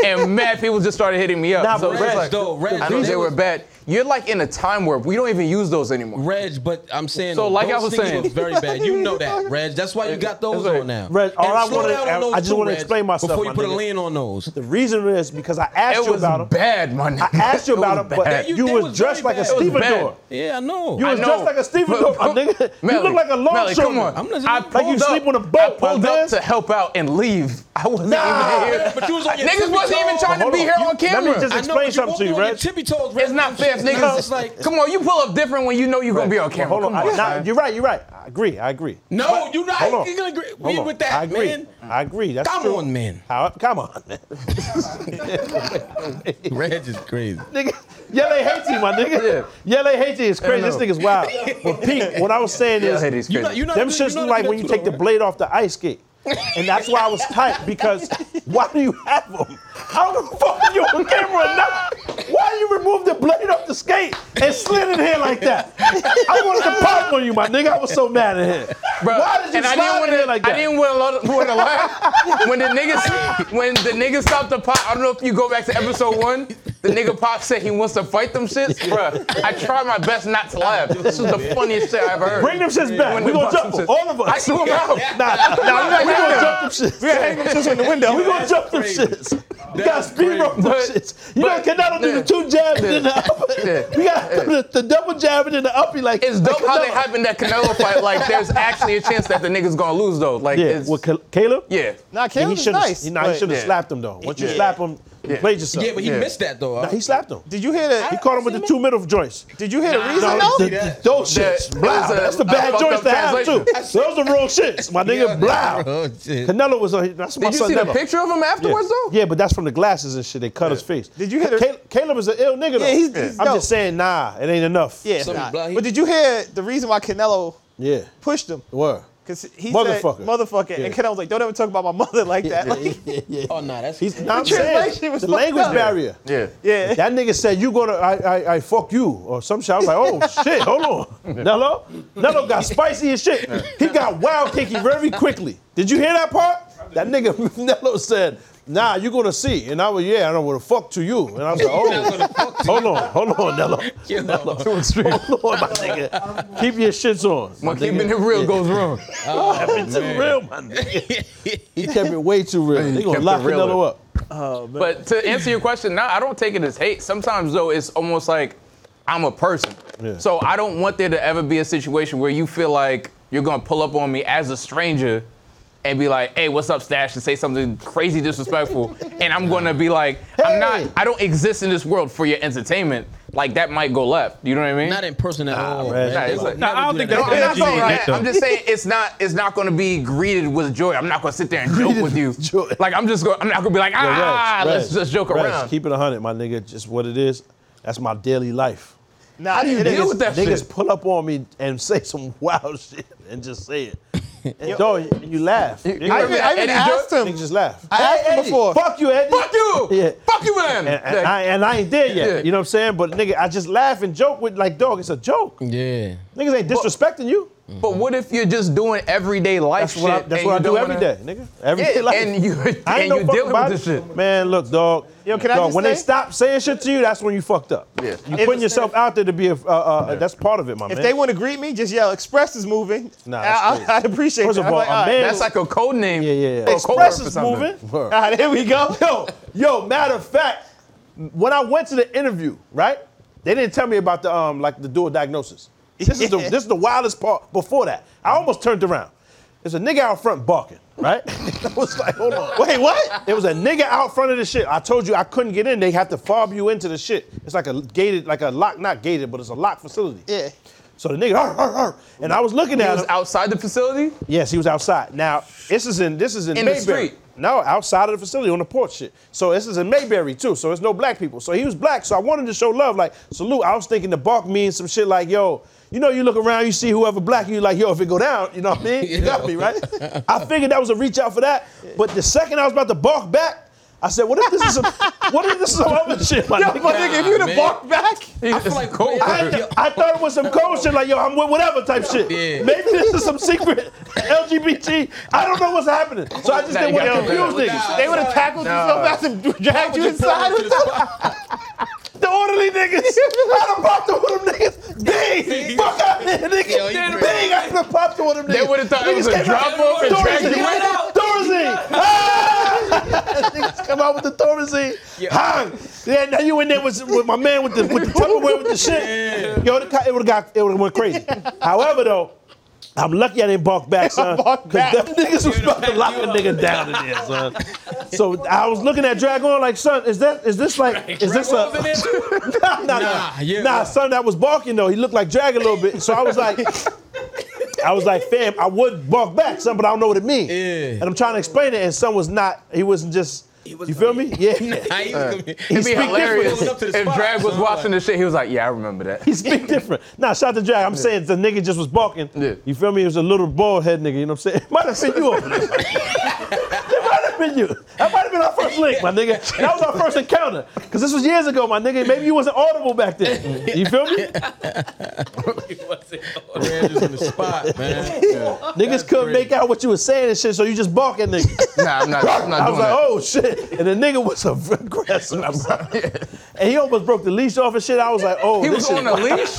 S6: and mad people just started hitting me up.
S3: Nah,
S6: so
S3: but
S6: it's
S5: Reg,
S6: like,
S5: though, Reg,
S6: I know
S5: though,
S6: they
S5: they
S6: were
S5: was-
S6: bad. You're like in a time warp. We don't even use those anymore.
S5: Reg, but I'm saying
S6: So,
S5: though,
S6: like I
S5: those
S6: was
S5: things
S6: saying-
S5: was very bad. You know that, Reg. That's why you got those
S6: That's right.
S5: on now.
S3: Reg, all
S5: And
S3: I
S5: slow
S3: wanna-
S5: down on
S3: I-
S5: those
S3: I just
S5: too,
S3: wanna
S5: Reg,
S3: explain myself,
S5: before
S3: my
S5: you put a
S3: nigga.
S5: lean on those.
S3: The reason is because I asked
S6: It
S3: you
S6: was
S3: about them.
S6: bad, my nigga.
S3: I asked you
S6: It
S3: about
S6: was
S3: them, but
S6: bad.
S3: you
S5: they
S3: was
S5: was
S3: dressed
S5: very
S3: like a
S5: bad. It was
S3: stevedore.
S6: bad.
S5: Yeah, I know.
S3: You
S6: I
S3: was
S6: know.
S3: dressed like a stevedore,
S6: But-
S3: my nigga. you
S6: Melly,
S3: look like a
S6: Melly, come
S3: longshoreman.
S6: on.
S5: I'm listening.
S6: I
S5: Like
S6: pulled
S3: you
S6: up-
S3: sleep on a
S6: I
S3: boat, my
S6: pulled up
S3: man.
S6: to help out and leave. I wasn't
S3: Nah.
S6: even here.
S5: But you was on your
S6: niggas
S5: tippy
S6: wasn't even
S5: toes.
S6: trying to
S3: Hold
S6: be
S3: on.
S6: here
S3: You-
S6: on
S3: let me
S6: camera.
S3: just-
S5: I know,
S3: explain
S5: but you
S3: something to
S5: walking
S3: you,
S5: on your
S3: Reg.
S5: Tippy toes, Reg.
S6: It's not fair, if
S5: Shit,
S6: niggas.
S5: It's like,
S6: come on, you pull up different when you know you're gonna be on camera.
S3: Hold on,
S6: Come
S3: I, nah,
S6: son.
S3: you're right. You're right. I agree. I agree.
S5: no, you not.
S3: Hold on.
S5: You gonna agree
S3: Hold on.
S5: with that,
S3: I agree.
S5: man?
S3: I agree. That's
S5: Come
S3: true.
S5: on, man.
S3: How, come on, man.
S5: Reg is crazy.
S3: nigga. Yell at Haiti, my nigga. Yell at Haiti is crazy. This nigga's wild. But Pete, what I was saying
S6: Yeah,
S3: is,
S6: Haiti's
S5: You
S6: crazy.
S5: not, you not
S3: them
S5: you
S3: shits
S5: not
S3: look like
S5: good
S3: when you
S5: too,
S3: take the
S5: though,
S3: blade off the ice skate. And that's why I was tight because why do you have them? I don't give a fuck if you on camera or not. Why How you remove the blade off the skate and slid it in like that? I wanted to pop on you, my nigga. I was so mad at him. Why did you
S6: and I didn't
S3: slide in
S6: want
S3: here
S6: to.
S3: like that?
S6: I didn't want to, want to laugh when the niggas when the niggas stopped the pot. I don't know if you go back to episode one. The nigga pop said he wants to fight them shits, bruh. I tried my best not to laugh. This is the funniest shit I ever heard.
S3: Bring them shits back.
S6: When
S3: We
S6: the
S3: gonna
S6: box
S3: jump
S6: them
S3: them,
S6: shits-
S3: all of us.
S6: I threw them out.
S3: Nah, nah, we, we gonna jump them shits.
S2: We gotta hang them shits on the window.
S3: We gonna jump them shits. We gotta speed roll them
S6: But-
S3: shits. You
S6: but-
S3: know, Canelo do the two jabs and then the upper.
S6: Yeah.
S3: We got the, the double jab and then the uppy like.
S6: It's dope
S3: like
S6: how they
S3: Canelo.
S6: happened that Canelo fight. Like, there's actually a chance that the niggas gonna lose though. Like,
S3: Yeah,
S6: it's,
S3: with Cal- Caleb.
S6: yeah.
S2: Nah, Caleb is
S3: should've-
S2: nice.
S3: He, nah, he
S2: but-
S3: should have
S6: Yeah.
S3: slapped him though. Once you
S2: Yeah.
S3: slap him, you
S6: Yeah.
S3: played yourself.
S5: Yeah, but he
S6: Yeah.
S5: missed that though.
S3: Nah, he slapped him.
S2: Did you hear the?
S3: He caught him with the two middle joints.
S2: Did you hear the reason
S3: No,
S2: though?
S3: the- those
S6: That-
S3: shits.
S6: that
S3: Blah.
S6: was a-
S3: That's the
S6: a
S3: bad
S6: fucked
S3: joints
S6: up
S3: to have too.
S6: translation.
S3: Those the wrong shits, my nigga. Blah.
S5: Oh, shit.
S3: Canelo was on. That's my
S6: Did you
S3: son.
S6: see the
S3: Nello.
S6: picture of him afterwards
S3: yeah.
S6: though?
S3: Yeah, but that's from the glasses and shit. They cut his face.
S2: Did you hear the-
S3: Caleb, Caleb is an ill nigga. though.
S2: Yeah, he's- he's
S3: I'm
S2: dope.
S3: just saying, nah, it ain't enough.
S2: Yeah, it's
S5: Something
S2: not.
S5: black-
S2: But did you hear the reason why Canelo
S3: Yeah.
S2: pushed him?
S3: Word.
S2: Because he
S3: Motherfucker.
S2: said, "Motherfucker," and
S3: Yeah.
S2: Canelo was like, "Don't ever talk about my mother like that." Like,
S5: Oh nah, that's
S3: He's, nah, I'm
S2: translation
S3: saying,
S2: was
S3: the
S2: fucked
S3: language
S2: up.
S3: barrier.
S6: Yeah.
S2: yeah.
S3: That nigga said, you go to, I, I, I fuck you, or some shit. I was like, oh shit, hold on. Nello? Nello got spicy as shit. He got wild kinky very quickly. Did you hear that part? That nigga Nello said, nah, you gonna see. And I was, yeah, I don't wanna fuck to you. And I was like, oh, hold on, hold on, Nello. Nello. Hold on, my nigga. Keep your shits on.
S6: When keeping it real goes wrong.
S3: It's too real, my nigga. He kept it way too real. They gonna
S6: kept it
S3: lock
S6: realer.
S3: Canelo up. Oh,
S6: But to answer your question, now I don't take it as hate. Sometimes though, it's almost like I'm a person.
S3: Yeah.
S6: So I don't want there to ever be a situation where you feel like you're gonna pull up on me as a stranger and be like, "Hey, what's up, Stash?" and say something crazy disrespectful, and I'm gonna be like, "I'm
S3: Hey.
S6: not. I don't exist in this world for your entertainment." Like that might go left. You know what I mean?
S7: Not in person at all.
S3: man.
S7: man.
S6: Nah,
S7: They
S6: it's
S7: would
S6: like-
S4: Nah,
S7: never
S4: I don't
S7: do
S4: think
S7: that.
S4: that's
S6: I'm not
S4: energy
S6: saying
S4: and hate
S6: that.
S4: though.
S6: I'm just saying it's not it's not going to be greeted with joy. I'm not going to sit there and joke
S3: Greeted
S6: with you.
S3: with joy.
S6: Like I'm just going. I'm not going to be like
S3: Yo, Reg,
S6: ah.
S3: Reg,
S6: let's just joke
S3: Reg,
S6: around.
S3: Keep it 100, my nigga. Just what it is. That's my daily life.
S2: Nah, How do
S6: you deal with that
S3: Niggas
S6: shit?
S3: pull up on me and say some wild shit and just say it. And dog, you laugh.
S6: You- you
S3: Niggas-
S2: I even, I even
S6: Eddie
S2: asked him.
S3: Niggas just laugh.
S2: I asked him before.
S3: Fuck you, Eddie.
S6: Fuck you.
S3: Yeah.
S6: Fuck you, man.
S3: And, and I, and I ain't there yet.
S6: Yeah.
S3: You know what I'm saying? But nigga, I just laugh and joke with like, dog, it's a joke.
S5: yeah.
S3: Niggas ain't disrespecting you.
S6: but what if you're just doing everyday life
S3: That's what I,
S6: shit?
S3: that's
S6: and
S3: what I
S6: you
S3: do
S6: don't
S3: every
S6: wanna-
S3: day, nigga. Every day
S6: Yeah,
S3: life.
S6: and you
S3: I ain't
S6: and
S3: no
S6: you
S3: fuck
S6: dealing with
S3: about
S6: this
S3: it.
S6: shit.
S3: Man, look, dog. Yo,
S2: can I
S3: dog,
S2: just
S3: when they
S2: say-
S3: stop saying shit to you, that's when you fucked up.
S6: Yeah.
S3: You putting yourself out there to be a. Uh, uh, That's part of it, my
S2: If
S3: man.
S2: they want to greet me, just yell. Express is moving.
S3: Nah, that's
S2: I,
S3: crazy.
S2: I, I appreciate
S3: First
S2: that.
S3: of
S2: I'm
S3: all,
S2: like,
S3: a
S2: all right.
S3: man-
S6: That's like a code name.
S3: Yeah, yeah, yeah.
S6: Or a code word
S3: Express
S6: for
S3: is
S6: something.
S3: moving.
S2: All right, here Ah, we go.
S3: yo, yo. Matter of fact, when I went to the interview, right? They didn't tell me about the um like the dual diagnosis. This is the
S2: Yeah.
S3: this is the wildest part. Before that, I almost turned around. There's a nigga out front barking, right? I was like, hold on,
S2: Wait, what?
S3: There was a nigga out front of the shit. I told you I couldn't get in. They have to fob you into the shit. It's like a gated, like a lock, not gated, but it's a locked facility.
S2: Yeah.
S3: So the nigga, "Arr, arr, arr," and I was looking
S6: He
S3: at
S6: was
S3: him.
S6: outside the facility.
S3: Yes, he was outside. Now this is in this is in,
S6: In the
S3: Mayberry.
S6: street.
S3: No, outside of the facility on the porch shit. So this is in Mayberry too. So it's no black people. So he was black. So I wanted to show love. Like salute. I was thinking the bark means some shit like yo. You know, you look around, you see whoever black, you like, yo, if it go down, you know what I mean? You got me, right? I figured that was a reach out for that. But the second I was about to bark back, I said, what if this is some, what if this is some other shit? My nigga?
S6: if you'd have
S5: man.
S6: walked back, I
S5: feel like-
S3: I, had to- I thought it was some code shit, like yo, I'm with whatever type shit.
S5: Yeah.
S3: Maybe this is some secret LGBT. I don't know what's happening, so I just
S6: Nah,
S3: didn't
S6: you
S3: want to
S6: gotta
S3: confuse
S6: cut that
S3: niggas.
S5: out.
S3: They would have tackled you so fast and dragged you inside. The orderly niggas. I done popped to one of them niggas. Big, fuck out there, nigga.
S5: Yo, you crazy.
S3: Big, I done popped to one of them niggas.
S6: They would've thought it was
S3: Niggas
S6: a
S3: came out-
S6: drop-off and dragged
S3: Thorazine.
S6: you right out.
S3: Thorazine. Ah! Niggas come out with the Thorazine. Hang. Yeah, now you in there with, with my man with the, with the Tupperware with the shit. Yo, the, it would have got, it would have went crazy. However, though, I'm lucky I didn't bark back, son. Because them niggas was about to lock a nigga down in there, son. So I was looking at Dragon like, son, is that is this like is this a nah, nah, nah,
S5: yeah,
S3: nah,
S5: yeah.
S3: son that was barking though. He looked like Drag a little bit. So I was like, I was like, fam, I would bark back, son, but I don't know what it means.
S5: Yeah.
S3: And I'm trying to explain it, and son was not. He wasn't just. you feel me? Yeah.
S5: I ain't gonna be-
S6: It'd be
S3: speak
S6: hilarious
S5: different. Up to
S6: if
S5: the spot,
S6: Drag was
S5: son.
S6: watching this shit. He was like, "Yeah, I remember that."
S3: He speak different. Nah, shout out to Drag. I'm saying the nigga just was barking.
S6: Yeah.
S3: You feel me? It was a little bald head nigga. You know what I'm saying? Might have been you over there. it might have been you. That might have been our first link, my nigga. That was our first encounter. Because this was years ago, my nigga. Maybe you wasn't audible back then. You feel me?
S5: just in the spot, man.
S3: Niggas couldn't make out what you were saying and shit, so you just bark at niggas.
S6: Nah, I'm not. I'm not
S3: I was like,
S6: doing that.
S3: oh shit. And the nigga was a aggressive. And he almost broke the leash off and shit. I was like, oh,
S6: He
S3: this
S6: was
S3: shit-
S6: on a leash.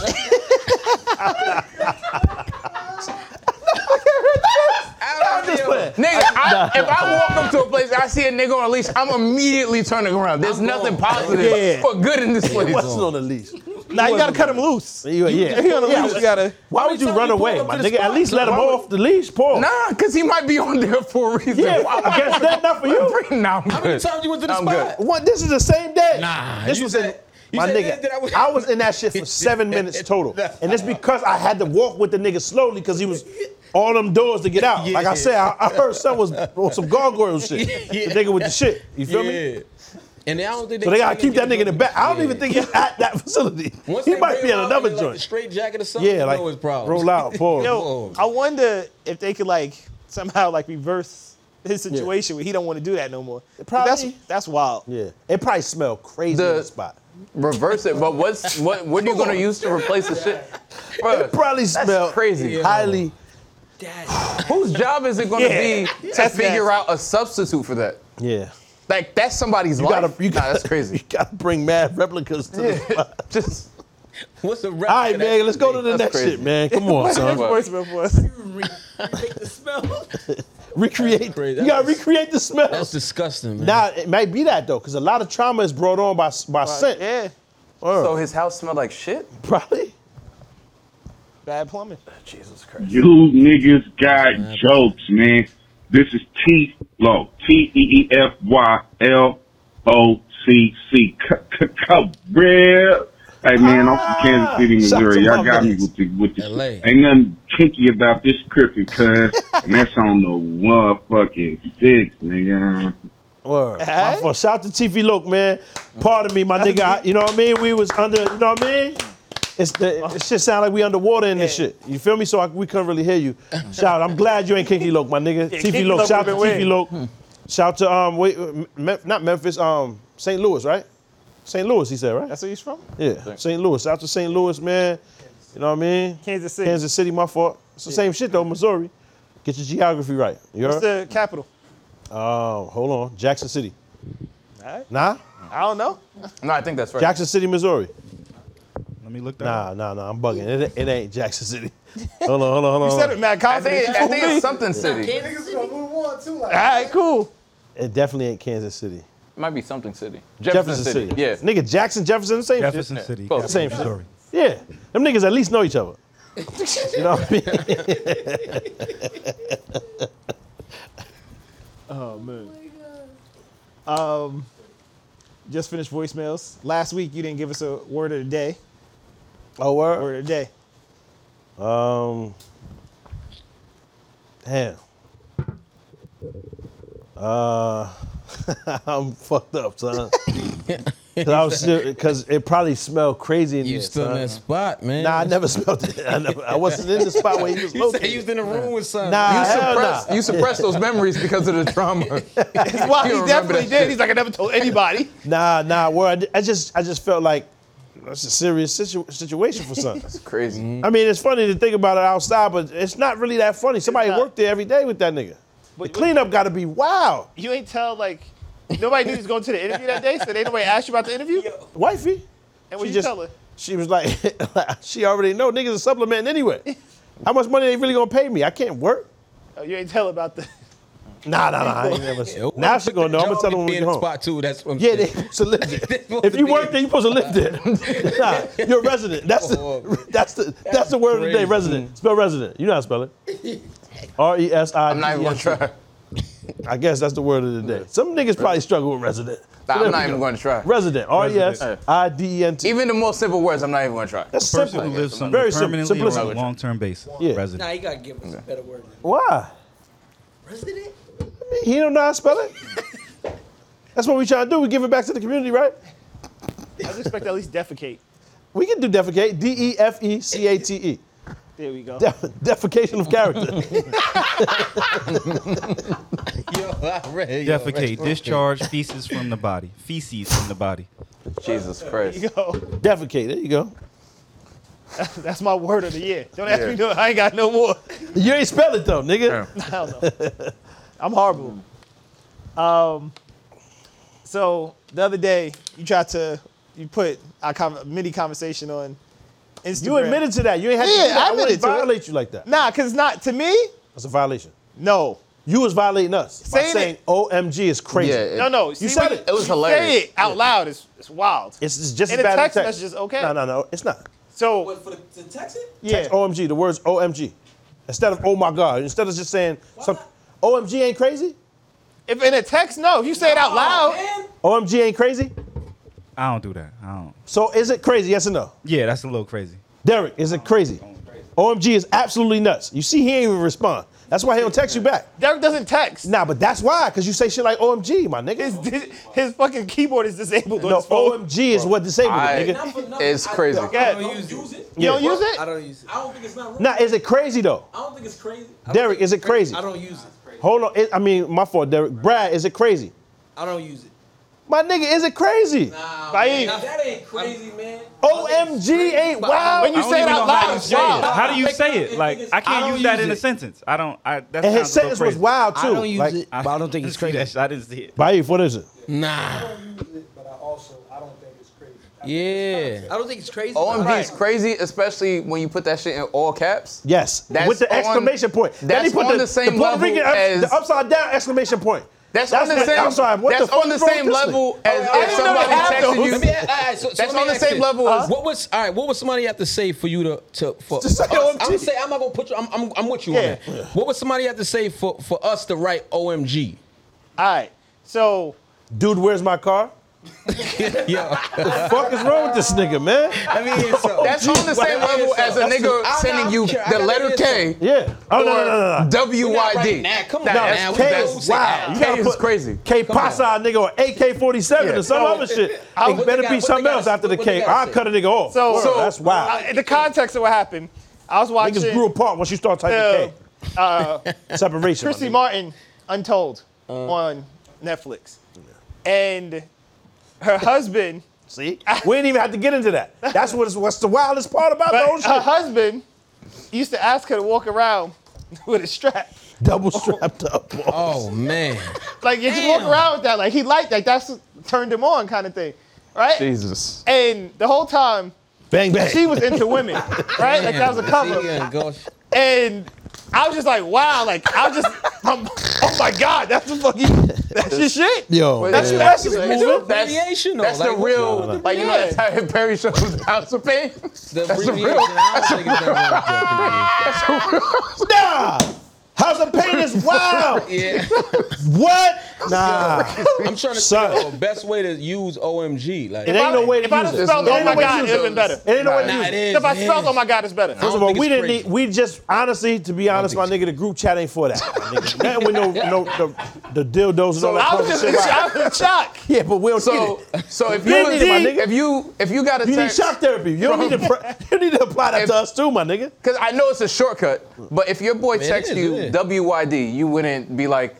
S3: I'm just playing.
S6: Nigga, I, if I walk up to a place and I see a nigga on a leash, I'm immediately turning around. There's nothing positive
S3: Yeah.
S6: or good in this
S3: He
S6: place.
S3: wasn't on the leash.
S2: Now you gotta cut him loose.
S3: You- yeah.
S2: He on the
S3: Yeah,
S2: leash, you gotta.
S3: Why would you run away, my nigga? At least let him off the leash, Paul.
S6: Nah, because he might be on there for a reason.
S3: Yeah,
S6: Why-
S3: I guess that not for you.
S6: Nah, I'm good.
S5: Time you went to the
S6: I'm
S5: spot.
S6: good.
S3: What? This is the same day.
S5: Nah,
S3: this
S5: you
S3: was
S5: said-
S3: in
S5: you
S3: my
S5: said
S3: nigga.
S5: that I was-
S3: I was in that shit for seven minutes total, and it's because I had to walk with the nigga slowly because he was all them doors to get out. Like I said, I, I heard some was on some gargoyle shit. The nigga with the shit. You feel me?
S5: Yeah. And I don't think
S3: So they gotta keep that nigga in the back. I don't even think he's at that facility.
S5: Once
S3: he
S5: they
S3: might be
S5: bring
S3: at
S5: him out
S3: another
S5: in, Like the
S3: joint.
S5: straight jacket or something.
S3: yeah, like
S5: you know his problems.
S3: roll out, Paul.
S2: Yo, I wonder if they could like somehow like reverse his situation where he don't want to do that no more.
S3: Probably.
S2: That's that's wild.
S3: yeah, it probably smelled crazy in
S6: The-
S3: the spot.
S6: Reverse it, but what's what? What are you gonna use to replace the shit? Bruh,
S3: It probably smelled
S6: crazy.
S3: highly.
S6: whose job is it gonna
S2: Yeah.
S6: be to
S2: That's
S6: figure
S2: nasty.
S6: out a substitute for that?
S3: Yeah.
S6: Like that's somebody's
S3: You
S6: life.
S3: gotta, you
S6: nah,
S3: gotta,
S6: that's crazy.
S3: You gotta bring mad replicas to the spot.
S6: Just
S5: What's the
S3: All right, man, let's go to the
S6: That's
S3: next
S6: crazy.
S3: shit, man. Come on,
S2: That's
S3: son.
S6: What?
S2: worse than before.
S7: Make the smell.
S3: Recreate.
S5: crazy.
S3: You gotta recreate the smell.
S5: That's disgusting, man.
S3: Now it might be that though, because a lot of trauma is brought on by by scent.
S2: Yeah,
S6: so his house smelled like shit.
S3: Probably.
S2: bad plumbing.
S6: Jesus Christ.
S12: You niggas got jokes, man. This is T Low. T E E F Y L O C C. Cabrera. Hey man, I'm from Kansas City,
S3: Shout
S12: Missouri.
S3: to
S12: Y'all
S3: my
S12: got me
S3: mans.
S12: with the with the
S5: LA.
S12: ain't nothing kinky about this cricket, cuz. and that's on the motherfucking six, nigga.
S3: Word.
S2: Hey.
S6: Eh?
S3: My fault. Shout out to TV Loke, man. Pardon me, my nigga. I- you know what I mean? We was under. You know what I mean? It's the,
S6: Oh.
S3: it just sound like we underwater in this
S2: Yeah.
S3: shit. You feel me? So I, we couldn't really hear you. Shout! I'm glad you ain't Kinky Loke, my nigga. TV
S2: Kinky
S3: Loke,
S2: Loke
S3: shout to
S2: would've been
S3: TV Loke. Shout to um, wait, Mem- not Memphis, um, St. Louis, right? St. Louis, he said, right?
S2: That's where he's from.
S3: Yeah, St. Louis. Out to St. Louis, man. You know what I mean?
S2: Kansas City.
S3: Kansas City, my fault. It's the same shit though, Missouri. Get your geography right. You
S2: What's
S3: heard?
S2: the capital?
S3: Um, hold on, Jackson City.
S2: Alright.
S3: Nah,
S2: I don't know.
S6: No, I think that's right.
S3: Jackson City, Missouri.
S4: Let me look that up.
S3: Nah, nah, nah. I'm bugging. It, it ain't Jackson City. Hold on, hold on, hold on.
S2: You
S3: hold
S2: said
S3: on.
S2: it, mad
S6: I think,
S2: confident.
S6: I think it's something city. It
S2: All right, cool.
S3: It definitely ain't Kansas City.
S6: might be something city.
S3: Jefferson, City.
S6: Yeah.
S3: Nigga, Jackson, Jefferson, the same shit.
S4: Jefferson City,
S6: Close.
S4: capital,
S3: Same shit.
S4: Missouri.
S3: Yeah, them niggas at least know each other. you know what I mean?
S2: Oh, Um, Just finished voicemails. Last week you didn't give us a word of the day.
S3: Oh, word.
S2: Word of the day.
S3: Um, damn. Uh, I'm fucked up, son. 'Cause I was still, cause it probably smelled crazy in
S5: You
S3: there,
S5: still
S3: son.
S5: in that spot, man.
S3: Nah, I never smelled it. I, never, I wasn't in the spot where he was
S5: You said you
S3: located.
S5: was in the room with something.
S3: Nah,
S6: You
S3: hell
S6: suppress,
S3: nah.
S6: you suppress those memories because of the trauma.
S2: That's why
S6: You
S2: he
S6: remember
S2: definitely
S6: that
S2: did.
S6: shit.
S2: He's like, I never told anybody.
S3: Nah, nah. Where I, di- I just, I just felt like that's a serious situ- situation for Mm-hmm. son.
S6: It's crazy.
S3: I mean, it's funny to think about it outside, but it's not really that funny. Somebody
S2: not.
S3: worked there every day with that nigga. The
S2: But-
S3: cleanup got to be wild,
S2: You ain't tell like nobody knew he was going to the interview that day, so they nobody asked you about the interview.
S3: wifey.
S2: And what
S3: she
S2: you
S3: just-
S2: tell her?
S3: She was like, she already know niggas are supplementing anyway. How much money they really gonna pay me? I can't work.
S2: Oh, you ain't tell her about the.
S3: Nah, nah, nah. I ain't never.
S5: Yeah, what
S3: now
S5: the
S3: she gonna know. I'm gonna
S5: job
S3: tell them
S5: to
S3: when
S5: be
S3: we
S5: in
S3: get
S5: the
S3: home.
S5: spot too. That's what I'm
S3: Yeah, they
S5: saying.
S3: supposed to live there.
S5: They supposed
S3: if
S5: to
S3: you
S5: be
S3: work
S5: in-
S3: there, you supposed to live there. nah, you're a resident. That's the, that's the that's the word of the day.
S5: Oh, crazy.
S3: Resident. Spell resident. You know how to spell it. R E S I.
S6: I'm not even gonna try.
S3: I guess that's the word of the day. Some niggas probably struggle with resident.
S6: Nah,
S3: There we
S6: I'm not even
S3: go.
S6: gonna try.
S3: Resident. R E S I D E N T.
S6: Even the most simple words, I'm not even gonna try.
S3: That's
S4: Person
S3: simple.
S4: who lives somewhere
S3: Very simple.
S4: permanently or on
S3: Simplicity.
S4: a long-term basis.
S3: Yeah.
S4: Resident.
S7: Nah, you gotta give us a better word. than
S3: Why?
S7: President?
S3: He don't know how to spell it. That's what we trying to do. We give it back to the community, right?
S2: I was expecting at least defecate.
S3: We can do defecate. D E F E C A T E.
S2: There we go.
S3: Def- defecation of character.
S4: Defecate, discharge feces from the body. Feces from the body.
S6: Jesus Christ.
S2: There you go.
S3: Defecate. There you go.
S2: That's my word of the year. Don't ask
S3: Yeah.
S2: me. No, I ain't got no more.
S3: You ain't spell it though, nigga.
S2: I don't know. I'm horrible. Um, so the other day you tried to you put our con- mini conversation on Instagram.
S3: You admitted to that. You ain't had to do
S2: yeah,
S3: that. I
S2: I
S3: wouldn't
S2: admitted to
S3: violate
S2: it.
S3: you like that.
S2: Nah, cause it's not to me.
S3: That's a violation.
S2: No.
S3: You was violating us by
S2: Saying
S3: saying OMG is crazy.
S2: no, no.
S3: You
S2: see,
S3: said
S2: when
S3: it.
S2: you Say it out loud. It's, it's wild.
S3: It's, it's just
S2: In
S3: as
S2: a
S3: bad
S2: text
S3: as a
S2: message, it's okay.
S3: No, no, no. It's not.
S2: So
S9: What, for the, to text it?
S2: Yeah.
S3: Text OMG. The words OMG. Instead of oh my god, instead of just saying some, OMG ain't crazy.
S2: If in a text, no. If you say it out loud,
S3: OMG ain't crazy.
S4: I don't do that. I don't.
S3: So is it crazy? Yes or no?
S4: Yeah, that's a little crazy.
S3: Derek, is it crazy? OMG is absolutely nuts. You see, he ain't even respond. That's why he don't text you back.
S2: Derek doesn't text.
S3: Nah, but that's why, because you say shit like OMG, my nigga.
S2: His, his fucking keyboard is disabled.
S3: No, OMG is what disabled
S6: I-
S3: it, nigga.
S6: It's crazy.
S2: Yeah.
S3: You don't use
S2: it?
S9: I don't use it. I don't think it's not.
S3: Nah, is it crazy though?
S9: I don't think it's crazy.
S3: Derek, is it crazy?
S9: I don't use it.
S3: Hold on, it, I mean, my fault, Derek. Brad, is it crazy?
S9: I don't use it.
S3: My nigga, is it crazy?
S9: Man, now that ain't crazy, man.
S3: OMG ain't wild.
S9: When you say it out loud,
S4: Say it. How do you say it? Like I
S9: I
S4: can't
S9: don't
S4: use that
S9: use
S4: in a
S9: it.
S4: sentence. I don't. I, that sounds
S3: And his
S4: a little
S3: sentence was
S4: crazy.
S3: wild, too. I don't use Like-
S7: it, but I don't think it's
S4: didn't see that shit. I didn't see it.
S3: Baif, what is it?
S5: Nah.
S6: Yeah.
S7: I don't think it's crazy.
S6: OMG is crazy, especially when you put that shit in all caps.
S3: Yes,
S6: That's
S3: with the
S6: on-
S3: exclamation point. then he
S6: That's
S3: put
S6: on
S3: the,
S6: the same
S3: Puerto
S6: level
S3: Rican ups-
S6: as-
S3: the upside down exclamation point.
S6: That's, on the
S3: what-
S6: same.
S3: I'm sorry, what
S6: that's
S3: the fuck
S6: on the
S3: is wrong
S6: same
S3: with this Oh,
S6: level
S3: nigga?
S6: as if somebody texted you. that's on the same level as
S5: What was all right? What would somebody have to say for you to to for?
S3: Just say
S5: us- I'm
S3: OMG.
S5: say I'm not gonna put you. I'm I'm, I'm with you
S2: Yeah.
S5: on that. What would somebody have to say for for us to write OMG?
S2: All right. So
S3: Dude, where's my car?
S5: yeah.
S3: The fuck is wrong with this nigga, man?
S5: I mean, it's, uh,
S6: That's on the same level as a nigga sending you the letter K.
S3: Yeah. Oh, no, no, no, no, no.
S6: W Y D.
S5: Come on, now.
S6: That- that's-
S5: We
S3: K
S5: don't
S3: is
S5: say that.
S3: wild. You
S6: K
S3: gotta
S6: is
S3: put
S6: crazy.
S3: K Pasa, nigga, or AK 47
S6: Yeah.
S3: or some other shit.
S2: Oh, I
S3: It
S2: was-
S3: better
S5: what they
S3: be
S5: got-
S3: something
S5: what they
S3: else
S5: got-
S3: after the
S5: what they
S3: K.
S5: gotta
S3: I'll
S5: say?
S3: cut a nigga off.
S2: So-
S3: Word,
S2: so-
S3: that's wild.
S2: uh, in the context of what happened, I was watching
S3: Niggas grew apart once you start typing
S2: the uh,
S3: K. Separation. my
S2: Chrissy
S3: nigga.
S2: Martin Untold
S3: Uh.
S2: on Netflix, and her husband.
S3: See? We didn't even have to get into that. That's what's, what's the wildest part about the whole
S2: But her
S3: shit.
S2: husband used to ask her to walk around with a strap.
S3: Double strapped up.
S5: Oh man.
S2: Like you just walk around with that. Like he liked that. That's what turned him on, kind of thing, right?
S6: Jesus.
S2: And the whole time
S3: Bang, bang.
S2: she was into women, right? Like that was a cover.
S5: See, yeah, gosh.
S2: And I was just like, wow, like I was just, I'm- oh my God, that's the fucking, that's your shit.
S3: Yo.
S2: That's your
S6: That's-
S2: that's,
S6: that's-
S2: moving.
S6: That's,
S5: Abbreviation, though.
S6: that's the
S5: Like, what-
S6: real, like you know,
S2: Yeah.
S6: that Tyler Perry show was House of Pain.
S5: The
S6: That's the
S5: abbreviation.
S6: real.
S5: I don't think it's that
S3: Nah. How's the pain is wild?
S5: Yeah.
S3: What? Nah.
S5: I'm trying to
S3: Son.
S5: figure out the best way to use OMG. Like,
S3: It ain't no way to
S2: If I
S3: use
S2: just
S3: it.
S2: spelled,
S3: There
S2: oh
S3: ain't no
S2: my
S3: way to
S2: God,
S3: use
S2: it would been better.
S3: It ain't no way to
S5: nah,
S3: use
S5: it
S3: it.
S5: is.
S2: If I
S5: it
S2: spelled,
S5: is.
S2: oh my God, it's better.
S3: First
S5: don't
S3: of all,
S5: think
S3: we
S5: it's
S3: didn't
S5: crazy.
S3: need. We just honestly, to be honest, my nigga, the group chat ain't for that. my nigga. Nothing with no, no the, the dildos and all that.
S2: I was
S3: crazy
S2: just
S3: shit.
S2: in shock. I was in shock.
S3: Yeah, but we don't
S6: So,
S3: need it.
S6: so if
S3: You
S6: you,
S3: need it, my nigga.
S6: if you, if you got a
S3: You need
S6: text,
S3: shock therapy. You don't need to. pr- You need to apply that
S6: If-
S3: to us too, my nigga.
S6: because I know it's a shortcut, but if your boy
S5: Man, it
S6: texts
S5: is, it
S6: you
S5: is.
S6: WYD, you wouldn't be like,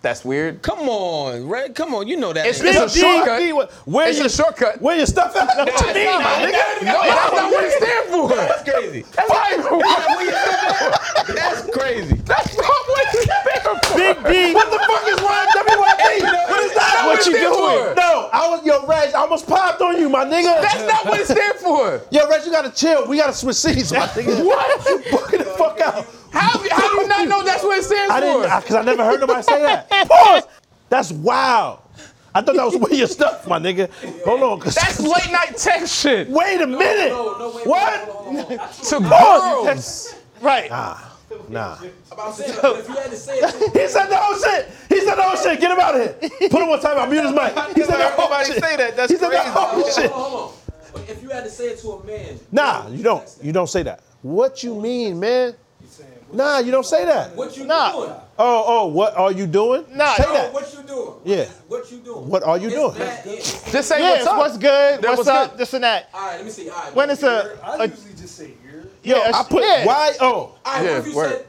S6: that's weird.
S5: Come on, Red. Come on, you know that.
S6: It's
S5: ain't-
S6: a shortcut.
S3: shortcut. Where
S6: It's
S3: your-
S6: a shortcut.
S3: Where your stuff at? What you mean, my nigga?
S6: No, that's not what it stands for.
S5: That's crazy. That's crazy.
S6: That's not what it stands for.
S3: Big D. What the fuck is wrong with WYD? What is that?
S6: That's
S3: What you
S6: what it stands
S3: doing?
S6: for.
S3: No, I was yo, Reg. I almost popped on you, my nigga.
S6: That's not what it stands for.
S3: Yo, Reg, you gotta chill. We gotta switch seats, my nigga. what? You fucking the fuck out.
S6: How, how do you not know that's what it stands
S3: I didn't,
S6: for?
S3: because I, never heard nobody say that. Pause. That's wild. I thought that was where your stuff, my nigga. Hold on, 'cause-
S6: that's late night text shit.
S3: wait a minute.
S9: No, no, wait.
S3: What?
S9: Hold on, hold on, hold on.
S6: To
S3: Pause.
S6: girls.
S2: Right.
S3: Nah.
S9: I'm saying, but if you had to say it,
S3: He said the whole shit. He said the whole shit. Get him out of here. Put him on timeout. Mute his mic. He said the whole
S6: Everybody
S3: shit.
S6: say that. That's
S3: he said the
S6: crazy.
S3: whole
S9: hold on,
S3: shit.
S9: hold on. But if you had to say it to a man,
S3: Nah, you don't. You don't say that. What you mean, man? Nah, you don't say that.
S9: what you
S2: Nah.
S9: doing?
S3: Oh, oh, what are you doing?
S2: Nah,
S3: say
S2: no,
S9: No,
S3: that.
S9: what you doing?
S3: Yeah.
S9: What you doing?
S3: What are you
S9: It's
S3: doing?
S9: that- it's-
S6: Just say
S2: Yeah,
S6: what's
S2: it's
S6: up.
S2: what's good,
S6: That
S2: what's
S6: was
S2: up,
S6: good.
S2: this and that.
S9: All right, let me see. All right.
S2: When it's a,
S8: I
S2: a
S8: usually just say you're.
S3: Yo,
S9: Yeah,
S3: I put
S9: yeah.
S3: Y O.
S9: Alright, what if you said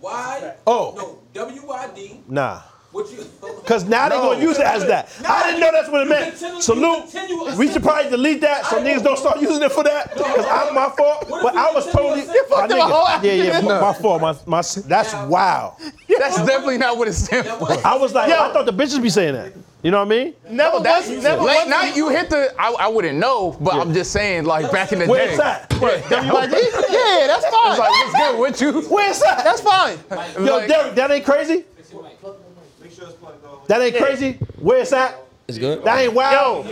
S9: Y?
S3: Oh.
S9: No, W Y D.
S3: Nah.
S9: What you?
S3: Cause now they gonna use it as that. I didn't know that's what it meant. Salute. We should probably delete that so niggas don't start using it for that. Cause I'm my fault. But I was totally.
S6: fucked
S3: my
S6: up my whole
S3: nigga. Yeah, yeah. My,
S6: acronym.
S3: my fault. My, my, that's wow.
S6: That's definitely not what it stands for.
S3: I was like, I thought the bitches be saying that. You know what I mean?
S6: Never
S3: was- never
S6: late
S3: was-
S6: night. You hit the. I, I wouldn't know, but I'm just saying, like back in the
S3: Where
S6: day.
S3: it's at?
S6: WYD?
S8: Yeah, that's fine.
S6: It's like, what's good with you?
S3: Where's that?
S8: That's fine.
S3: Yo, Derek, that ain't crazy. That ain't crazy. Where it's at?
S5: It's good.
S3: That ain't wow.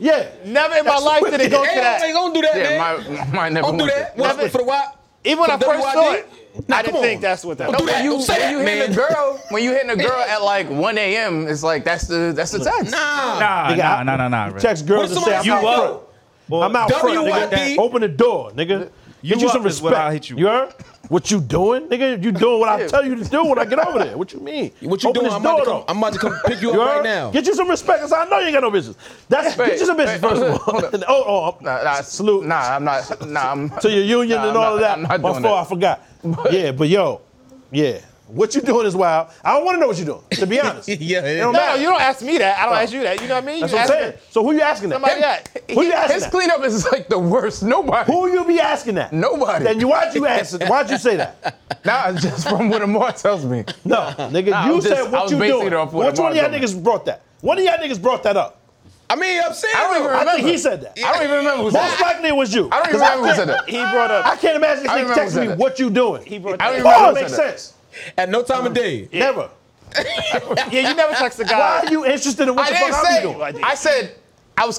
S3: Yeah.
S8: Never in my life did it go to that.
S5: don't do that,
S6: Yeah,
S5: man.
S6: my, mine never
S5: Don't do
S6: went
S5: that.
S6: there.
S5: What's for the Y?
S8: Even when I
S5: For
S8: first
S5: WYD?
S8: saw it,
S5: Nah,
S8: I
S5: come
S8: didn't
S5: on.
S8: think that's what that.
S5: Don't do
S8: was.
S5: that.
S6: When you,
S5: Don't say
S6: when
S5: that,
S6: you hitting a
S5: man.
S6: girl, when you hitting a girl at like 1 a.m., it's like that's the that's the text.
S5: Nah.
S4: Nah,
S3: Nigga,
S4: nah,
S3: I-
S4: nah, nah, nah.
S3: You
S4: bro.
S3: text girls and
S5: When
S3: say I'm
S5: somebody
S3: out
S5: say you
S3: front.
S5: up.
S3: I'm out front, nigga.
S5: WYD.
S3: Open the door, nigga. Get you
S4: up
S3: some
S4: is what
S3: respect.
S4: I hit you
S3: You heard? What you doing, nigga? You doing what I
S6: Yeah.
S3: tell you to do when I get over there? What you mean?
S5: What you
S3: Open
S5: doing?
S3: this
S5: I'm about, to
S3: door,
S5: come, I'm about to come pick you
S3: though. You
S5: up right
S3: heard?
S5: now.
S3: Get you some respect, cause I know you ain't got no business. That's
S6: Wait,
S3: get you some business
S6: wait,
S3: first of all.
S6: hold up.
S3: oh, oh,
S6: Nah, nah,
S3: Salute.
S6: Nah, I'm not. Nah, I'm.
S3: to your union
S6: Nah,
S3: and
S6: I'm
S3: all
S6: not-
S3: of that.
S6: I'm not
S3: My
S6: doing
S3: fault, I forgot. yeah, but yo, yeah, what you doing is wild. I don't want to know what you doing. To be honest,
S5: Yeah, yeah.
S3: It don't
S8: No,
S3: matter.
S8: you don't ask me that. I don't
S3: No.
S8: ask you that. You know what I mean?
S3: That's
S8: you
S3: what I'm
S8: ask
S3: saying. So who you asking that?
S8: Somebody that.
S3: Who you asking
S6: His
S3: that?
S6: cleanup is like the worst. Nobody.
S3: Who you be asking that?
S6: Nobody.
S3: Then you, why'd you ask? it? Why'd you say that?
S6: Nah, it's just from what Amar tells me.
S3: No, nigga,
S6: Nah, I
S3: you
S6: was just-
S3: said
S6: I
S3: what
S6: was
S3: you
S6: basing
S3: doing.
S6: it off what
S3: Which one of y'all
S6: Amar told me.
S3: niggas brought that? One of y'all niggas brought that up.
S5: I mean, I'm saying.
S6: I don't even
S5: though.
S3: I
S6: remember.
S3: think he said that.
S6: I don't even remember who said
S3: Most
S6: that.
S3: likely it was you.
S6: I don't even
S3: 'Cause
S6: remember who
S3: can't-
S6: said that.
S8: He brought up.
S3: I can't imagine this
S6: I don't
S3: nigga
S6: remember who
S3: texting
S6: said
S3: me
S6: that.
S3: what you doing. He
S8: brought
S6: I don't even
S3: Oh,
S6: remember
S3: it
S6: who
S3: makes
S6: said that. Um,
S3: sense.
S5: At no time of day.
S3: Never.
S8: Yeah, you never text a
S3: Why
S8: guy.
S3: are you interested in what
S6: I
S3: the fuck
S6: didn't
S3: I'm doing?
S6: say. I said I was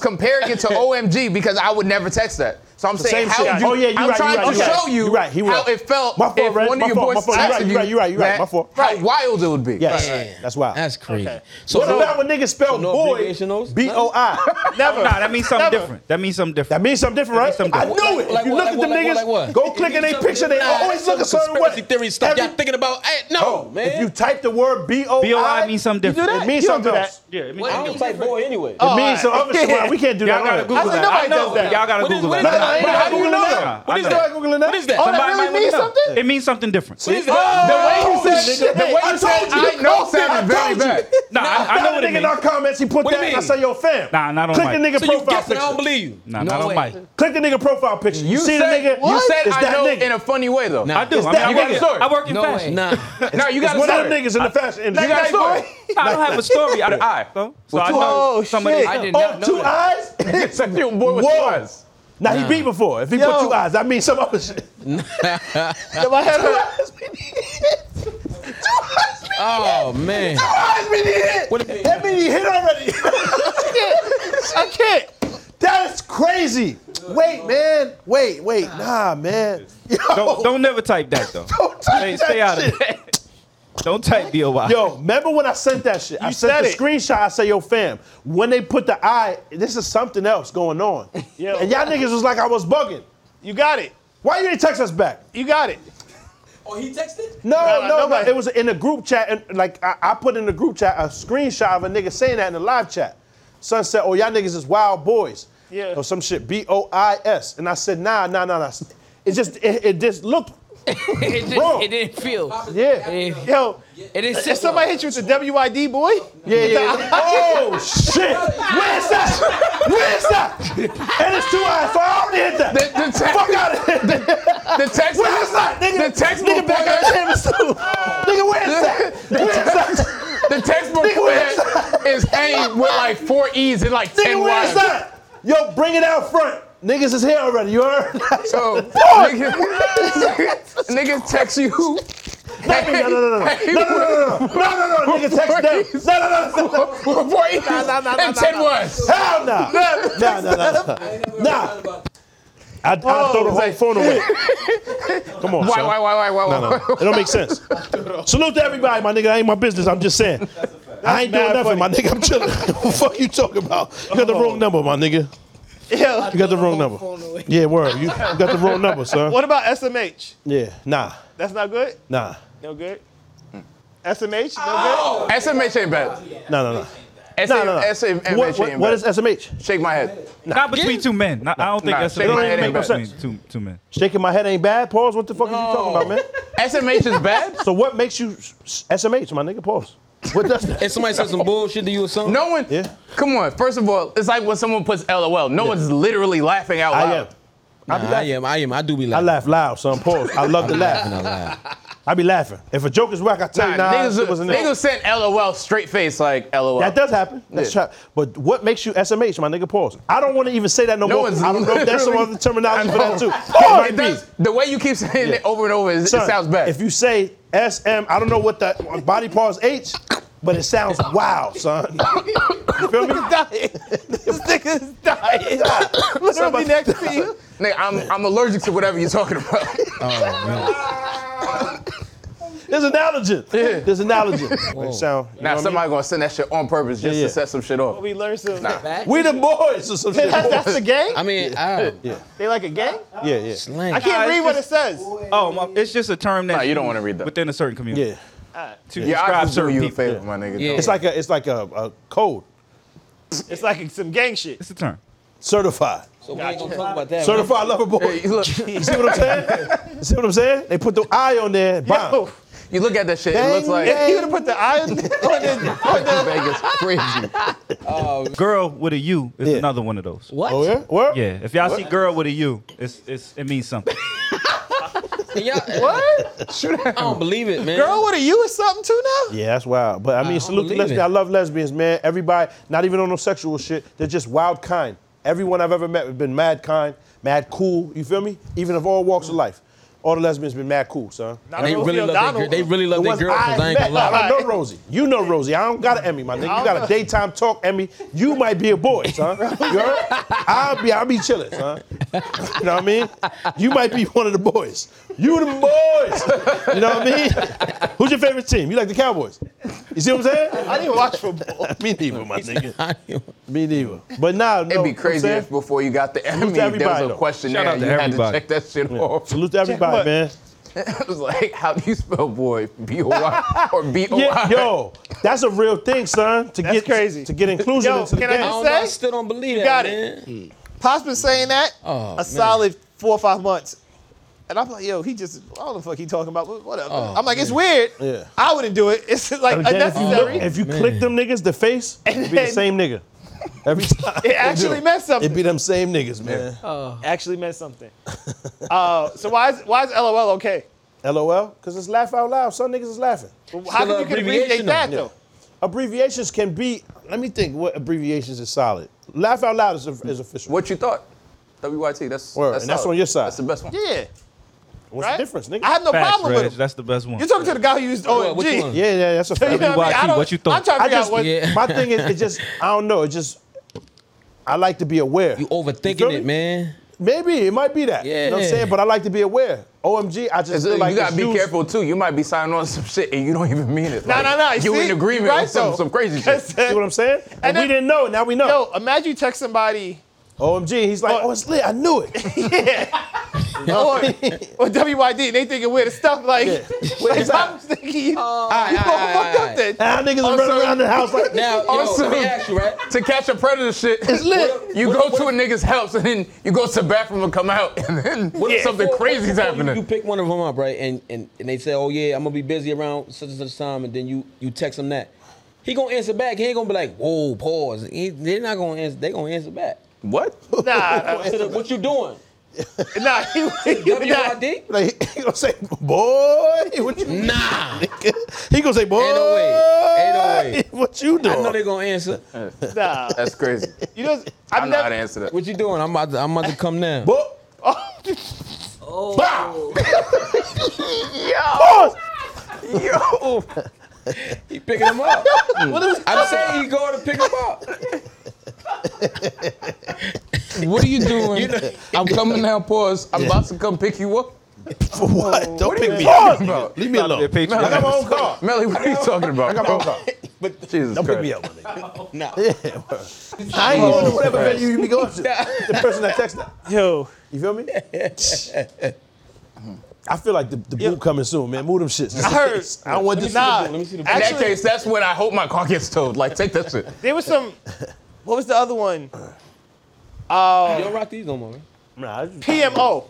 S6: comparing it to OMG because I would never text that. So I'm
S3: Same
S6: saying, how
S3: shit.
S6: you?
S3: oh yeah, you
S6: I'm
S3: right.
S6: trying
S3: you right,
S6: to
S3: you right.
S6: show you
S3: You right. He
S6: how
S3: was.
S6: it felt
S3: My fault,
S6: if
S3: Reg.
S6: one
S3: My
S6: of your
S3: fault,
S6: boys
S3: my fault. You right,
S6: texted
S3: you right, you right, you right.
S6: that,
S3: My fault.
S6: How wild it would be.
S3: Yes,
S5: Right.
S3: that's wild.
S5: That's crazy. So
S3: what
S5: no-
S3: about when niggas spell
S5: no
S3: boy?
S5: abbreviation knows?
S3: B O I.
S4: Never. Nah, that means something
S8: Never.
S4: different. That means something different.
S3: That means something different, right?
S4: Something
S3: I
S4: different.
S3: knew
S5: Like-
S3: it.
S5: like
S3: if you look
S5: what, like
S3: at them
S5: what,
S3: niggas,
S5: like what?
S3: go click in their picture. They always look a certain way.
S5: Conspiracy theory stuff.
S3: Every-
S5: y'all thinking about? Hey, no, man.
S3: Oh, If you type the word B O I,
S4: B.O.I. means something different.
S3: It means
S8: You don't
S3: something
S8: do
S3: else.
S4: Yeah, it means
S5: What? I
S4: something
S5: don't
S4: different.
S5: type boy anyway.
S3: It means some
S8: all
S3: other shit. Well, We can't do that.
S4: Y'all gotta
S3: on here.
S4: Google
S8: I said
S4: that.
S8: nobody
S4: I know.
S8: does that.
S4: Y'all gotta
S5: What is-
S4: Google
S5: what
S4: that.
S3: No,
S5: is
S3: no, I ain't
S5: What-
S3: gotta
S5: how do you
S3: Google
S5: know
S3: that.
S5: that?
S4: I
S3: What is
S4: know.
S3: that? Googling that?
S5: What is that?
S8: Oh, that
S4: Somebody
S8: really
S4: might
S8: means
S4: wanna know.
S8: something?
S4: It means something different.
S5: What is that?
S6: The way you
S3: Oh,
S6: said
S3: shit,
S6: the
S3: nigga.
S6: way
S3: I
S6: you said
S3: told you.
S6: I know
S3: I
S6: sounded very
S3: told you.
S6: bad.
S4: Nah, I, I know what
S3: nigga
S4: it means.
S3: in our comments, he put
S5: What
S3: that
S5: do you
S3: and I
S5: mean?
S3: say, yo, fam.
S4: Nah, not on
S3: Click the
S4: mic.
S3: nigga
S5: So you
S3: profile
S5: guessing? I don't
S3: picture.
S5: believe you.
S4: Nah, not on
S5: way.
S4: mic.
S3: Click the nigga profile picture. You see the nigga?
S6: You said
S3: It's
S6: I
S3: that
S6: know
S3: nigga.
S6: in a funny way though.
S4: I do.
S3: It's
S4: I,
S3: that
S4: mean, I work,
S3: nigga.
S4: in- I work in fashion.
S5: Nah.
S6: Now you got
S3: It's
S6: to
S3: one
S6: stop
S3: of them niggas in the fashion industry.
S6: Like that boy.
S4: I don't have a story. I, I, so, so I know
S8: Oh,
S4: somebody.
S8: shit.
S4: I
S8: I
S4: didn't.
S8: didn't-
S3: Oh,
S8: know
S3: two
S8: that.
S3: eyes?
S6: It's like your boy with
S3: Whoa.
S6: was.
S3: Nah, he beat before. If he put
S8: Yo.
S3: two eyes, I mean some other shit.
S8: If I had a-
S5: Oh man.
S3: That means he hit already.
S8: I can't.
S3: That's crazy. Wait, man. Wait, wait. Nah, man. Yo,
S4: Don't, don't never type that though.
S3: don't type
S4: Hey,
S3: that
S4: stay out of
S3: shit.
S4: it. Don't type DOY.
S3: Yo, remember when I sent that shit? I sent
S8: said
S3: the
S8: it.
S3: screenshot. I say, yo, fam, when they put the eye, this is something else going on.
S8: Yo.
S3: And y'all niggas was like, I was bugging.
S8: You got it.
S3: Why you didn't text us back?
S8: You got it.
S9: Oh, he texted.
S3: No,
S8: Nah,
S3: no,
S8: nah,
S3: no,
S8: nobody-
S3: It was in the group chat, and like I, I put in the group chat a screenshot of a nigga saying that in the live chat. Son said, "Oh, y'all niggas is wild boys."
S8: Yeah.
S3: Or some shit. B O I S. And I said, Nah, nah, nah, nah. It just, it, it just looked.
S13: it, just,
S3: Bro.
S13: it didn't feel.
S3: Yeah.
S13: It,
S8: Yo,
S13: it didn't
S8: if
S13: sit
S8: somebody hit you with the WID, boy,
S3: Yeah, yeah. oh shit! Where's that? Where's that? And it's two eyes, so I already hit that.
S6: The, the text,
S3: Fuck out of here.
S6: the text,
S3: Where's that, nigga?
S6: the textbook
S3: nigga
S6: boy
S3: back
S6: had-
S3: out the canvas too. nigga, where's that? Where's that?
S6: the textbook
S3: Nigga,
S6: boy
S3: where's
S6: had- is aimed with like four E's and like ten
S3: Nigga, where's
S6: Y's.
S3: that? Yo, bring it out front. Niggas is here already. You heard?
S6: So
S3: Fuck!
S6: nigga, nigga text you.
S3: No, no, no, no, no, no, no,
S6: Hey,
S3: no, no, no, no, no, no, nigga, text them. No, no, no, no,
S6: with four E's and ten Y's.
S3: hell no, no, no, no, no.
S9: I ain't never
S3: Nah.
S9: heard about
S3: I, I throw the whole phone away. Come on,
S6: Why,
S3: son.
S6: why, why, why, why,
S3: No, no,
S6: why?
S3: it don't make sense. Salute to everybody, my nigga. That ain't my business. I'm just saying. I ain't doing
S8: mad
S3: nothing, my nigga. I'm chilling. what the fuck you talking about? You got the wrong number, my nigga.
S8: yo,
S3: You got the wrong number. Yeah, word. You, you got the wrong number, son.
S8: what about SMH?
S3: Yeah, nah,
S8: That's not good?
S3: nah,
S8: No good? SMH? No
S9: Oh!
S6: SMH ain't bad.
S3: no, no, no.
S6: S-
S3: No, no, no.
S6: S- M-
S3: What- what-
S6: MHA
S3: what is SMH?
S6: Shake my head.
S4: Not between two men. Not- I don't think
S6: Nah,
S4: that's a
S6: shake my
S4: thing
S6: head ain't
S4: between
S6: bad.
S4: two, two men.
S3: Shaking my head ain't bad. Pause. What the fuck are you talking about, man?
S6: SMH is bad.
S3: So what makes you s- SMH, my nigga? Pause. What does that?
S6: If somebody says some bullshit to you or something. No one. Yeah. Come on. First of all, it's like when someone puts LOL. No one's literally laughing out
S3: I
S6: loud.
S3: am. I, be
S6: Nah, I
S3: laughing.
S5: am. I am. I do be
S3: I laugh loud, son. Pause. I love to
S5: laughing
S3: laugh. I be laughing. If a joke is whack, I tell
S6: Nah,
S3: you, nah,
S6: niggas,
S3: it was an
S6: niggas sent LOL straight face like LOL.
S3: That does happen. That's
S6: Yeah.
S3: right. But what makes you SMH, my nigga? Pause. I don't want to even say that no,
S6: No
S3: more.
S6: one's
S3: I don't know if that's some
S6: literally-
S3: other terminology for that too.
S6: Oh, it does. The way you keep saying it over and over, it, it
S3: Son,
S6: sounds bad.
S3: If you say SM, I don't know what that body part is H, but it sounds wow, son. you feel me? dying. This nigga is dying.
S6: Literally next to you. Nigga, I'm, I'm allergic to whatever you're talking about.
S3: There's an allergen. There's an allergen. It sound. you know what
S6: Now
S3: I mean?
S6: somebody gonna send that shit on purpose just
S3: Yeah, yeah.
S6: to set some shit off.
S2: We learned some.
S6: Nah.
S3: We the boys or some shit.
S2: That's- that's the gang? I
S5: mean,
S3: yeah, yeah,
S2: They like a gang?
S3: yeah, yeah.
S2: I can't read what it says.
S4: Oh, my, it's just a term that
S6: Nah, you don't
S4: used
S6: wanna read that.
S4: within a certain community.
S3: Yeah.
S4: To
S6: Yeah, I
S4: describe
S6: just do
S4: certain
S6: you a
S4: people.
S6: favor, my nigga.
S4: Yeah.
S6: Don't.
S3: It's like a it's like a, a code
S2: It's like some gang shit.
S4: It's a term.
S3: certified.
S5: So we ain't gonna talk about that.
S3: Certified lover boy.
S6: Hey, look.
S3: You see what I'm saying? You see what I'm saying? They put the I on there. Bomb.
S6: You look at that shit. it looks like
S3: If you would have put the I on there,
S6: Vegas crazy.
S4: Oh. Girl with a U is another one of those.
S5: Oh. What?
S3: Oh, yeah? What?
S4: Yeah. If y'all see girl with a U, it's it's it means something.
S5: what? I don't believe it, man.
S2: Girl, what are you or something too now?
S3: Yeah, that's wild. But I mean,
S5: don't
S3: salute to
S5: believe
S3: lesbians.
S5: it.
S3: I love lesbians, man. Everybody, not even on no sexual shit. They're just wild kind. Everyone I've ever met has been mad kind, mad cool. You feel me? Even of all walks of life, all the lesbians been mad cool, son.
S2: Not
S5: They
S2: Rosie
S5: really love their
S2: O'Donnell.
S5: girl. They really love their
S3: ones
S5: girlfriends. I ain't gonna
S3: met. I
S5: lie.
S3: know Rosie. You know Rosie. I don't got an Emmy, my nigga. You got a daytime talk Emmy. You might be a boy, son. You heard? I'll be, I'll be chilling, son. You know what I mean? You might be one of the boys. You the boys. You know what I mean? Who's your favorite team? You like the Cowboys? You see what I'm saying?
S2: I didn't watch football.
S3: Me neither, my nigga. Me neither. But now,
S6: It'd be crazy if before you got the Emmy, there was
S3: everybody,
S6: a
S3: though.
S6: question
S4: Shout
S6: there.
S4: out
S6: You
S4: to
S6: had to
S4: everybody.
S6: check that shit off.
S3: Salute to everybody,
S2: what?
S3: man.
S6: it was like, how do you spell boy? B O Y or B O
S3: Yeah,
S6: Y?
S3: yo, that's a real thing, son. To
S2: That's
S3: get
S2: crazy.
S3: to get inclusion
S2: Yo,
S3: into the
S2: can I
S3: game.
S5: I don't
S2: Say?
S5: know, I still don't believe
S2: You
S5: that,
S2: got
S5: man.
S3: Hmm.
S2: it. Pop's been saying that
S5: Oh,
S2: a
S5: man.
S2: solid four or five months. And I'm like, yo, he just, I don't know the fuck he talking about, but whatever.
S5: Oh,
S2: I'm like, it's
S5: man.
S2: weird.
S3: Yeah.
S2: I wouldn't do it. It's like
S3: And then if you, look-
S2: unnecessary.
S3: if you click them niggas, the face
S2: And
S3: it'd be the
S2: then-
S3: same nigga. Every time.
S2: It actually meant something.
S3: It'd be them same niggas, man.
S5: Oh.
S2: actually meant something. uh, so why is, why is LOL okay?
S3: LOL, because it's laugh out loud. Some niggas is laughing.
S2: How
S5: Still
S2: come you can
S5: abbreviation
S2: abbreviate that,
S5: though.
S2: though?
S3: Abbreviations can be, let me think what abbreviations is solid. Laugh out loud is, is official.
S6: What you thought? W Y T. That's
S3: Word,
S6: that's
S3: and that's
S6: solid.
S3: on your side.
S6: That's the best one.
S2: Yeah.
S3: What's
S2: right?
S3: the difference, nigga?
S2: I have no
S4: Facts,
S2: problem
S4: Reg,
S2: with him.
S4: That's the best one.
S2: You're talking to the guy who used
S5: What,
S2: OMG.
S5: which one?
S3: yeah, yeah, that's a
S2: You know
S3: fact.
S2: what I mean? I
S4: WYT,
S2: don't-
S4: what you thought?
S2: I'm trying to
S3: I
S2: figure
S3: just,
S2: out what.
S5: Yeah.
S3: my thing is, it just, I don't know. It just, I like to be aware.
S5: You
S3: feel
S5: overthinking
S3: me?
S5: it, man.
S3: Maybe it might be that. You know what I'm
S5: Yeah.
S3: saying? But I like to be aware. OMG, I just
S6: It's-
S3: feel like
S6: you gotta
S3: it's
S6: be
S3: used-
S6: careful too. You might be signing on to some shit and you don't even mean it.
S2: No,
S6: Like,
S2: no, no.
S6: You in agreement
S2: right,
S6: on some,
S2: though.
S6: some crazy
S2: That's
S6: shit.
S2: it.
S3: See what I'm saying? And, we
S2: then-
S3: didn't know. Now we know.
S2: Yo, imagine you text somebody
S3: OMG, he's like, oh, it's lit. I knew it.
S2: or, or WYD and they thinking weird stuff. Like, like
S3: Wait,
S2: I'm thinking,
S5: right,
S2: you
S5: all
S2: gonna
S5: right,
S2: fuck
S5: all
S2: up then.
S3: Now niggas are running
S6: sorry.
S3: around the house like,
S5: Now, yo,
S6: Also-
S5: let me ask you, right?
S6: To catch a predator shit,
S3: It's lit.
S6: you go to a nigga's house and then you go to the bathroom and come out and then
S5: if
S6: something
S5: before-
S6: crazy's
S5: before you-
S6: happening.
S5: You, pick one of them up, right? And, and and they say, oh yeah, I'm gonna be busy around such and such time, and then you you text him that. He gonna answer back. He ain't gonna be like, whoa, pause. He, they're not gonna answer. They gonna answer back.
S6: what?
S2: Nah,
S5: To the, what you doing?
S2: nah, he, nah.
S5: WYD?
S3: like, he gonna say, boy, what you
S5: Nah.
S3: nigga. He gonna say, boy,
S5: no way. Ain't no way.
S3: what you
S5: I know
S3: doing?
S5: they gonna answer.
S2: nah.
S6: That's crazy.
S2: You know,
S6: I
S2: I've
S6: know how to
S2: never.
S6: answer that.
S5: What you doing? I'm about to, I'm about to come now.
S3: Boy,
S6: Yo,
S5: He picking him up. I'm saying he going to pick him up.
S6: what are you doing? I'm coming now. Pause. I'm about to come pick you up.
S3: for what? Don't pick me
S6: talking
S3: up.
S6: about?
S3: Leave me alone. I got my own car.
S6: Melly, what are you talking about?
S3: I got my own car.
S6: Jesus
S3: Don't pick
S6: Christ.
S3: me up, my nigga.
S5: Nah.
S3: I ain't going to whatever venue you be going to. The person that texted.
S2: Yo,
S3: You feel me? I feel like the, the boot coming soon, man. Move them shits.
S2: I heard.
S3: I don't want this.
S6: In that case, that's when I hope my car gets towed. Like, take this shit.
S2: There was some. What was the other one?
S14: You
S2: Uh,
S14: don't rock these no more, man.
S3: Nah,
S2: PMO.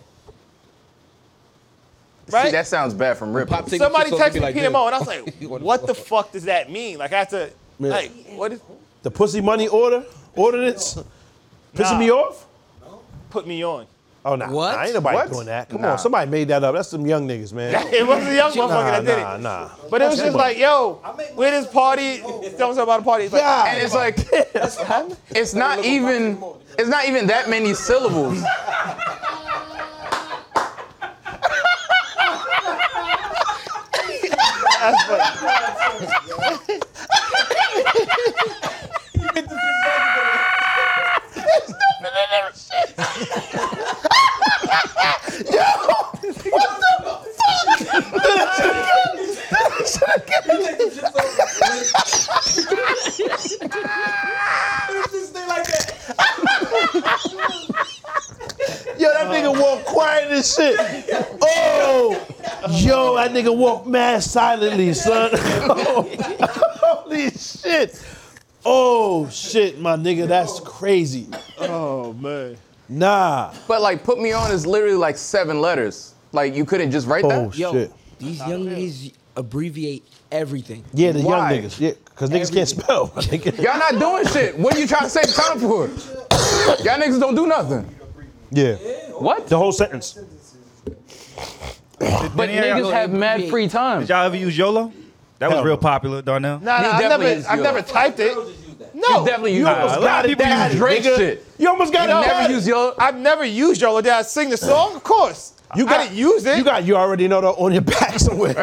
S2: Right?
S6: See, that sounds bad from Rip.
S2: Somebody texted PMO, and I was like, "What the fuck does that mean?" Like I had to,
S3: Man.
S2: like, what is
S3: The pussy money order ordinance pissing
S2: Nah.
S3: me off.
S2: put me on?
S3: Oh no! Nah.
S2: What?
S3: Nah, ain't nobody
S2: What?
S3: doing that. Come
S2: Nah.
S3: on, somebody made that up. That's some young niggas, man.
S2: It wasn't a young motherfucker that did it.
S3: nah, Nah, nah.
S2: But it was just like, yo, where this party? Tell us about a party. It's like,
S6: Yeah. And it's like, it's not even, it's not even that many syllables.
S2: That's funny.
S8: Yo, what the fuck?
S3: Yo, that nigga walk quiet as shit. Oh, yo, that nigga walk mad silently, son. Holy shit. Oh shit, my nigga, that's crazy.
S2: Oh man.
S3: Nah.
S6: But like, put me on is literally like seven letters. Like, you couldn't just write that.
S5: Yo, these young niggas abbreviate everything.
S3: Yeah, the
S6: Why?
S3: young niggas. Yeah, cause niggas can't spell.
S6: Y'all not doing shit. What are you trying to save time for? Y'all niggas don't do nothing.
S3: yeah.
S6: What?
S3: The whole sentence.
S6: But niggas have mad free time.
S4: Did y'all ever use YOLO? That was real popular, Darnell.
S2: Nah, nah, I
S6: definitely
S2: never,
S6: used
S2: I
S6: your-
S2: never typed it. No,
S6: You definitely used your- A lot of people
S2: That
S6: use Drake
S2: nigga.
S6: shit.
S2: You almost got
S6: You
S2: it.
S6: never used
S2: your. I've never used Yolo. Did I sing the
S3: Uh.
S2: song? Of course.
S3: You
S2: I didn't use it.
S3: You got you already know that on your back somewhere.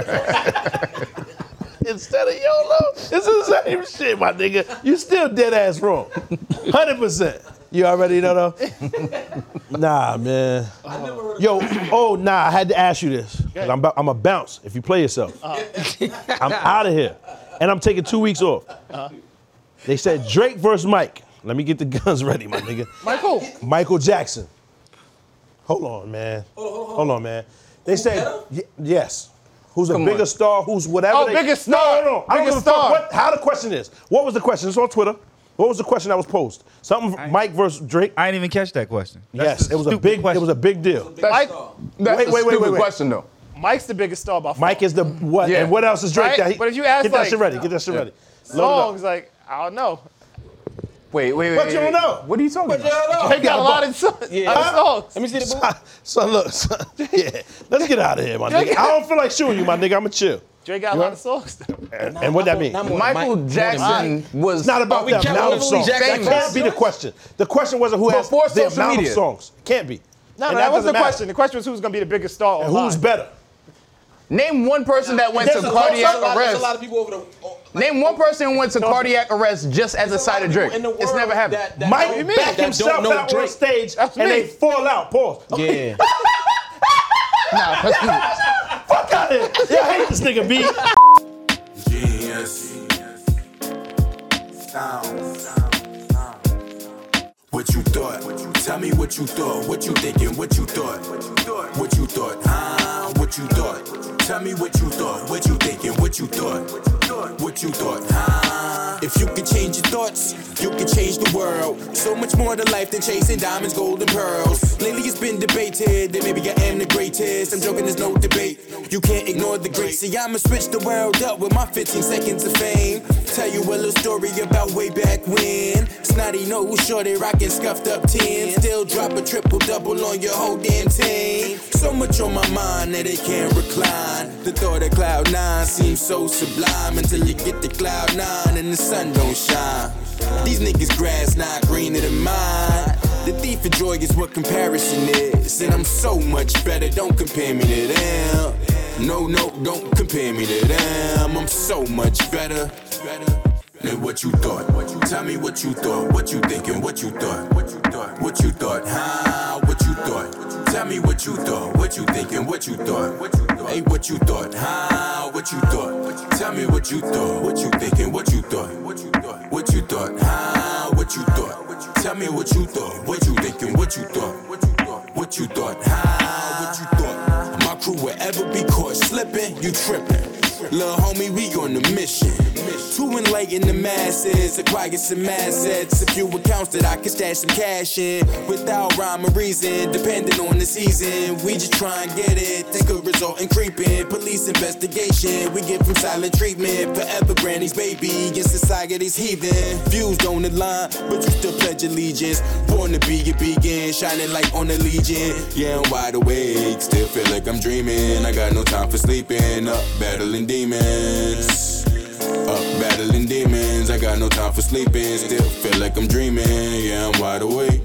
S3: Instead of YOLO, it's the same shit, my nigga. You still dead ass wrong. 100%. You already know though? nah, man. Yo, oh, nah, I had to ask you this. 'cause I'm, about, I'm a bounce if you play yourself.
S2: Uh,
S3: I'm out of here. And I'm taking two weeks off.
S2: uh,
S3: They said Drake versus Mike. Let me get the guns ready, my nigga.
S2: Michael.
S3: Michael Jackson. Hold on, man. Hold on, man. They said y- yes. Who's a
S2: Come
S3: bigger
S2: on.
S3: star? Who's whatever?
S2: Oh,
S3: they-
S2: biggest
S3: No,
S2: star.
S3: No, no, I don't give
S2: Biggest
S3: a fuck
S2: star.
S3: what- how the question is. What was the question? It's on Twitter. What was the question that was posed? Something Mike versus Drake.
S4: I didn't even catch that question.
S3: yes, it was a big. It was a big deal.
S2: Mike,
S6: That's
S3: wait,
S6: a
S3: wait, wait,
S6: stupid
S3: wait, wait.
S6: question though.
S2: Mike's the biggest star by far.
S3: Mike is the what?
S6: Yeah.
S3: And what else is Drake?
S2: Right?
S3: That
S2: But if you ask,
S3: get
S2: like-
S3: that shit ready. Get that shit ready.
S2: Songs like I don't know.
S6: Wait, wait, wait.
S2: But you
S6: wait,
S2: don't
S6: wait.
S2: know.
S6: What are you talking about?
S2: Drake got a lot of songs.
S3: Huh?
S2: Let me see the
S3: Son, son, look, son, yeah, let's get out of here, my nigga. I don't feel like shooting you, my nigga. I'ma chill.
S2: Drake got a lot of songs.
S3: And, and what that mean?
S6: Not more than Michael Mike- more than Jackson Mike. was-
S3: It's not about
S6: Oh, we
S3: the
S6: can't
S3: amount of
S6: believe
S3: songs.
S6: Jack
S3: That
S6: Jackson
S3: can't be the
S6: was-
S3: question. The question wasn't who has
S6: Before
S3: the
S6: social
S3: amount
S6: media.
S3: of songs. Can't be.
S2: No, no,
S3: And
S2: that wasn't the
S3: doesn't matter.
S2: question. The question was who's gonna be the biggest star
S3: And
S2: online.
S3: who's better?
S6: Name one person that went to
S2: There's a lot-
S6: cardiac
S2: there's a lot- there's a
S6: arrest.
S2: lot of
S15: people over the
S6: Name one person who went to cardiac arrest just as a side of Drake.
S15: in the
S6: It's
S15: world
S6: never happened.
S15: that- that
S3: Mike
S15: don't-
S3: Beck
S15: that don't
S3: himself
S15: know
S3: out on
S15: Drake.
S3: stage
S2: That's
S3: and
S2: me.
S3: they fall out. Pause. Okay.
S14: Yeah.
S6: Nah, that's you.
S3: Fuck out of here. Yeah, I hate this nigga, B.
S1: Genius. Sound. What you thought? Tell me what you thought. What you thinking? What you thought? What you thought? Huh? What you thought? Tell me what you thought. What you thinking? What you thought? What you thought? Huh? If you could change your thoughts, you could change the world. So much more to life than chasing diamonds, gold, and pearls. Lately it's been debated that maybe I am the greatest. I'm joking, there's no debate. You can't ignore the great. See, I'ma switch the world up with my 15 seconds of fame. Tell you a little story about way back when. Snotty nose, shorty rockin' scuffed up 10. Still drop a triple double on your whole damn team. So much on my mind that it can't recline. The thought of cloud nine seems so sublime until you get to cloud nine and the sun don't shine. These niggas grass not greener than mine. The thief of joy is what comparison is. And I'm so much better, don't compare me to them. No, no, don't compare me to them. I'm so much better. Than what you thought. Tell me what you thought. What you thinking? What you thought? What you thought? What you thought? Huh? What you thought? Tell me what you thought. What you thinking? What you thought? What you thought? Hey, what you thought? Huh? What you thought? Tell me what you thought. What you thinking? What you thought? What you thought? What you thought? Huh? What you thought? Tell me what you thought. What you thinking? What you thought? What you thought? Huh? What you thought? My my crew will ever be caught slipping, you tripping. Lil' homie, we on a mission. To enlighten the masses, acquire some assets. A few accounts that I can stash some cash in. Without rhyme or reason, depending on the season. We just try and get it. That could result in creeping. Police investigation, we get from silent treatment. Forever granny's baby, in society's heathen. Views don't align, but you still pledge allegiance. Born to be a beacon, shining light on the legion. Yeah, I'm wide awake, still feel like I'm dreaming. I got no time for sleeping, up battling demons. Up battling demons, I got no time for sleeping. Still feel like I'm dreaming, yeah, I'm wide awake.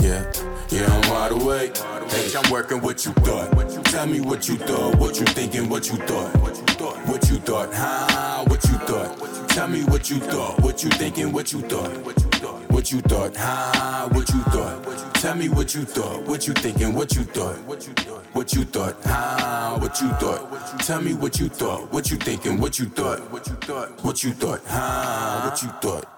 S1: Yeah, yeah, I'm wide awake. Hey, I'm working what you thought. Tell me what you thought, what you thinking, what you thought. What you thought, huh? What you thought. Tell me what you thought, what you thinking, what you thought. What you thought, huh? What you thought. Tell me what you thought, what you thinking, what you thought. What you thought, huh? What you thought. Tell me what you thought, what you thinking, what you thought. What you thought, huh? What you thought.